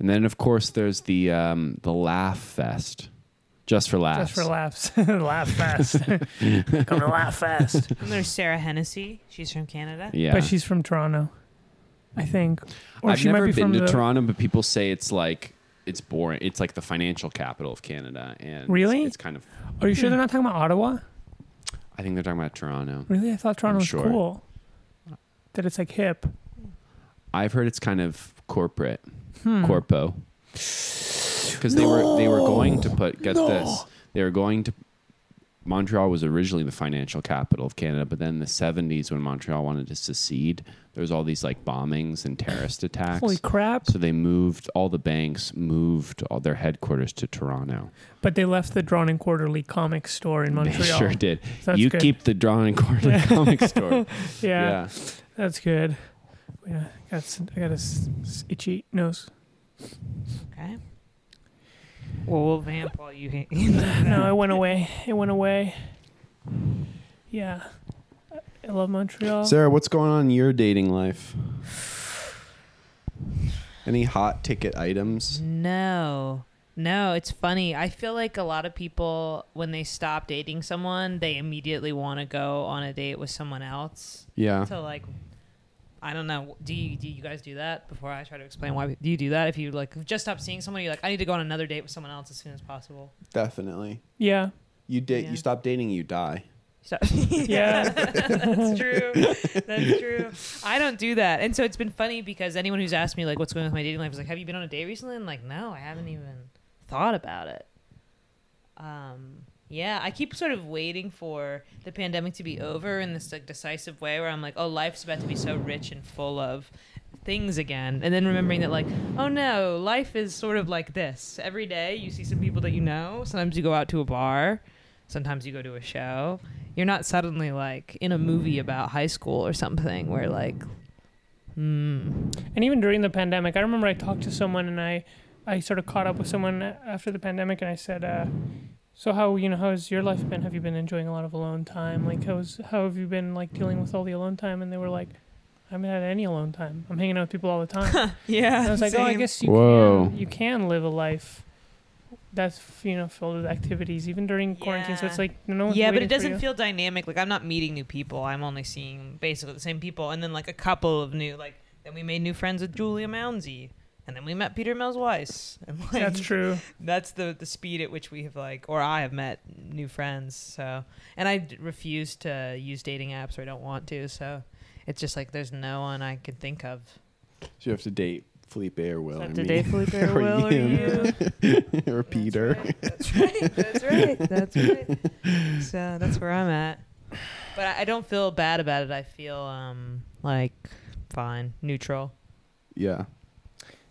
[SPEAKER 4] And then of course there's the um, the Laugh Fest. Just for
[SPEAKER 3] Just
[SPEAKER 4] laughs.
[SPEAKER 3] for laughs. laugh fast. Come to laugh fast.
[SPEAKER 2] And there's Sarah Hennessy. She's from Canada.
[SPEAKER 4] Yeah.
[SPEAKER 3] But she's from Toronto, I think.
[SPEAKER 4] I've never been to
[SPEAKER 3] the-
[SPEAKER 4] Toronto, but people say it's like it's boring. It's like the financial capital of Canada, and
[SPEAKER 3] Really?
[SPEAKER 4] it's, it's kind of.
[SPEAKER 3] Are you sure they're not talking about Ottawa?
[SPEAKER 4] I think they're talking about Toronto.
[SPEAKER 3] Really? I thought Toronto
[SPEAKER 4] I'm
[SPEAKER 3] was
[SPEAKER 4] sure.
[SPEAKER 3] cool. That it's like hip.
[SPEAKER 4] I've heard it's kind of corporate,
[SPEAKER 3] Hmm.
[SPEAKER 4] corpo, because they were they were going to put. Get this, they were going to. Montreal was originally the financial capital of Canada, but then the '70s, when Montreal wanted to secede, there was all these like bombings and terrorist attacks.
[SPEAKER 3] Holy crap.
[SPEAKER 4] so they moved all the banks moved all their headquarters to Toronto.
[SPEAKER 3] But they left the Drawn and Quarterly comic store in Montreal.
[SPEAKER 4] They sure did.
[SPEAKER 3] That's
[SPEAKER 4] you
[SPEAKER 3] good.
[SPEAKER 4] keep the drawing corner comic store.
[SPEAKER 3] yeah.
[SPEAKER 4] Yeah.
[SPEAKER 3] That's good. Yeah, I got, s- I got a s- s- itchy nose.
[SPEAKER 2] Okay. Well, we'll vamp while you. hang-
[SPEAKER 3] No, it went away. It went away. Yeah. I- I love Montreal.
[SPEAKER 4] Sarah, what's going on in your dating life? Any hot ticket items?
[SPEAKER 2] No. No, it's funny. I feel like a lot of people when they stop dating someone, they immediately want to go on a date with someone else.
[SPEAKER 4] Yeah.
[SPEAKER 2] So like I don't know. Do you, do you guys do that? Before I try to explain why do you do that? If you like just stop seeing someone, you're like, I need to go on another date with someone else as soon as possible.
[SPEAKER 4] Definitely.
[SPEAKER 3] yeah.
[SPEAKER 4] You date
[SPEAKER 2] Yeah.
[SPEAKER 4] you stop dating, you die.
[SPEAKER 2] So-
[SPEAKER 3] Yeah.
[SPEAKER 2] that's true. That's true. I don't do that, and so it's been funny because anyone who's asked me like what's going on with my dating life is like, "Have you been on a date recently?" I'm like, "No, I haven't even thought about it." Um, yeah, I keep sort of waiting for the pandemic to be over in this like decisive way where I'm like, "Oh, life's about to be so rich and full of." things again and then remembering that like oh no life is sort of like this every day you see some people that you know sometimes you go out to a bar sometimes you go to a show you're not suddenly like in a
[SPEAKER 3] Mm.
[SPEAKER 2] movie about high school or something where like hmm
[SPEAKER 3] And even during the pandemic, I remember I talked to someone and I, I sort of caught up with someone after the pandemic and I said, uh, so how you know how's your life been? Have you been enjoying a lot of alone time? Like how's how have you been like dealing with all the alone time? And they were like, I haven't had any alone time. I'm hanging out with people all the time.
[SPEAKER 2] yeah
[SPEAKER 3] And I was like, oh, I guess you
[SPEAKER 4] Whoa.
[SPEAKER 3] can you can live a life that's you know filled with activities even during quarantine. So
[SPEAKER 2] Yeah.
[SPEAKER 3] it's like no one's
[SPEAKER 2] yeah but
[SPEAKER 3] waiting
[SPEAKER 2] it
[SPEAKER 3] for
[SPEAKER 2] doesn't
[SPEAKER 3] you.
[SPEAKER 2] feel dynamic like i'm not meeting new people i'm only seeing basically the same people and then like a couple of new like then we made new friends with julia mounsey and then we met peter mills weiss and like
[SPEAKER 3] That's true.
[SPEAKER 2] that's the the speed at which we have like or I have met new friends. So and I d- refuse to use dating apps or I don't want to. So it's just like there's no one I can think of.
[SPEAKER 4] So you have to date Felipe or Will. or me.
[SPEAKER 2] Felipe
[SPEAKER 4] Or Will or you. or Peter.
[SPEAKER 2] That's right. That's right. That's right. So that's where I'm at. But I, I don't feel bad about it. I feel um like fine, neutral.
[SPEAKER 4] Yeah.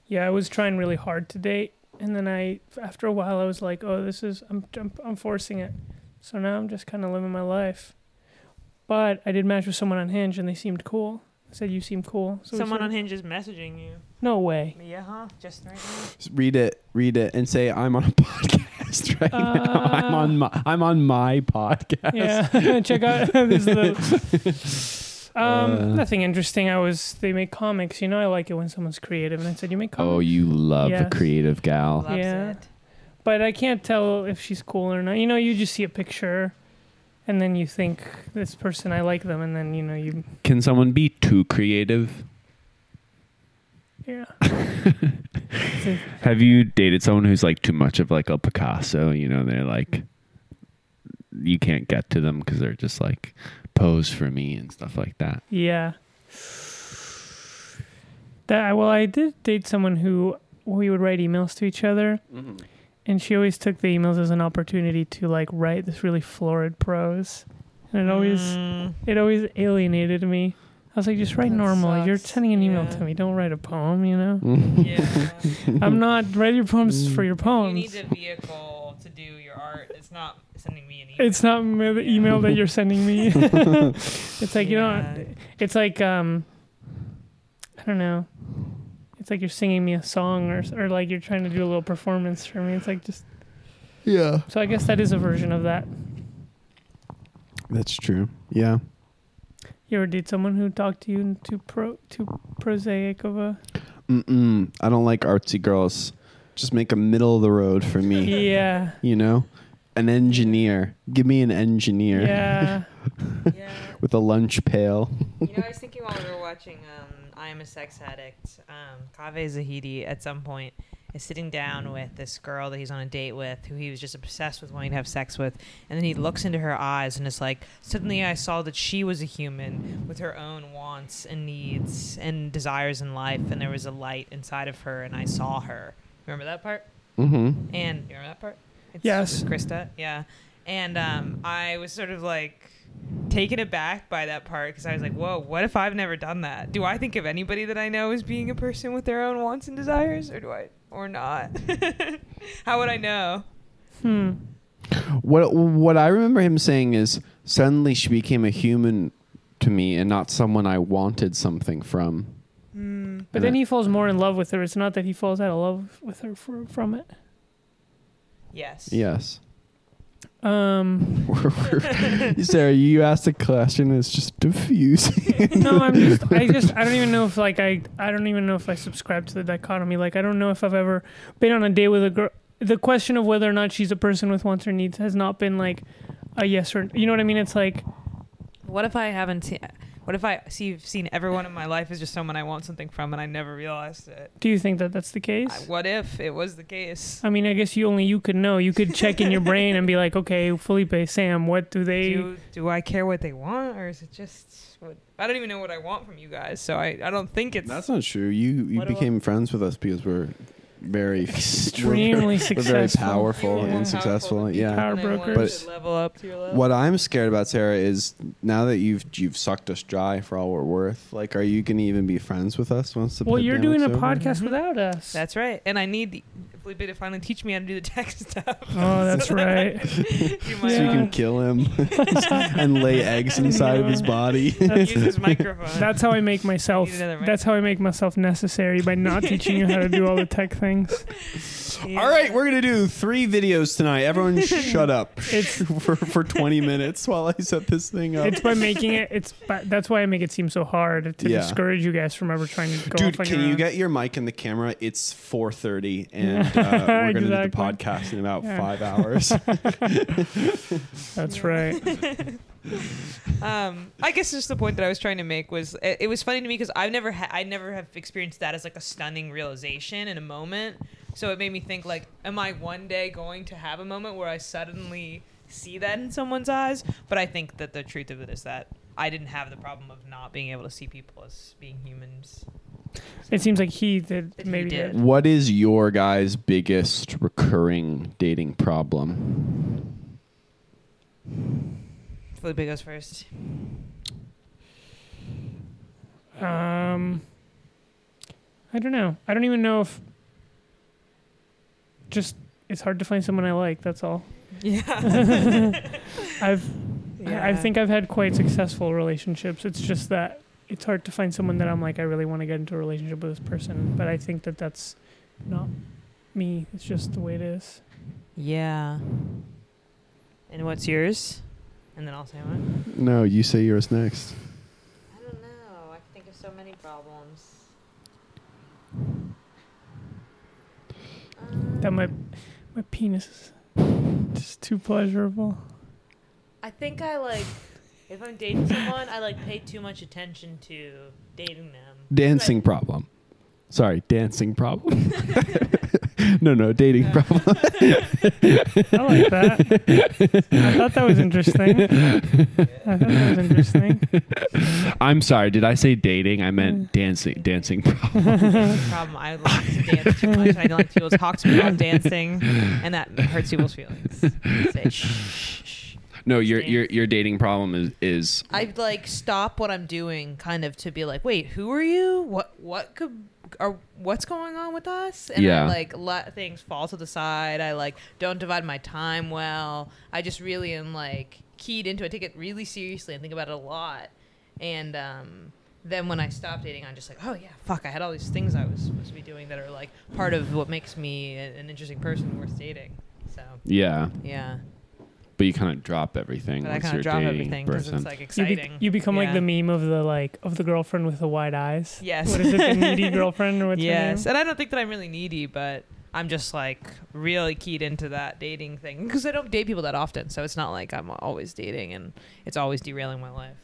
[SPEAKER 3] Yeah, I was trying really hard to date, and then I, after a while, I was like, "Oh, this is I'm I'm, I'm forcing it." So now I'm just kind of living my life. But I did match with someone on Hinge, and they seemed cool. said you seem cool. So we
[SPEAKER 2] Someone
[SPEAKER 3] said-
[SPEAKER 2] on Hinge is messaging you.
[SPEAKER 3] No way.
[SPEAKER 2] Yeah, huh? Just right now.
[SPEAKER 4] Just read it, read it, and say I'm on a podcast right now. I'm
[SPEAKER 3] Uh.
[SPEAKER 4] on my I'm on my podcast.
[SPEAKER 3] Yeah, check out this. Is the, um,
[SPEAKER 4] Uh.
[SPEAKER 3] nothing interesting. I was. They make comics. You know, I like it when someone's creative, and I said, "You make comics."
[SPEAKER 4] Oh, you love
[SPEAKER 3] Yes.
[SPEAKER 4] the creative gal.
[SPEAKER 2] Loves
[SPEAKER 3] Yeah.
[SPEAKER 2] it.
[SPEAKER 3] But I can't tell if she's cool or not. You know, you just see a picture, and then you think this person. I like them, and then you know you.
[SPEAKER 4] Can someone be too creative?
[SPEAKER 3] Yeah.
[SPEAKER 4] Have you dated someone who's like too much of like a Picasso? You know, they're like you can't get to them because they're just like pose for me and stuff like that.
[SPEAKER 3] Yeah. That well, I did date someone who we would write emails to each other, and she always took the emails as an opportunity to like write this really florid prose, and it always
[SPEAKER 2] Mm,
[SPEAKER 3] it always alienated me. I was like, just write
[SPEAKER 2] That
[SPEAKER 3] normal. You're
[SPEAKER 2] sucks.
[SPEAKER 3] sending an email
[SPEAKER 2] Yeah.
[SPEAKER 3] to me. Don't write a poem, you know?
[SPEAKER 2] yeah.
[SPEAKER 3] I'm not. Write your poems for your
[SPEAKER 2] you need
[SPEAKER 3] poems.
[SPEAKER 2] a vehicle to do your art. It's not sending me an email.
[SPEAKER 3] It's not m- the email that you're sending me. it's like, you
[SPEAKER 2] Yeah.
[SPEAKER 3] know, it's like, um, I don't know. It's like you're singing me a song or, s- or like you're trying to do a little performance for me. It's like just.
[SPEAKER 4] Yeah,
[SPEAKER 3] So I guess that is a version of that.
[SPEAKER 4] that's true. Yeah.
[SPEAKER 3] You ever date someone who talked to you in too pro too prosaic of a
[SPEAKER 4] Mm-mm. I don't like artsy girls. Just make a middle of the road for me.
[SPEAKER 3] yeah
[SPEAKER 4] You know, an engineer. Give me an engineer
[SPEAKER 3] yeah
[SPEAKER 2] yeah.
[SPEAKER 4] with a lunch pail.
[SPEAKER 2] You know, I was thinking while we were watching um, I Am a Sex Addict, um, Kaveh Zahidi at some point is sitting down with this girl that he's on a date with who he was just obsessed with wanting to have sex with. And then he looks into her eyes and it's like, suddenly I saw that she was a human with her own wants and needs and desires in life. And there was a light inside of her and I saw her. Remember that part?
[SPEAKER 4] Mm-hmm.
[SPEAKER 2] And you remember that part? It's
[SPEAKER 3] Yes.
[SPEAKER 2] with Krista. Yeah. And um, I was sort of like taken aback by that part because I was like, whoa, what if I've never done that? Do I think of anybody that I know as being a person with their own wants and desires or do I, or not? How would I know?
[SPEAKER 3] hmm
[SPEAKER 4] What What I remember him saying is suddenly she became a human to me and not someone I wanted something from.
[SPEAKER 3] But then he falls more in love with her. It's not that he falls out of love with her for, from it.
[SPEAKER 2] Yes.
[SPEAKER 4] Yes.
[SPEAKER 3] Um,
[SPEAKER 4] Sarah, you asked a question. It's just diffusing.
[SPEAKER 3] no, I'm just, I just, I don't even know if like I, I don't even know if I subscribe to the dichotomy. Like, I don't know if I've ever been on a date with a girl. The question of whether or not she's a person with wants or needs has not been like a yes or you know what I mean. It's like
[SPEAKER 2] What if I haven't seen, what if I see, seen everyone in my life as just someone I want something from and I never realized it?
[SPEAKER 3] do you think that that's
[SPEAKER 2] I-
[SPEAKER 3] the case?
[SPEAKER 2] what if it was the case?
[SPEAKER 3] I mean, I guess you only you could know. You could check in your brain and be like, okay, Felipe, Sam, what do they?
[SPEAKER 2] do, do I care what they want, or is it just what I don't even know what I want from you guys? So I, I don't think it's
[SPEAKER 4] That's not true. You you
[SPEAKER 2] What do I-
[SPEAKER 4] became friends with us because we're very
[SPEAKER 3] Extremely
[SPEAKER 4] we're very
[SPEAKER 3] successful.
[SPEAKER 4] powerful
[SPEAKER 2] Yeah.
[SPEAKER 4] and successful.
[SPEAKER 2] Powerful.
[SPEAKER 4] Yeah.
[SPEAKER 3] Power-
[SPEAKER 2] And then one
[SPEAKER 3] brokers.
[SPEAKER 2] should level up to your level.
[SPEAKER 4] What I'm scared about, Sarah, is now that you've you've sucked us dry for all we're worth. Like, are you gonna even be friends with us once the
[SPEAKER 3] Well, you're doing
[SPEAKER 4] pandemic's
[SPEAKER 3] a
[SPEAKER 4] over?
[SPEAKER 3] podcast without us.
[SPEAKER 2] Mm-hmm. That's right, and I need Felipe to finally teach me how to do the tech stuff.
[SPEAKER 3] oh, that's right.
[SPEAKER 2] Do
[SPEAKER 4] so
[SPEAKER 2] my
[SPEAKER 4] you
[SPEAKER 2] own-
[SPEAKER 4] can kill him and lay eggs inside of his body.
[SPEAKER 2] use his microphone.
[SPEAKER 3] That's how I make myself.
[SPEAKER 2] Need another mic.
[SPEAKER 3] That's how I make myself necessary by not teaching you how to do all the tech things.
[SPEAKER 2] Yeah.
[SPEAKER 4] All right, we're gonna do three videos tonight. Everyone, shut up
[SPEAKER 3] It's-
[SPEAKER 4] for for 20 minutes while I set this thing up.
[SPEAKER 3] It's by making it. It's by, that's why I make it seem so hard to
[SPEAKER 4] Yeah.
[SPEAKER 3] discourage you guys from ever trying to go
[SPEAKER 4] Dude,
[SPEAKER 3] off on
[SPEAKER 4] can
[SPEAKER 3] your
[SPEAKER 4] you
[SPEAKER 3] own.
[SPEAKER 4] get your mic and the camera? It's 4:30, and uh, we're going to do the
[SPEAKER 3] Exactly.
[SPEAKER 4] podcast in about
[SPEAKER 3] Yeah.
[SPEAKER 4] five hours.
[SPEAKER 3] That's right.
[SPEAKER 2] Um, I guess just the point that I was trying to make was it, it was funny to me because I've never ha- I never have experienced that as like a stunning realization in a moment. So it made me think like, am I one day going to have a moment where I suddenly see that in someone's eyes? But I think that the truth of it is that I didn't have the problem of not being able to see people as being humans.
[SPEAKER 3] It seems like he did.
[SPEAKER 2] That he
[SPEAKER 3] Maybe
[SPEAKER 2] did.
[SPEAKER 3] that-
[SPEAKER 4] what is your guy's biggest recurring dating problem?
[SPEAKER 2] Felipe goes first.
[SPEAKER 3] Um, I don't know. I don't even know if. Just it's hard to find someone I like. That's all.
[SPEAKER 2] Yeah.
[SPEAKER 3] I've I I think I've had quite successful relationships. It's just that it's hard to find someone that I'm like I really want to get into a relationship with this person, but I think that that's not me. It's just the way it is.
[SPEAKER 2] Yeah. And what's yours? And then I'll say mine.
[SPEAKER 7] No, you say yours next.
[SPEAKER 2] I don't know. I can think of so many problems.
[SPEAKER 3] That
[SPEAKER 2] Um,
[SPEAKER 3] my my penis is just too pleasurable.
[SPEAKER 2] I think I like if I'm dating someone, I like pay too much attention to dating them.
[SPEAKER 7] Dancing problem. Sorry, dancing problem. no, no, dating problem.
[SPEAKER 3] I like that. I thought that was interesting. I thought that was interesting.
[SPEAKER 7] I'm sorry. Did I say dating? I meant dancing. Dancing problem.
[SPEAKER 2] That's the problem. I like to dance too much. I don't like people to talk to me about dancing, and that hurts people's feelings. Say, shh, shh, shh.
[SPEAKER 7] No, your your your dating problem is is
[SPEAKER 2] I like stop what I'm doing, kind of to be like, wait, who are you? What what could are what's going on with us? And
[SPEAKER 7] Yeah.
[SPEAKER 2] I like let things fall to the side. I like don't divide my time well. I just really am like keyed into. it. I take it really seriously and think about it a lot. And um, then when I stop dating, I'm just like, oh yeah, fuck, I had all these things I was supposed to be doing that are like part of what makes me a- an interesting person worth dating. So
[SPEAKER 7] yeah.
[SPEAKER 2] yeah,
[SPEAKER 7] But you kind of drop everything.
[SPEAKER 2] but I
[SPEAKER 7] once
[SPEAKER 2] kind
[SPEAKER 7] you're
[SPEAKER 2] of drop
[SPEAKER 7] dating
[SPEAKER 2] everything because
[SPEAKER 7] person.
[SPEAKER 2] it's like
[SPEAKER 3] You, be-
[SPEAKER 2] exciting.
[SPEAKER 3] you become like
[SPEAKER 2] Yeah.
[SPEAKER 3] the meme of the like of the girlfriend with the wide eyes.
[SPEAKER 2] Yes.
[SPEAKER 3] What is it? The needy girlfriend or what's her
[SPEAKER 2] yes,
[SPEAKER 3] name?
[SPEAKER 2] and I don't think that I'm really needy, but I'm just like really keyed into that dating thing because I don't date people that often, so it's not like I'm always dating and it's always derailing my life.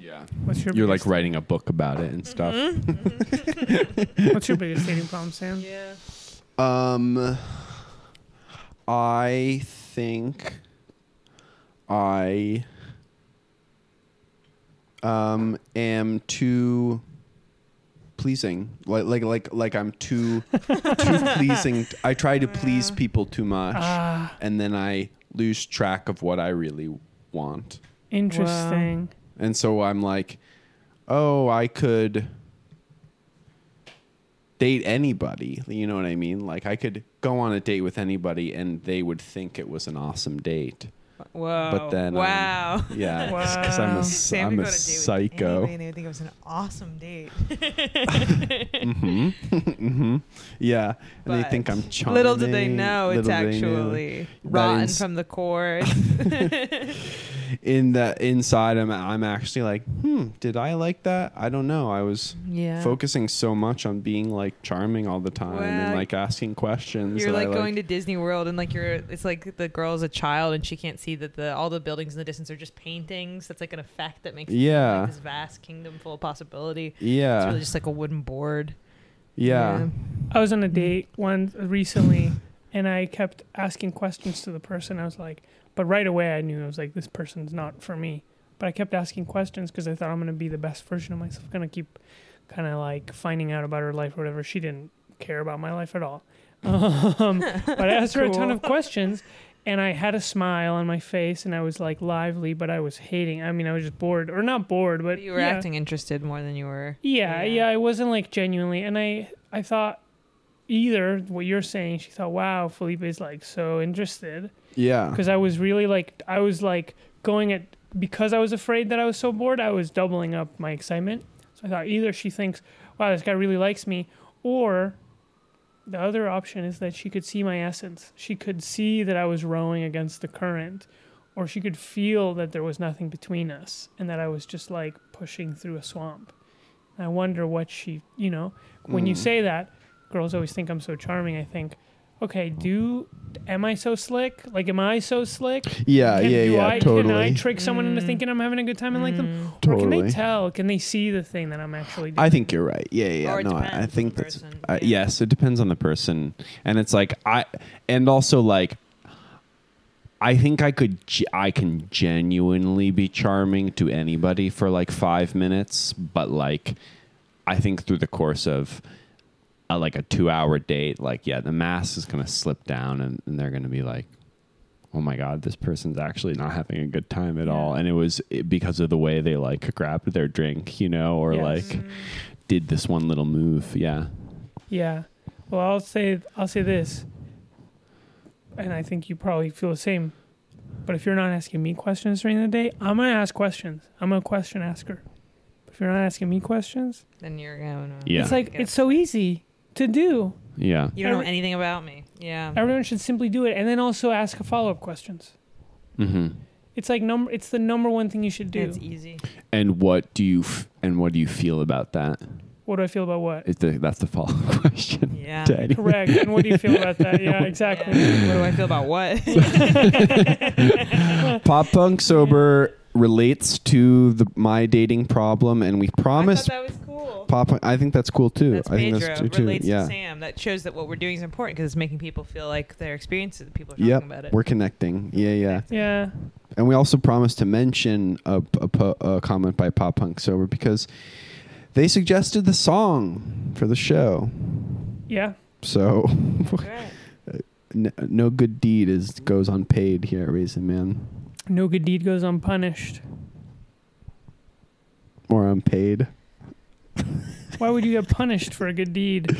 [SPEAKER 4] Yeah.
[SPEAKER 3] What's your
[SPEAKER 4] You're like
[SPEAKER 3] biggest,
[SPEAKER 4] writing a book about it and stuff.
[SPEAKER 2] Mm-hmm.
[SPEAKER 3] what's your biggest dating problem, Sam?
[SPEAKER 2] Yeah.
[SPEAKER 4] Um, I think I um am too pleasing. Like like like like I'm too too pleasing. I try to please people too much,
[SPEAKER 2] Uh.
[SPEAKER 3] Ah,
[SPEAKER 4] and then I lose track of what I really want.
[SPEAKER 3] interesting.
[SPEAKER 4] And so I'm like, oh, I could date anybody. You know what I mean? Like I could go on a date with anybody and they would think it was an awesome date.
[SPEAKER 2] Whoa.
[SPEAKER 4] But then, um,
[SPEAKER 2] wow.
[SPEAKER 4] Yeah. Because I'm
[SPEAKER 3] Wow.
[SPEAKER 4] a,
[SPEAKER 2] Sam,
[SPEAKER 4] am
[SPEAKER 2] you go
[SPEAKER 4] a
[SPEAKER 2] to date with
[SPEAKER 4] psycho.
[SPEAKER 2] anybody and they would think it was an awesome date.
[SPEAKER 4] hmm hmm Yeah. And they think
[SPEAKER 2] But
[SPEAKER 4] I'm charming.
[SPEAKER 2] Little did they know it's
[SPEAKER 4] Little did they know.
[SPEAKER 2] actually
[SPEAKER 4] That
[SPEAKER 2] rotten
[SPEAKER 4] ins-
[SPEAKER 2] from the core.
[SPEAKER 4] in the inside I'm I'm actually like, "Hmm, did I like that? I don't know. I was
[SPEAKER 2] yeah.
[SPEAKER 4] focusing so much on being like charming all the time
[SPEAKER 2] Well,
[SPEAKER 4] and like asking questions.
[SPEAKER 2] You're
[SPEAKER 4] that I,
[SPEAKER 2] like going to Disney World and like you're it's like the girl's a child and she can't see that the all the buildings in the distance are just paintings. That's like an effect that makes it seem
[SPEAKER 4] Yeah.
[SPEAKER 2] like this vast kingdom full of possibility. It's
[SPEAKER 4] yeah,
[SPEAKER 2] really just like a wooden board.
[SPEAKER 4] yeah,
[SPEAKER 3] I was on a date one recently, and I kept asking questions to the person. I was like, but right away I knew I was like, this person's not for me. But I kept asking questions because I thought I'm gonna be the best version of myself. Gonna keep kind of like finding out about her life or whatever. She didn't care about my life at all. Um, but I asked her a ton
[SPEAKER 2] Cool.
[SPEAKER 3] of questions, and I had a smile on my face, and I was like lively, but I was hating. I mean, I was just bored, or not bored, but
[SPEAKER 2] But you were
[SPEAKER 3] yeah.
[SPEAKER 2] acting interested more than you were.
[SPEAKER 3] Yeah,
[SPEAKER 2] Yeah.
[SPEAKER 3] yeah, I wasn't like genuinely, and I I thought either what you're saying. She thought, wow, Felipe's like so interested
[SPEAKER 4] yeah.
[SPEAKER 3] because I was really like I was like going at because I was afraid that I was so bored. I was doubling up my excitement. So I thought either she thinks, wow, this guy really likes me, or the other option is that she could see my essence. She could see that I was rowing against the current, or she could feel that there was nothing between us and that I was just like pushing through a swamp. And I wonder what she, you know, when you
[SPEAKER 7] Hmm.
[SPEAKER 4] Mm.
[SPEAKER 3] say that, girls always think I'm so charming. I think, okay, do am I so slick? Like, am I so slick?
[SPEAKER 7] Yeah,
[SPEAKER 3] Can,
[SPEAKER 7] yeah,
[SPEAKER 3] do
[SPEAKER 7] yeah,
[SPEAKER 3] I,
[SPEAKER 7] totally.
[SPEAKER 3] Can I trick someone into thinking I'm having a good time and like them? Or can
[SPEAKER 7] Totally.
[SPEAKER 3] they tell? Can they see the thing that I'm actually doing?
[SPEAKER 4] I think you're right. Yeah, yeah.
[SPEAKER 2] Or it
[SPEAKER 4] no, I, I
[SPEAKER 2] depends on
[SPEAKER 4] think
[SPEAKER 2] the
[SPEAKER 4] that's
[SPEAKER 2] person.
[SPEAKER 4] uh,
[SPEAKER 2] Yeah.
[SPEAKER 4] yes. It depends on the person, and it's like I, and also like, I think I could, ge- I can genuinely be charming to anybody for like five minutes, but like, I think through the course of. A, like a two-hour date, like yeah, the mask is gonna slip down, and, and they're gonna be like, "Oh my god, this person's actually not having a good time at all." And it was eh, because of the way they like grabbed their drink, you know, or
[SPEAKER 3] Yes.
[SPEAKER 4] like
[SPEAKER 2] Mm,
[SPEAKER 4] did this one little move. Yeah.
[SPEAKER 3] Yeah. Well, I'll say I'll say this, and I think you probably feel the same. But if you're not asking me questions during the day, I'm gonna ask questions. I'm a question asker. If you're not asking me questions,
[SPEAKER 2] Then you're going. to
[SPEAKER 8] Yeah.
[SPEAKER 3] it's like it's so easy to do.
[SPEAKER 8] Yeah.
[SPEAKER 2] You don't know
[SPEAKER 3] Every-
[SPEAKER 2] anything about me. Yeah.
[SPEAKER 3] Everyone should simply do it, and then also ask follow up questions.
[SPEAKER 8] Mm-hmm.
[SPEAKER 3] It's like number. It's the number one thing you should do.
[SPEAKER 2] It's easy.
[SPEAKER 8] And what do you f- and what do you feel about that?
[SPEAKER 3] What do I feel about what?
[SPEAKER 8] Is the, that's the follow up question.
[SPEAKER 2] Yeah.
[SPEAKER 8] to any-
[SPEAKER 3] Correct. and what do you feel about that? Yeah, exactly.
[SPEAKER 9] What do I feel about what?
[SPEAKER 4] Pop punk sober relates to the my dating problem, and we
[SPEAKER 2] Promise.
[SPEAKER 4] promised
[SPEAKER 2] that was cool.
[SPEAKER 4] pop. Punk, I think that's cool too.
[SPEAKER 2] That's
[SPEAKER 4] I think
[SPEAKER 2] Pedro.
[SPEAKER 4] that's true too.
[SPEAKER 2] relates
[SPEAKER 4] yeah,
[SPEAKER 2] to Sam. That shows that what we're doing is important because it's making people feel like their experiences. that People are talking
[SPEAKER 4] yep,
[SPEAKER 2] about it.
[SPEAKER 4] we're connecting. Yeah, yeah.
[SPEAKER 3] Yeah.
[SPEAKER 4] And we also promised to mention a, a, po- a comment by Pop Punk Sober because they suggested the song for the show.
[SPEAKER 3] Yeah.
[SPEAKER 4] So
[SPEAKER 2] Right.
[SPEAKER 4] n- no good deed is goes unpaid here at Raisin Man
[SPEAKER 3] No good deed goes unpunished.
[SPEAKER 4] or unpaid.
[SPEAKER 3] Why would you get punished for a good deed?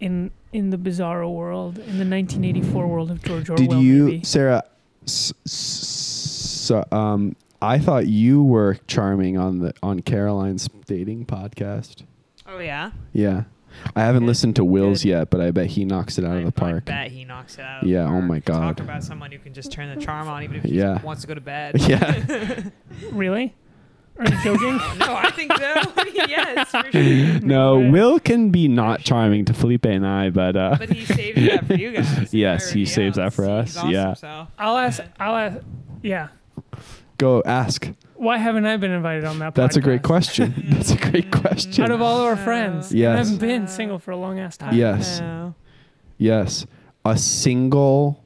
[SPEAKER 3] In in the bizarro world, in the 1984 world of George Orwell.
[SPEAKER 4] Did you,
[SPEAKER 3] maybe.
[SPEAKER 4] Sarah? S- s- s- um, I thought you were charming on the on Caroline's dating podcast.
[SPEAKER 2] Oh yeah.
[SPEAKER 4] Yeah, I haven't
[SPEAKER 2] Good.
[SPEAKER 4] listened to Will's
[SPEAKER 2] Good.
[SPEAKER 4] yet, but I bet he knocks it out of
[SPEAKER 2] I-
[SPEAKER 4] the
[SPEAKER 2] I
[SPEAKER 4] park.
[SPEAKER 2] bet he knocks it out. Of
[SPEAKER 4] Yeah,
[SPEAKER 2] The
[SPEAKER 4] oh
[SPEAKER 2] park.
[SPEAKER 4] my God.
[SPEAKER 2] Talk about someone who can just turn the charm on, even if she
[SPEAKER 4] Yeah.
[SPEAKER 2] just wants to go to bed.
[SPEAKER 4] Yeah,
[SPEAKER 3] really? Are you joking?
[SPEAKER 2] no, I think so. yes, for sure.
[SPEAKER 4] no, Will can be not charming to Felipe and I, but uh,
[SPEAKER 2] But he saves that for you guys.
[SPEAKER 4] Yes, he
[SPEAKER 2] Everybody
[SPEAKER 4] saves that
[SPEAKER 2] else,
[SPEAKER 4] for us,
[SPEAKER 2] he's awesome
[SPEAKER 4] yeah.
[SPEAKER 2] himself.
[SPEAKER 3] I'll ask. I'll ask. Yeah.
[SPEAKER 4] go ask.
[SPEAKER 3] Why haven't I been invited on that?
[SPEAKER 4] That's a great
[SPEAKER 3] podcast?
[SPEAKER 4] question. That's a great
[SPEAKER 3] Out of
[SPEAKER 4] question.
[SPEAKER 3] all our
[SPEAKER 2] Oh.
[SPEAKER 3] friends,
[SPEAKER 4] Yes.
[SPEAKER 3] I haven't been single for a long ass time.
[SPEAKER 4] Yes.
[SPEAKER 2] No.
[SPEAKER 4] Yes, a single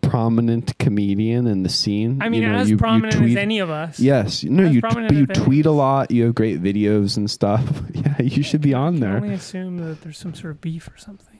[SPEAKER 4] prominent comedian in the scene.
[SPEAKER 3] I mean,
[SPEAKER 4] you know,
[SPEAKER 3] as
[SPEAKER 4] you- you
[SPEAKER 3] prominent as
[SPEAKER 4] tweet-
[SPEAKER 3] any of us.
[SPEAKER 4] Yes. No,
[SPEAKER 3] As
[SPEAKER 4] you
[SPEAKER 3] prominent
[SPEAKER 4] but you
[SPEAKER 3] events.
[SPEAKER 4] tweet a lot. You have great videos and stuff. yeah, you should be on
[SPEAKER 3] I
[SPEAKER 4] there.
[SPEAKER 3] only assume that there's some sort of beef or something.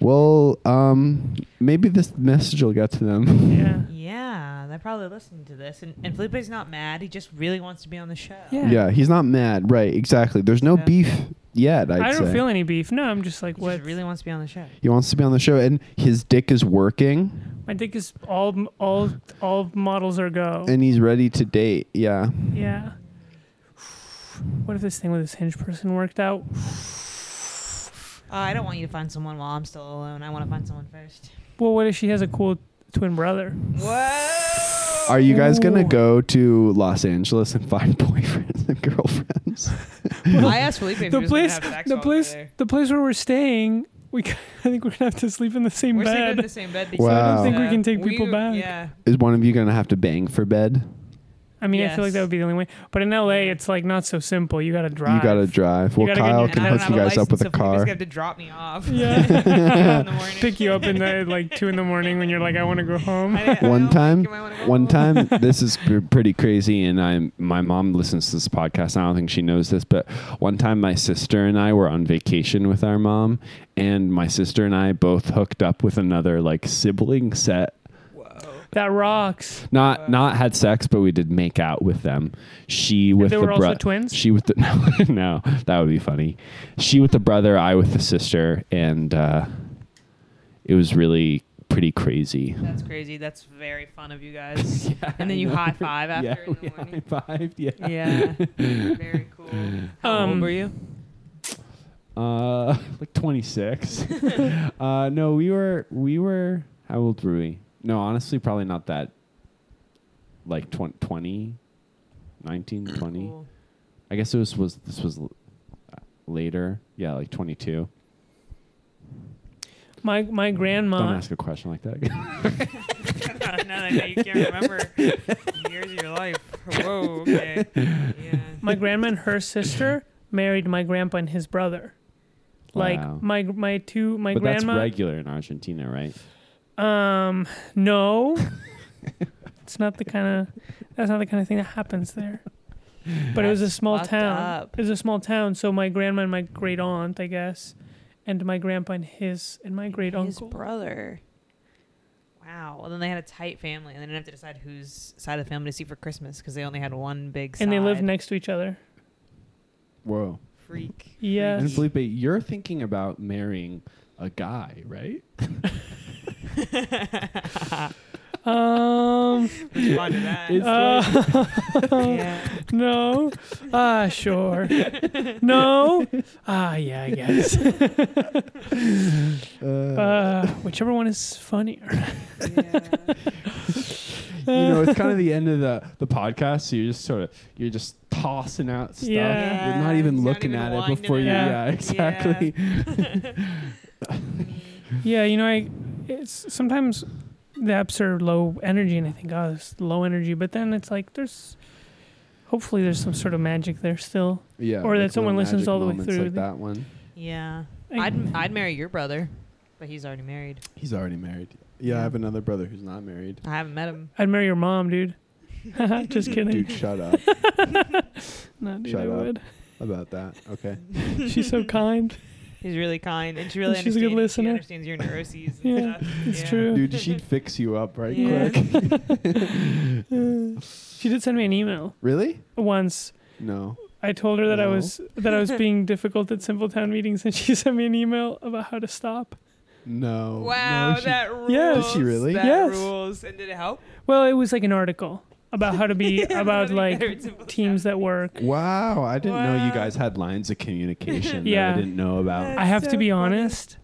[SPEAKER 4] Well, um, maybe this message will get to them.
[SPEAKER 3] Yeah.
[SPEAKER 2] Yeah, they're probably listening to this, and, and Felipe's not mad. He just really wants to be on the show.
[SPEAKER 3] Yeah.
[SPEAKER 4] Yeah, he's not mad. Right. Exactly. There's no
[SPEAKER 2] Yeah.
[SPEAKER 4] beef yet. I'd
[SPEAKER 3] I don't
[SPEAKER 4] say.
[SPEAKER 3] feel any beef. No, I'm just like,
[SPEAKER 2] he
[SPEAKER 3] what?
[SPEAKER 2] just really wants to be on the show.
[SPEAKER 4] he wants to be on the show, and his dick is working,
[SPEAKER 3] My dick is all, all, all models are go.
[SPEAKER 4] and he's ready to date. Yeah.
[SPEAKER 3] yeah. What if this thing with this hinge person worked out?
[SPEAKER 2] Uh, I don't want you to find someone while I'm still alone. I want to find someone first.
[SPEAKER 3] Well, what if she has a cool twin brother?
[SPEAKER 2] Whoa!
[SPEAKER 4] Are you guys gonna
[SPEAKER 3] Ooh.
[SPEAKER 4] go to Los Angeles and find boyfriends and girlfriends?
[SPEAKER 2] I asked Felipe if
[SPEAKER 3] the
[SPEAKER 2] he was
[SPEAKER 3] place-
[SPEAKER 2] gonna have sex
[SPEAKER 3] the
[SPEAKER 2] while we were
[SPEAKER 3] place-
[SPEAKER 2] there.
[SPEAKER 3] The place where we're staying, we I think we're gonna have to sleep in the same
[SPEAKER 2] We're sleeping
[SPEAKER 3] bed.
[SPEAKER 2] in the same bed. these
[SPEAKER 4] So I don't
[SPEAKER 2] days,
[SPEAKER 4] think
[SPEAKER 3] we
[SPEAKER 2] uh,
[SPEAKER 3] can take people
[SPEAKER 2] we,
[SPEAKER 3] back.
[SPEAKER 2] Yeah,
[SPEAKER 4] Is one of you gonna have to bang for bed?
[SPEAKER 3] I mean, I feel like that
[SPEAKER 2] Yes.
[SPEAKER 3] would be the only way. But in LA, it's like not so simple. You gotta drive.
[SPEAKER 4] You gotta drive.
[SPEAKER 3] You
[SPEAKER 4] Well,
[SPEAKER 3] gotta get-
[SPEAKER 4] Kyle
[SPEAKER 3] and
[SPEAKER 2] and
[SPEAKER 4] can
[SPEAKER 2] I don't
[SPEAKER 4] hook
[SPEAKER 2] have
[SPEAKER 4] you
[SPEAKER 2] a
[SPEAKER 4] guys
[SPEAKER 2] license,
[SPEAKER 4] up with
[SPEAKER 2] so
[SPEAKER 4] a
[SPEAKER 2] Felipe's
[SPEAKER 4] car.
[SPEAKER 2] gonna have to drop me off.
[SPEAKER 3] Yeah.
[SPEAKER 2] in the morning.
[SPEAKER 3] Pick you up in the at, like two in the morning when you're like, I want to go home.
[SPEAKER 2] I- I
[SPEAKER 4] One
[SPEAKER 2] don't
[SPEAKER 4] time-
[SPEAKER 2] think you might wanna go
[SPEAKER 4] One
[SPEAKER 2] home.
[SPEAKER 4] time, this is p- pretty crazy, and I'm my mom listens to this podcast. And I don't think she knows this, but one time my sister and I were on vacation with our mom, and my sister and I both hooked up with another like sibling set.
[SPEAKER 3] That rocks.
[SPEAKER 4] Not not had sex, but we did make out with them. She with
[SPEAKER 3] they
[SPEAKER 4] the
[SPEAKER 3] were also
[SPEAKER 4] brother.
[SPEAKER 3] twins?
[SPEAKER 4] She with the no, no, that would be funny. She with the brother, I with the sister, and uh, it was really pretty crazy.
[SPEAKER 2] That's crazy. That's very fun of you guys. and then you high five after in the morning.
[SPEAKER 4] Five, yeah.
[SPEAKER 2] Yeah. very cool. How
[SPEAKER 3] Um,
[SPEAKER 2] old were you?
[SPEAKER 4] Uh, like 26. uh, no, we were we were how old were we? No, honestly, probably not that. Like 20, 20 19, 20.
[SPEAKER 2] Cool.
[SPEAKER 4] I guess it was was this was l- uh, later. Yeah, like 22.
[SPEAKER 3] My my
[SPEAKER 4] Don't
[SPEAKER 3] grandma.
[SPEAKER 4] ask a question like that.
[SPEAKER 2] now that I know you can't remember years of your life. Whoa, okay. Yeah.
[SPEAKER 3] My grandma and her sister married my grandpa and his brother. Like
[SPEAKER 4] Wow.
[SPEAKER 3] my my two my
[SPEAKER 4] but that's
[SPEAKER 3] grandma.
[SPEAKER 4] regular in Argentina, right?
[SPEAKER 3] um, no. it's not the kind of that's not the kind of thing that happens there. But it was a small
[SPEAKER 2] fucked
[SPEAKER 3] town.
[SPEAKER 2] up.
[SPEAKER 3] It was a small town, so my grandma and my great aunt, I guess, and my grandpa and his and my great
[SPEAKER 2] His
[SPEAKER 3] uncle.
[SPEAKER 2] brother. Wow. Well, then they had a tight family, and they didn't have to decide whose side of the family to see for Christmas because they only had one big.
[SPEAKER 3] and they lived
[SPEAKER 2] side.
[SPEAKER 3] next to each other.
[SPEAKER 4] Whoa.
[SPEAKER 2] Freak.
[SPEAKER 3] Yes.
[SPEAKER 4] And Felipe, you're thinking about marrying a guy, right?
[SPEAKER 3] Um,
[SPEAKER 10] Respond to that.
[SPEAKER 3] uh,
[SPEAKER 10] yeah.
[SPEAKER 3] no. Ah, sure. No. Ah, yeah, I guess. Uh, whichever one is funnier.
[SPEAKER 4] you know, it's kind of the end of the, the podcast, so you're just sort of you're just tossing out stuff.
[SPEAKER 3] Yeah.
[SPEAKER 4] You're not even
[SPEAKER 10] He's not
[SPEAKER 4] looking
[SPEAKER 10] even
[SPEAKER 4] at it
[SPEAKER 10] winding
[SPEAKER 4] before
[SPEAKER 10] it
[SPEAKER 4] you.
[SPEAKER 3] up.
[SPEAKER 4] Yeah, exactly.
[SPEAKER 3] Yeah, you know, I it's sometimes the apps are low energy, and I think oh, it's low energy. But then it's like there's hopefully there's some sort of magic there still. Or
[SPEAKER 4] Yeah.
[SPEAKER 3] that
[SPEAKER 4] little
[SPEAKER 3] someone listens
[SPEAKER 4] magic
[SPEAKER 3] all the way
[SPEAKER 4] moments
[SPEAKER 3] through.
[SPEAKER 4] Like that one.
[SPEAKER 2] Yeah.
[SPEAKER 3] I-
[SPEAKER 2] I'd I'd marry your brother, but he's already married.
[SPEAKER 4] He's already married. Yeah, I have another brother who's not married.
[SPEAKER 2] I haven't met him.
[SPEAKER 3] I'd marry your mom, dude. Just kidding.
[SPEAKER 4] Dude, shut up
[SPEAKER 3] Not dude,
[SPEAKER 4] shut
[SPEAKER 3] I
[SPEAKER 4] up.
[SPEAKER 3] would.
[SPEAKER 4] about that. Okay.
[SPEAKER 3] She's so kind.
[SPEAKER 2] He's really kind, and she really
[SPEAKER 3] She's a good
[SPEAKER 2] understands-
[SPEAKER 3] listener.
[SPEAKER 2] She understands your neuroses. And
[SPEAKER 3] Yeah,
[SPEAKER 2] stuff.
[SPEAKER 3] It's
[SPEAKER 2] Yeah.
[SPEAKER 3] true.
[SPEAKER 4] Dude, she'd fix you up right
[SPEAKER 2] Yeah.
[SPEAKER 4] quick.
[SPEAKER 3] She did send me an email
[SPEAKER 4] Really?
[SPEAKER 3] once.
[SPEAKER 4] No.
[SPEAKER 3] I told her that I
[SPEAKER 4] Hello?
[SPEAKER 3] was that I was being difficult at Simple Town meetings, and she sent me an email about how to stop.
[SPEAKER 4] Oh, No.
[SPEAKER 10] Wow,
[SPEAKER 4] No, she-
[SPEAKER 10] that rules.
[SPEAKER 3] Yeah.
[SPEAKER 4] Did she really?
[SPEAKER 10] That
[SPEAKER 3] Yes.
[SPEAKER 10] rules. And did it help?
[SPEAKER 3] Well, it was like an article about how to be about like
[SPEAKER 10] Better at simple
[SPEAKER 3] teams that work.
[SPEAKER 4] Wow, I didn't know you
[SPEAKER 10] Wow.
[SPEAKER 4] guys had lines of communication that
[SPEAKER 3] Yeah.
[SPEAKER 4] I didn't know about.
[SPEAKER 3] I have to
[SPEAKER 10] so
[SPEAKER 3] be
[SPEAKER 10] funny.
[SPEAKER 3] honest.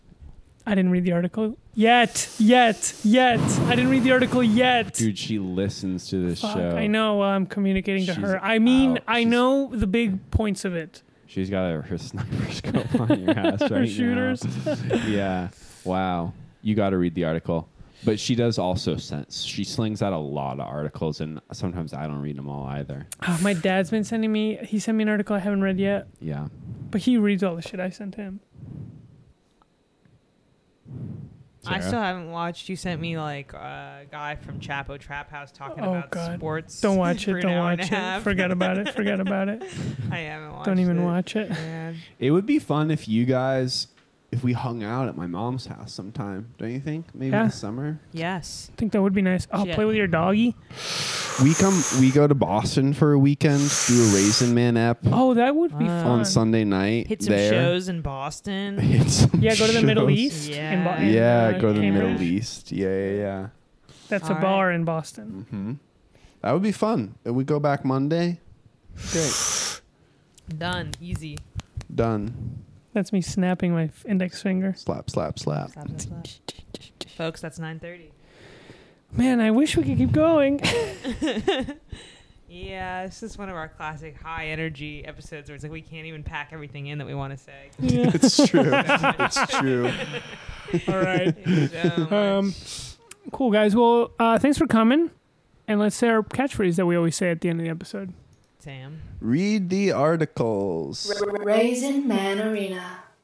[SPEAKER 3] I didn't read the article yet. Yet. Yet. I didn't read the article yet.
[SPEAKER 4] Dude, she listens to this
[SPEAKER 3] Fuck,
[SPEAKER 4] show.
[SPEAKER 3] I know. Well, I'm communicating to
[SPEAKER 4] She's
[SPEAKER 3] her. I mean,
[SPEAKER 4] out.
[SPEAKER 3] I
[SPEAKER 4] She's-
[SPEAKER 3] know the big points of it.
[SPEAKER 4] She's got her, her sniper scope on your ass right
[SPEAKER 3] Her shooters.
[SPEAKER 4] now. Yeah. Wow. You got to read the article. But she does also sense. She slings out a lot of articles, and sometimes I don't read them all either.
[SPEAKER 3] Ah, my dad's been sending me. He sent me an article I haven't read yet,
[SPEAKER 4] Yeah.
[SPEAKER 3] but he reads all the shit I sent him.
[SPEAKER 2] I
[SPEAKER 4] Sarah?
[SPEAKER 2] still haven't watched. You sent me like a guy from Chapo Trap House talking
[SPEAKER 3] Oh,
[SPEAKER 2] about
[SPEAKER 3] God.
[SPEAKER 2] sports.
[SPEAKER 3] Don't watch
[SPEAKER 2] for
[SPEAKER 3] it.
[SPEAKER 2] an
[SPEAKER 3] Don't
[SPEAKER 2] hour and
[SPEAKER 3] watch
[SPEAKER 2] a half.
[SPEAKER 3] it. Forget about it. Forget about it.
[SPEAKER 2] I haven't watched.
[SPEAKER 3] Don't even
[SPEAKER 2] it.
[SPEAKER 3] watch it.
[SPEAKER 2] Man.
[SPEAKER 4] It would be fun if you guys, if we hung out at my mom's house sometime, don't you think? Maybe
[SPEAKER 3] Yeah.
[SPEAKER 4] this summer.
[SPEAKER 2] Yes.
[SPEAKER 3] I think that would be nice. Oh,
[SPEAKER 2] Yeah.
[SPEAKER 3] play with your doggy.
[SPEAKER 4] We come, we go to Boston for a weekend, do a Raisin Man app
[SPEAKER 3] Oh, that would be
[SPEAKER 2] Wow.
[SPEAKER 3] fun.
[SPEAKER 4] on Sunday night.
[SPEAKER 2] Hit some
[SPEAKER 4] there.
[SPEAKER 2] shows in Boston.
[SPEAKER 4] Hit some
[SPEAKER 3] Yeah, go to the Middle
[SPEAKER 4] shows.
[SPEAKER 3] East.
[SPEAKER 2] Yeah.
[SPEAKER 3] in Bo- in,
[SPEAKER 4] Yeah,
[SPEAKER 3] uh,
[SPEAKER 4] go to the
[SPEAKER 3] Cambridge.
[SPEAKER 4] Middle East. Yeah, yeah, yeah.
[SPEAKER 3] That's
[SPEAKER 2] All
[SPEAKER 3] a
[SPEAKER 2] right.
[SPEAKER 3] bar in Boston.
[SPEAKER 4] hmm That would be fun. And we go back Monday. Great.
[SPEAKER 2] Done. Easy.
[SPEAKER 4] Done.
[SPEAKER 3] That's me snapping my f- index finger.
[SPEAKER 4] Slap, slap, slap.
[SPEAKER 2] Slap, slap, slap. Folks, that's nine thirty.
[SPEAKER 3] Man, I wish we could keep going.
[SPEAKER 2] Yeah, this is one of our classic high energy episodes where it's like we can't even pack everything in that we want to say.
[SPEAKER 3] Yeah.
[SPEAKER 4] it's true. It's true.
[SPEAKER 3] All right.
[SPEAKER 2] So much.
[SPEAKER 3] Um, cool, guys. Well, uh, thanks for coming. And let's say our catchphrase that we always say at the end of the episode.
[SPEAKER 2] Sam.
[SPEAKER 4] Read the articles.
[SPEAKER 1] Raisin Man Arena.